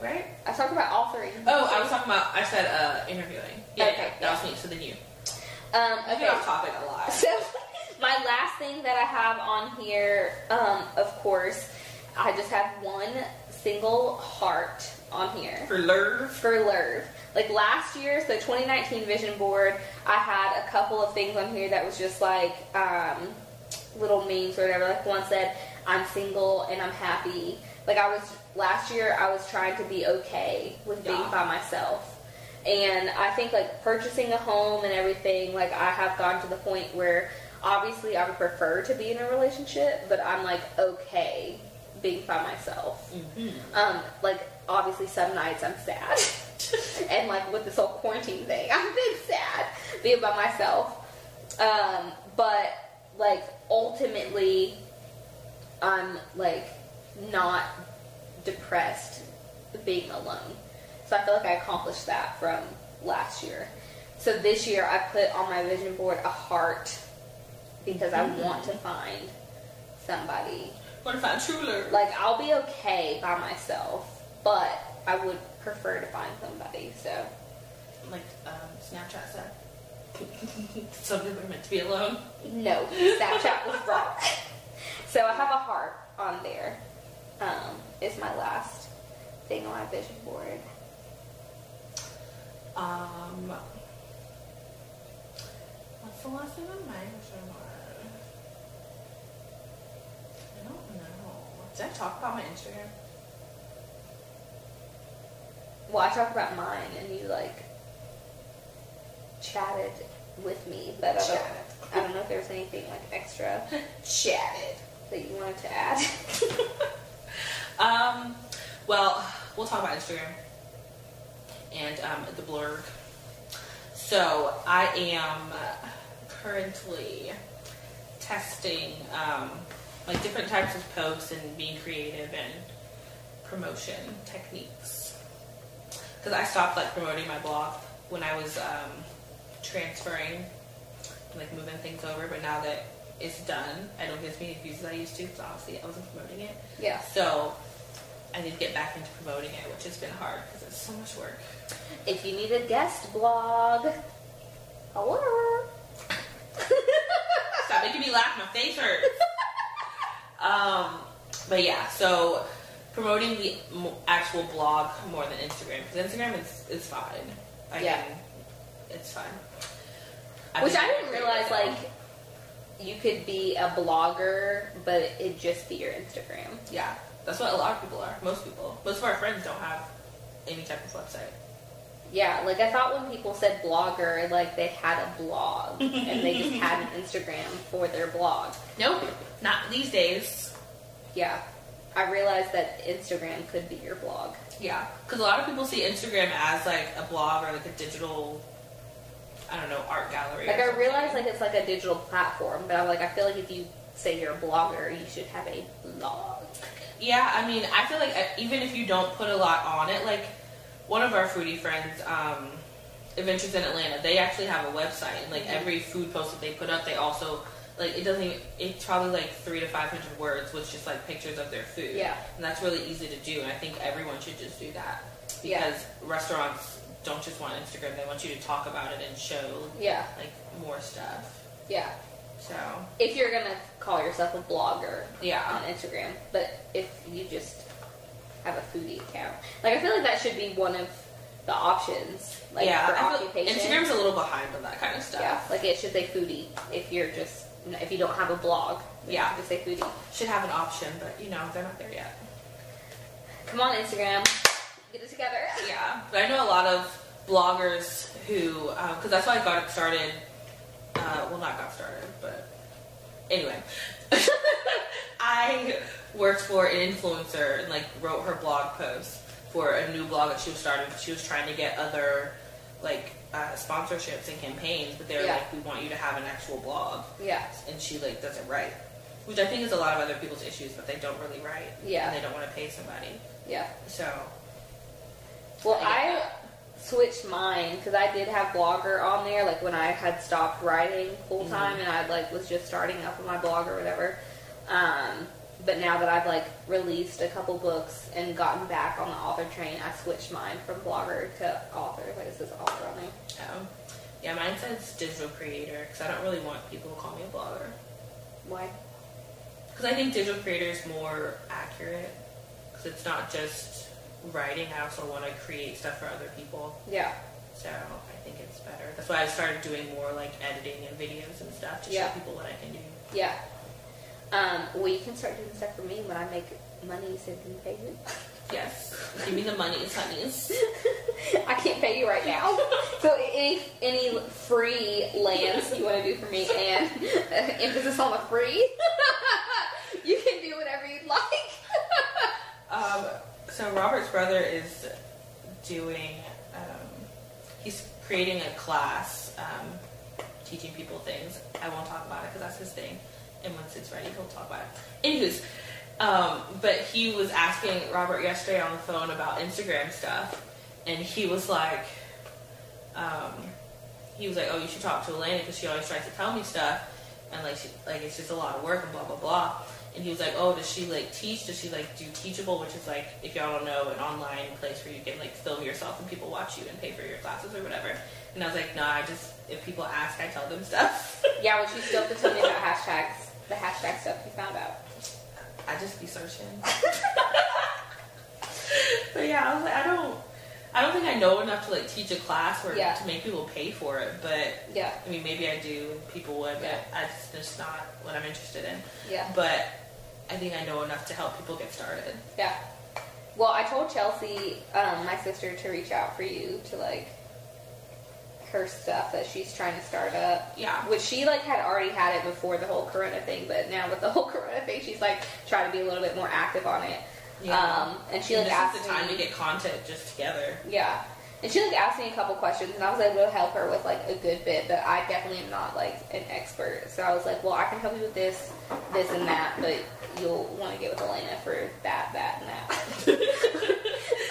right?
I talked about Um, authoring.
Oh, I was talking about. I said uh, interviewing. Yeah,
Okay,
yeah, that was me. So then you.
Um,
I
okay.
get off topic a lot.
So, my last thing that I have on here, um, of course, I just have one single heart on here.
For Lerv.
for Lerv. Like last year, so 2019 vision board, I had a couple of things on here that was just like um, little memes or whatever. Like one said, "I'm single and I'm happy." Like I was last year, I was trying to be okay with being
Yeah.
by myself, And I think like purchasing a home and everything, like I have gone to the point where obviously I would prefer to be in a relationship, but I'm like okay being by myself. Um, like obviously some nights I'm sad. and like with this whole quarantine thing, I've been sad being by myself. Um, but like ultimately I'm like not depressed being alone. So I feel like I accomplished that from last year. So this year I put on my vision board a heart because I want to find somebody.
Want to find true love?
Like I'll be okay by myself, but I would prefer to find somebody. So
like um, Snapchat said. Some people are meant to be alone.
no, Snapchat was wrong. So I have a heart on there. Um, is my last thing on my vision board.
Um, what's the last thing on my vision board? I don't know. Did I talk about my Instagram?
Well, I talked about mine, and you like chatted with me, but I
Chatted.
don't, I don't know if there's anything like extra
Chatted.
that you wanted to add.
Um, well, we'll talk about Instagram and um, the blurb. So I am currently testing um, like different types of posts and being creative and promotion techniques because I stopped like promoting my blog when I was um, transferring like moving things over, but now that it's done, I don't get as many views as I used to because obviously I wasn't promoting it.
yeah.
So I need to get back into promoting it, which has been hard because it's so much work.
If you need a guest blog, hello.
Stop making me laugh. My face hurts. um, but yeah, so promoting the m- actual blog more than Instagram because Instagram is is fine. I
Yeah.
can- it's fine.
Which
think-
I didn't realize, like, you could be a blogger, but it'd just be your Instagram.
yeah, that's what a lot of people are. Most people, most of our friends don't have any type of website.
Yeah, like I thought when people said blogger, like they had a blog and they just had an Instagram for their blog.
Nope, not these days.
Yeah, I realized that Instagram could be your blog.
Yeah, because a lot of people see Instagram as like a blog or like a digital, I don't know, art gallery. or
Like I
something.
realized like it's like a digital platform, but I'm like I feel like if you say you're a blogger, you should have a blog.
Yeah, I mean, I feel like uh, even if you don't put a lot on it, like one of our foodie friends, um, Adventures in Atlanta, they actually have a website, and like
Mm-hmm.
every food post that they put up, they also like it doesn't even it's probably like three to five hundred words with just like pictures of their food.
Yeah.
and that's really easy to do, and I think everyone should just do that because
Yeah.
restaurants don't just want Instagram; they want you to talk about it and show
Yeah,
like more stuff.
yeah.
So
If you're gonna call yourself a blogger on
yeah,
Instagram, but if you just have a foodie account, like I feel like that should be one of the options, like
yeah.
for
I feel-
occupation.
Instagram's a little behind on that kind of stuff.
Yeah, like it should say foodie if you're just if you don't have a blog.
Yeah.
just say foodie.
Should have an option, but you know they're not there yet.
Come on, Instagram, get it together.
Yeah, but I know a lot of bloggers who, because that's why I got started. Uh, well, not got started, but anyway, I worked for an influencer and like wrote her blog post for a new blog that she was starting. She was trying to get other like uh, sponsorships and campaigns, but they were
Yeah.
like, "We want you to have an actual blog,"
Yeah,
and she like doesn't write, which I think is a lot of other people's issues, but they don't really write.
Yeah.
and they don't want to pay somebody.
yeah.
So
Well,
I
I switched mine because I did have Blogger on there, like when I had stopped writing full time and I like was just starting up with my blog or whatever. Um, but now that I've like released a couple books and gotten back on the author train, I switched mine from Blogger to author. Like it says author on there.
Um, yeah, mine says digital creator because I don't really want people to call me a blogger
Why?
because I think digital creator is more accurate because it's not just writing. I also want to create stuff for other people,
Yeah,
so I think it's better. That's why I started doing more like editing and videos and stuff to
Yeah.
show people what I can do.
yeah. Um, well, you can start doing stuff for me when I make money so you can pay me.
Yes. Give me the monies, honeys.
I can't pay you right now. So any any free lands you want to do for me, and uh, emphasis on the free. you can do whatever you'd like.
Um, so Robert's brother is doing. Um, he's creating a class, um, teaching people things. I won't talk about it because that's his thing. And once it's ready, he'll talk about it. Anyways, um, but he was asking Robert yesterday on the phone about Instagram stuff, and he was like, um, he was like, "Oh, you should talk to Elena because she always tries to tell me stuff, and like, she, like it's just a lot of work and blah blah blah." And he was like, "Oh, does she like teach? Does she like do Teachable, which is like, if y'all don't know, an online place where you can like film yourself and people watch you and pay for your classes or whatever?" And I was like, "No, I just if people ask, I tell them stuff.
Yeah, would you still have to tell me about hashtags? The hashtag stuff you found out.
I just be searching." but yeah, I was like, I don't, I don't think I know enough to like teach a class or
Yeah.
to make people pay for it, but
Yeah,
I mean, maybe I do. and People would, but
Yeah.
I just, that's not what I'm interested in.
yeah,
But I think I know enough to help people get started.
yeah. Well, I told Chelsea, um, my sister, to reach out for you to like her stuff that she's trying to start up.
Yeah.
Which she like had already had it before the whole Corona thing, but now with the whole Corona thing, she's like trying to be a little bit more active on it. Um, and she like
and
asked
this is the time
me,
to get content just together.
yeah, and she like asked me a couple questions, and I was able to help her with like a good bit, but I definitely am not like an expert, so I was like, well, I can help you with this, this, and that, but you'll want to get with Elena for that, that, and that.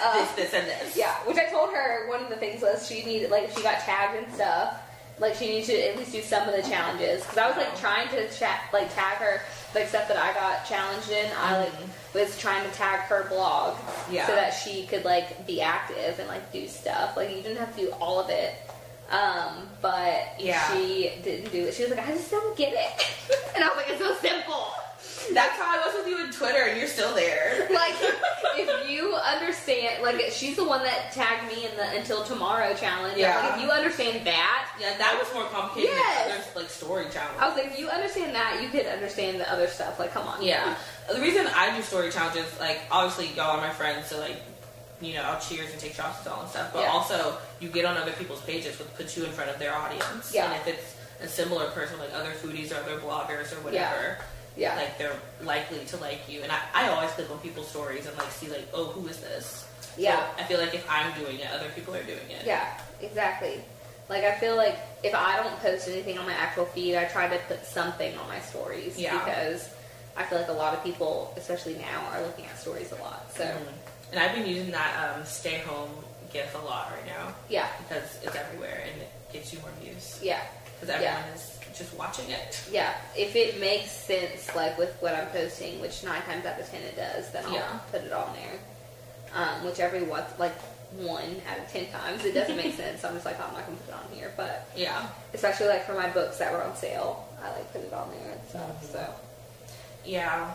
Uh,
this, this, and this.
yeah, which I told her one of the things was she needed, like, if she got tagged and stuff, like, she needed to at least do some of the challenges. Because I was, like,
Oh.
trying to, cha- like, tag her, like, stuff that I got challenged in. I, like, was trying to tag her blog
Mm-hmm. Yeah.
so that she could, like, be active and, like, do stuff. Like, you didn't have to do all of it. Um, but
Yeah.
she didn't do it. She was like, I just don't get it. and I was like, it's so simple.
That's how I was with you on Twitter, and you're still there.
like if you understand like she's the one that tagged me in the until tomorrow challenge yeah.
Yeah.
like if you understand that
Yeah, that was more complicated
Yes.
than other like story challenges.
i was like if you understand that you could understand the other stuff like come on
Yeah. The reason I do story challenges, like, obviously, y'all are my friends, so, like, you know, I'll cheers and take shots with all and stuff, but
Yeah.
also, you get on other people's pages, which puts you in front of their audience.
Yeah.
And if it's a similar person, like other foodies or other bloggers or whatever,
yeah
like, they're likely to like you. And I, I always click on people's stories and, like, see, like, oh, who is this? So
Yeah.
I feel like if I'm doing it, other people are doing it.
yeah exactly like i feel like if i don't post anything on my actual feed i try to put something on my stories
Yeah.
because i feel like a lot of people especially now are looking at stories a lot so
Mhm. And I've been using that um, stay home gif a lot right now
yeah
because it's everywhere and it gets you more views.
yeah
because everyone is just watching it.
yeah, if it makes sense, like with what I'm posting, which nine times out of ten it does, then I'll
Yeah.
put it on there. Um, which every one, like one out of ten times, it doesn't make sense. I'm just like, "Oh, I'm not gonna put it on here. But
Yeah,
especially like for my books that were on sale, I like put it on there and stuff. So
yeah,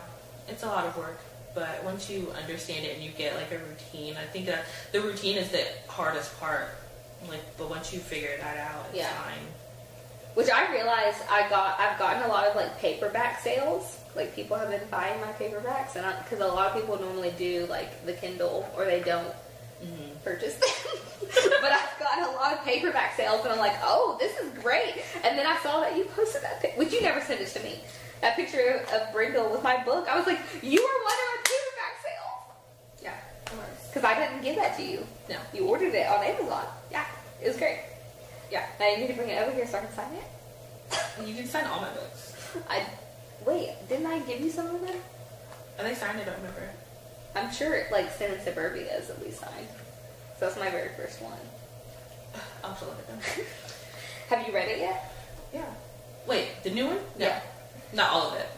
it's a lot of work, but once you understand it and you get like a routine, I think that the routine is the hardest part. Like, but once you figure that out, it's
Yeah.
fine.
Which I realized I got, I've gotten a lot of like paperback sales. Like people have been buying my paperbacks, and because a lot of people normally do like the Kindle or they don't purchase them. but I've gotten a lot of paperback sales, and I'm like, oh, this is great. And then I saw that you posted that, pic- which you never sent this to me. That picture of Brindle with my book. I was like, you were one of my paperback sales
Yeah, of course.
because I didn't give that to you.
No.
You ordered it on Amazon. Yeah, it was great. Yeah, now you need to bring it over here so I can sign it.
You can sign all my books.
I wait, didn't I give you some of them?
Are they signed? I don't remember.
I'm sure it, like Sin and Suburbia is at least signed. So that's my very first one.
I'll have to look at them.
Have you read it yet?
yeah. Wait, the new one? No.
Yeah.
Not all of it.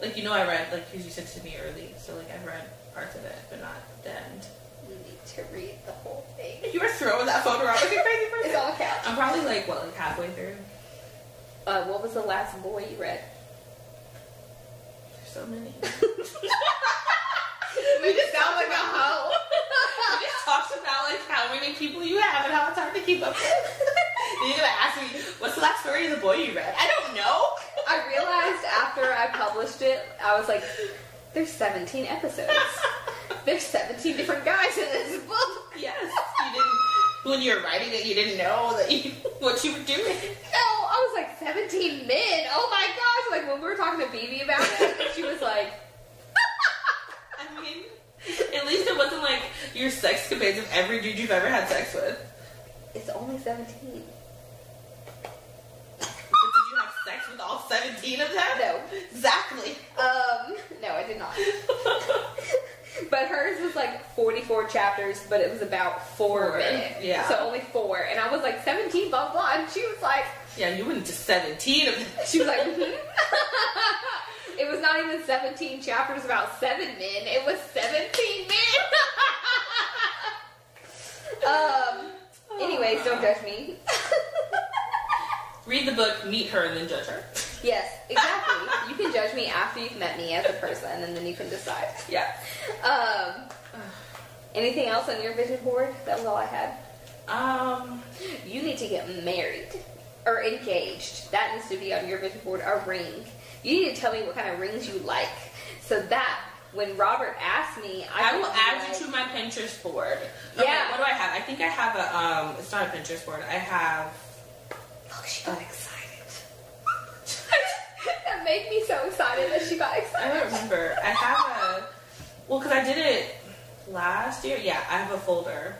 Like you know, I read like because you sent it to me early, so like I've read parts of it, but not the end.
You need to read the whole thing.
You were throwing that phone around like a crazy person.
It's on the couch.
I'm probably like what, like halfway through.
Uh, what was the last boy you read?
There's so many.
You just sound like a hoe.
You just talked about like how many people you have and how it's hard to keep up with. And You're gonna ask me what's the last story of the boy you read? I don't know.
I realized after I published it, I was like, there's 17 episodes. There's 17 different guys in this book.
Yes, you didn't. When you were writing it, you didn't know that you what you were doing.
No, I was like 17 men. Oh my gosh! Like when we were talking to Bibi about it, she was like,
I mean, at least it wasn't like your sexcapades of every dude you've ever had sex with.
"It's only 17."
But did you have sex with all seventeen of them?
No,
Exactly.
um, no, I did not. But hers was like 44 chapters, but it was about four,
Four,
of it.
yeah.
So only four, and I was like 17, blah blah, and she was like,
yeah, you went to seventeen of them.
she was like. "Mhm." It was not even 17 chapters about seven men. It was 17 men. um. Anyways, don't judge me.
Read the book, meet her, and then judge her.
yes, exactly. You can judge me after you've met me as a person, and then you can decide.
Yeah.
Um. Anything else on your vision board? That was all I had.
Um.
You need to get married or engaged. That needs to be on your vision board. A ring. You need to tell me what kind of rings you like, so that when Robert asks me, I,
I will
can be
add
like,
you to my Pinterest board. Okay,
Yeah.
What do I have? I think I have a. Um, it's not a Pinterest board. I have.
Look, "Oh, she got excited. that made me so excited that she got
I
excited.
don't remember. I have a. Well, because I did it last year. Yeah, I have a folder,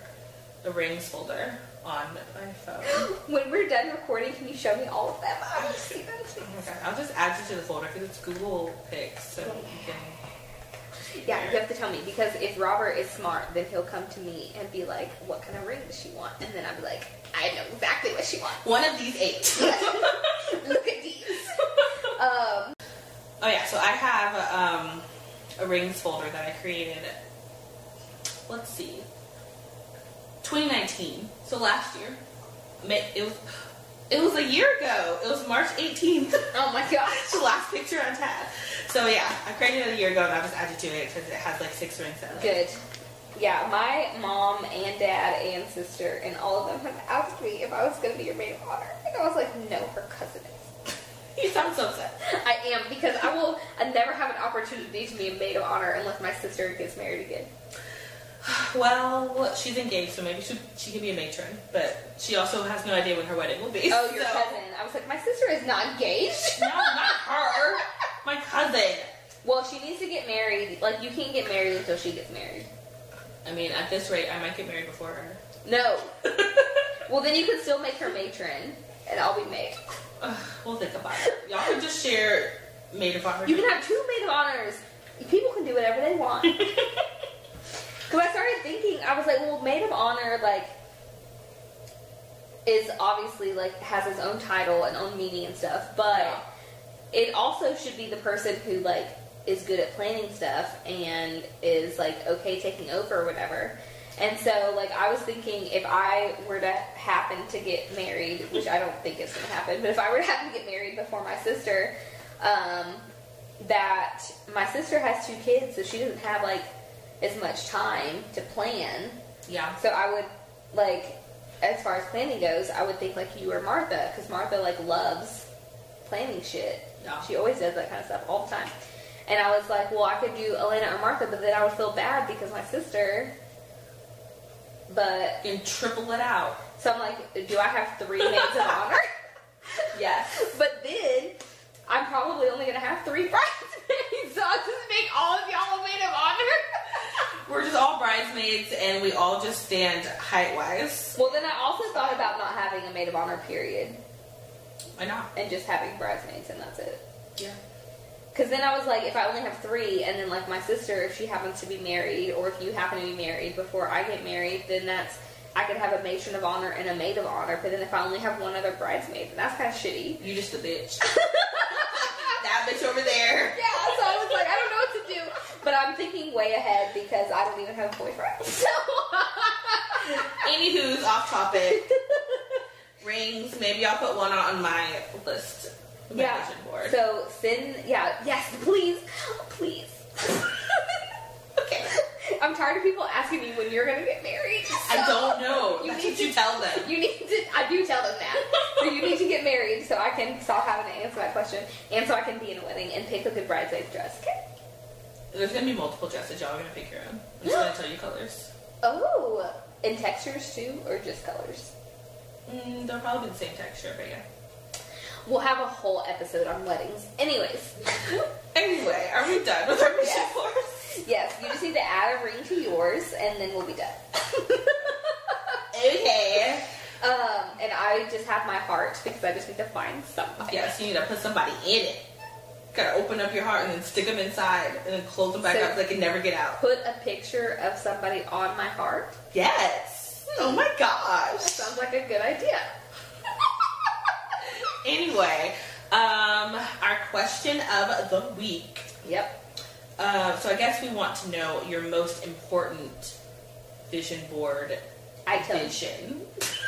the rings folder on my phone. Oh
When we're done recording, can you show me all of them? I want to see them.
Oh my god! I'll just add you to the folder because it's Google Pics, so you can.
Yeah, you have to tell me because if Robert is smart, then he'll come to me and be like, "What kind of ring does she want?" And then I'll be like, "I know exactly what she wants.
One of these eight.
Look at these." Um,
Oh yeah, so I have um, a rings folder that I created. Let's see, 2019. So last year, Ma- it was it was a year ago. It was March 18th.
oh my gosh.
That's the last picture I had. So yeah, I created it a year ago, and I just added to it because it has like six rings on it.
Good. Yeah, my mom and dad and sister and all of them have asked me if I was going to be your maid of honor. And I was like, no, her cousin is.
You sound so upset.
I am because I will I never have an opportunity to be a maid of honor unless my sister gets married again.
Well, she's engaged, so maybe she she can be a matron, but she also has no idea when her wedding will be.
Oh, your
so-
cousin. I was like, my sister is not engaged.
No, not her. My cousin.
Well, she needs to get married. Like, you can't get married until she gets married.
I mean, at this rate, I might get married before her.
No. Well, then you can still make her matron, and I'll be maid.
Ugh, we'll think about it. Y'all can just share maid of honor.
You can have two maid of honors. People can do whatever they want. Because I started thinking, I was like, well, maid of honor, like, is obviously like has its own title and own meaning and stuff, but
Yeah.
it also should be the person who like is good at planning stuff and is like okay taking over or whatever. And so, like, I was thinking if I were to happen to get married, which I don't think it's gonna happen, but if I were to happen to get married before my sister, um, that my sister has two kids, so she doesn't have like as much time to plan.
yeah.
So I would like, as far as planning goes, I would think like you or Martha, because Martha like loves planning shit.
Yeah.
She always does that kind of stuff all the time. And I was like, well, I could do Elena or Martha, but then I would feel bad because my sister. But
And triple it out.
so I'm like, do I have three maids of honor?
Yes.
But then I'm probably only gonna have three bridesmaids, so I'll just make all of y'all a maid of honor.
We're just all bridesmaids, and we all just stand height wise.
Well, then I also thought about not having a maid of honor period
Why not?
and just having bridesmaids and that's it.
Yeah.
Because then I was like, if I only have three, and then like my sister, if she happens to be married, or if you happen to be married before I get married, then that's I could have a matron of honor and a maid of honor. But then if I only have one other bridesmaid, then that's kind of shitty.
You just a bitch. that bitch over there.
Yeah, so I was like, I don't know what to do. But I'm thinking way ahead because I don't even have a boyfriend. So
Anywho's off topic. Rings. Maybe I'll put one on my list. My
yeah.
vision board.
So sin. Yeah. Yes. Please. Please. okay. I'm tired of people asking me when you're gonna get married.
I
so-
don't know.
You
That's
need
what
to-
you tell them.
You need to. I do tell them that. So you need to get married so I can stop having to answer that question, and so I can be in a wedding and pick a good bridesmaid dress. Okay.
There's gonna be multiple dresses. Y'all are gonna pick your own. I'm just gonna tell you colors.
Oh, and textures too, or just colors?
Mm, they'll probably be the same texture, but yeah.
We'll have a whole episode on weddings. Anyways,
Anyway, are we done with our mission
Yes.
force?
yes, you just need to add a ring to yours, and then we'll be done.
Okay.
Um, and I just have my heart because I just need to find somebody.
Oh, Yes, you need to put somebody in it. Gotta open up your heart and then stick them inside and then close them back
So-
up so they can never get out.
Put a picture of somebody on my heart.
Yes. Oh my gosh.
Sounds like a good idea.
Anyway, um, our question of the week.
Yep.
Uh, so I guess we want to know your most important vision board
I tell you.
vision.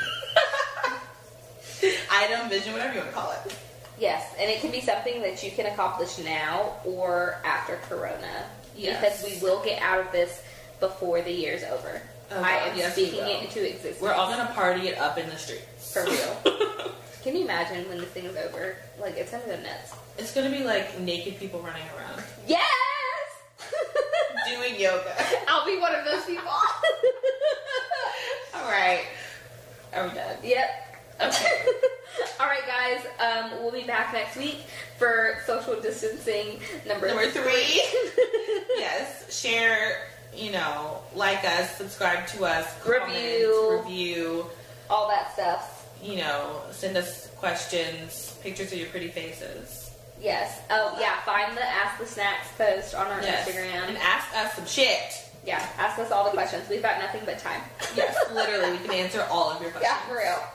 Item, vision, whatever you want to call it.
Yes, and it can be something that you can accomplish now or after Corona.
Yes.
Because we will get out of this before the year's over.
Oh,
I
God,
am
yes, we
speaking
will.
it into existence.
We're all gonna party it up in the streets.
for real. can you imagine when this thing is over? Like, it's gonna go nuts.
It's gonna be like naked people running around
Yes!
doing yoga.
I'll be one of those people.
All right, are we done?
yep.
Okay.
All right, guys. Um, we'll be back next week for social distancing number,
Number three.
three.
yes, share. You know, like us, subscribe to us, comment,
Review.
review.
All that stuff.
You know, send us questions, pictures of your pretty faces.
Yes. Oh, yeah. Find the Ask the Snacks post on our
Yes, and
Instagram.
ask us some shit.
Yeah. Ask us all the questions. We've got nothing but time.
Yes, literally, we can answer all of your questions.
yeah, for real.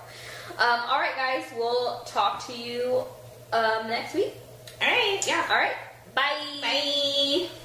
Um, all right, guys. We'll talk to you um, next week.
All right, yeah.
All right. Bye.
Bye.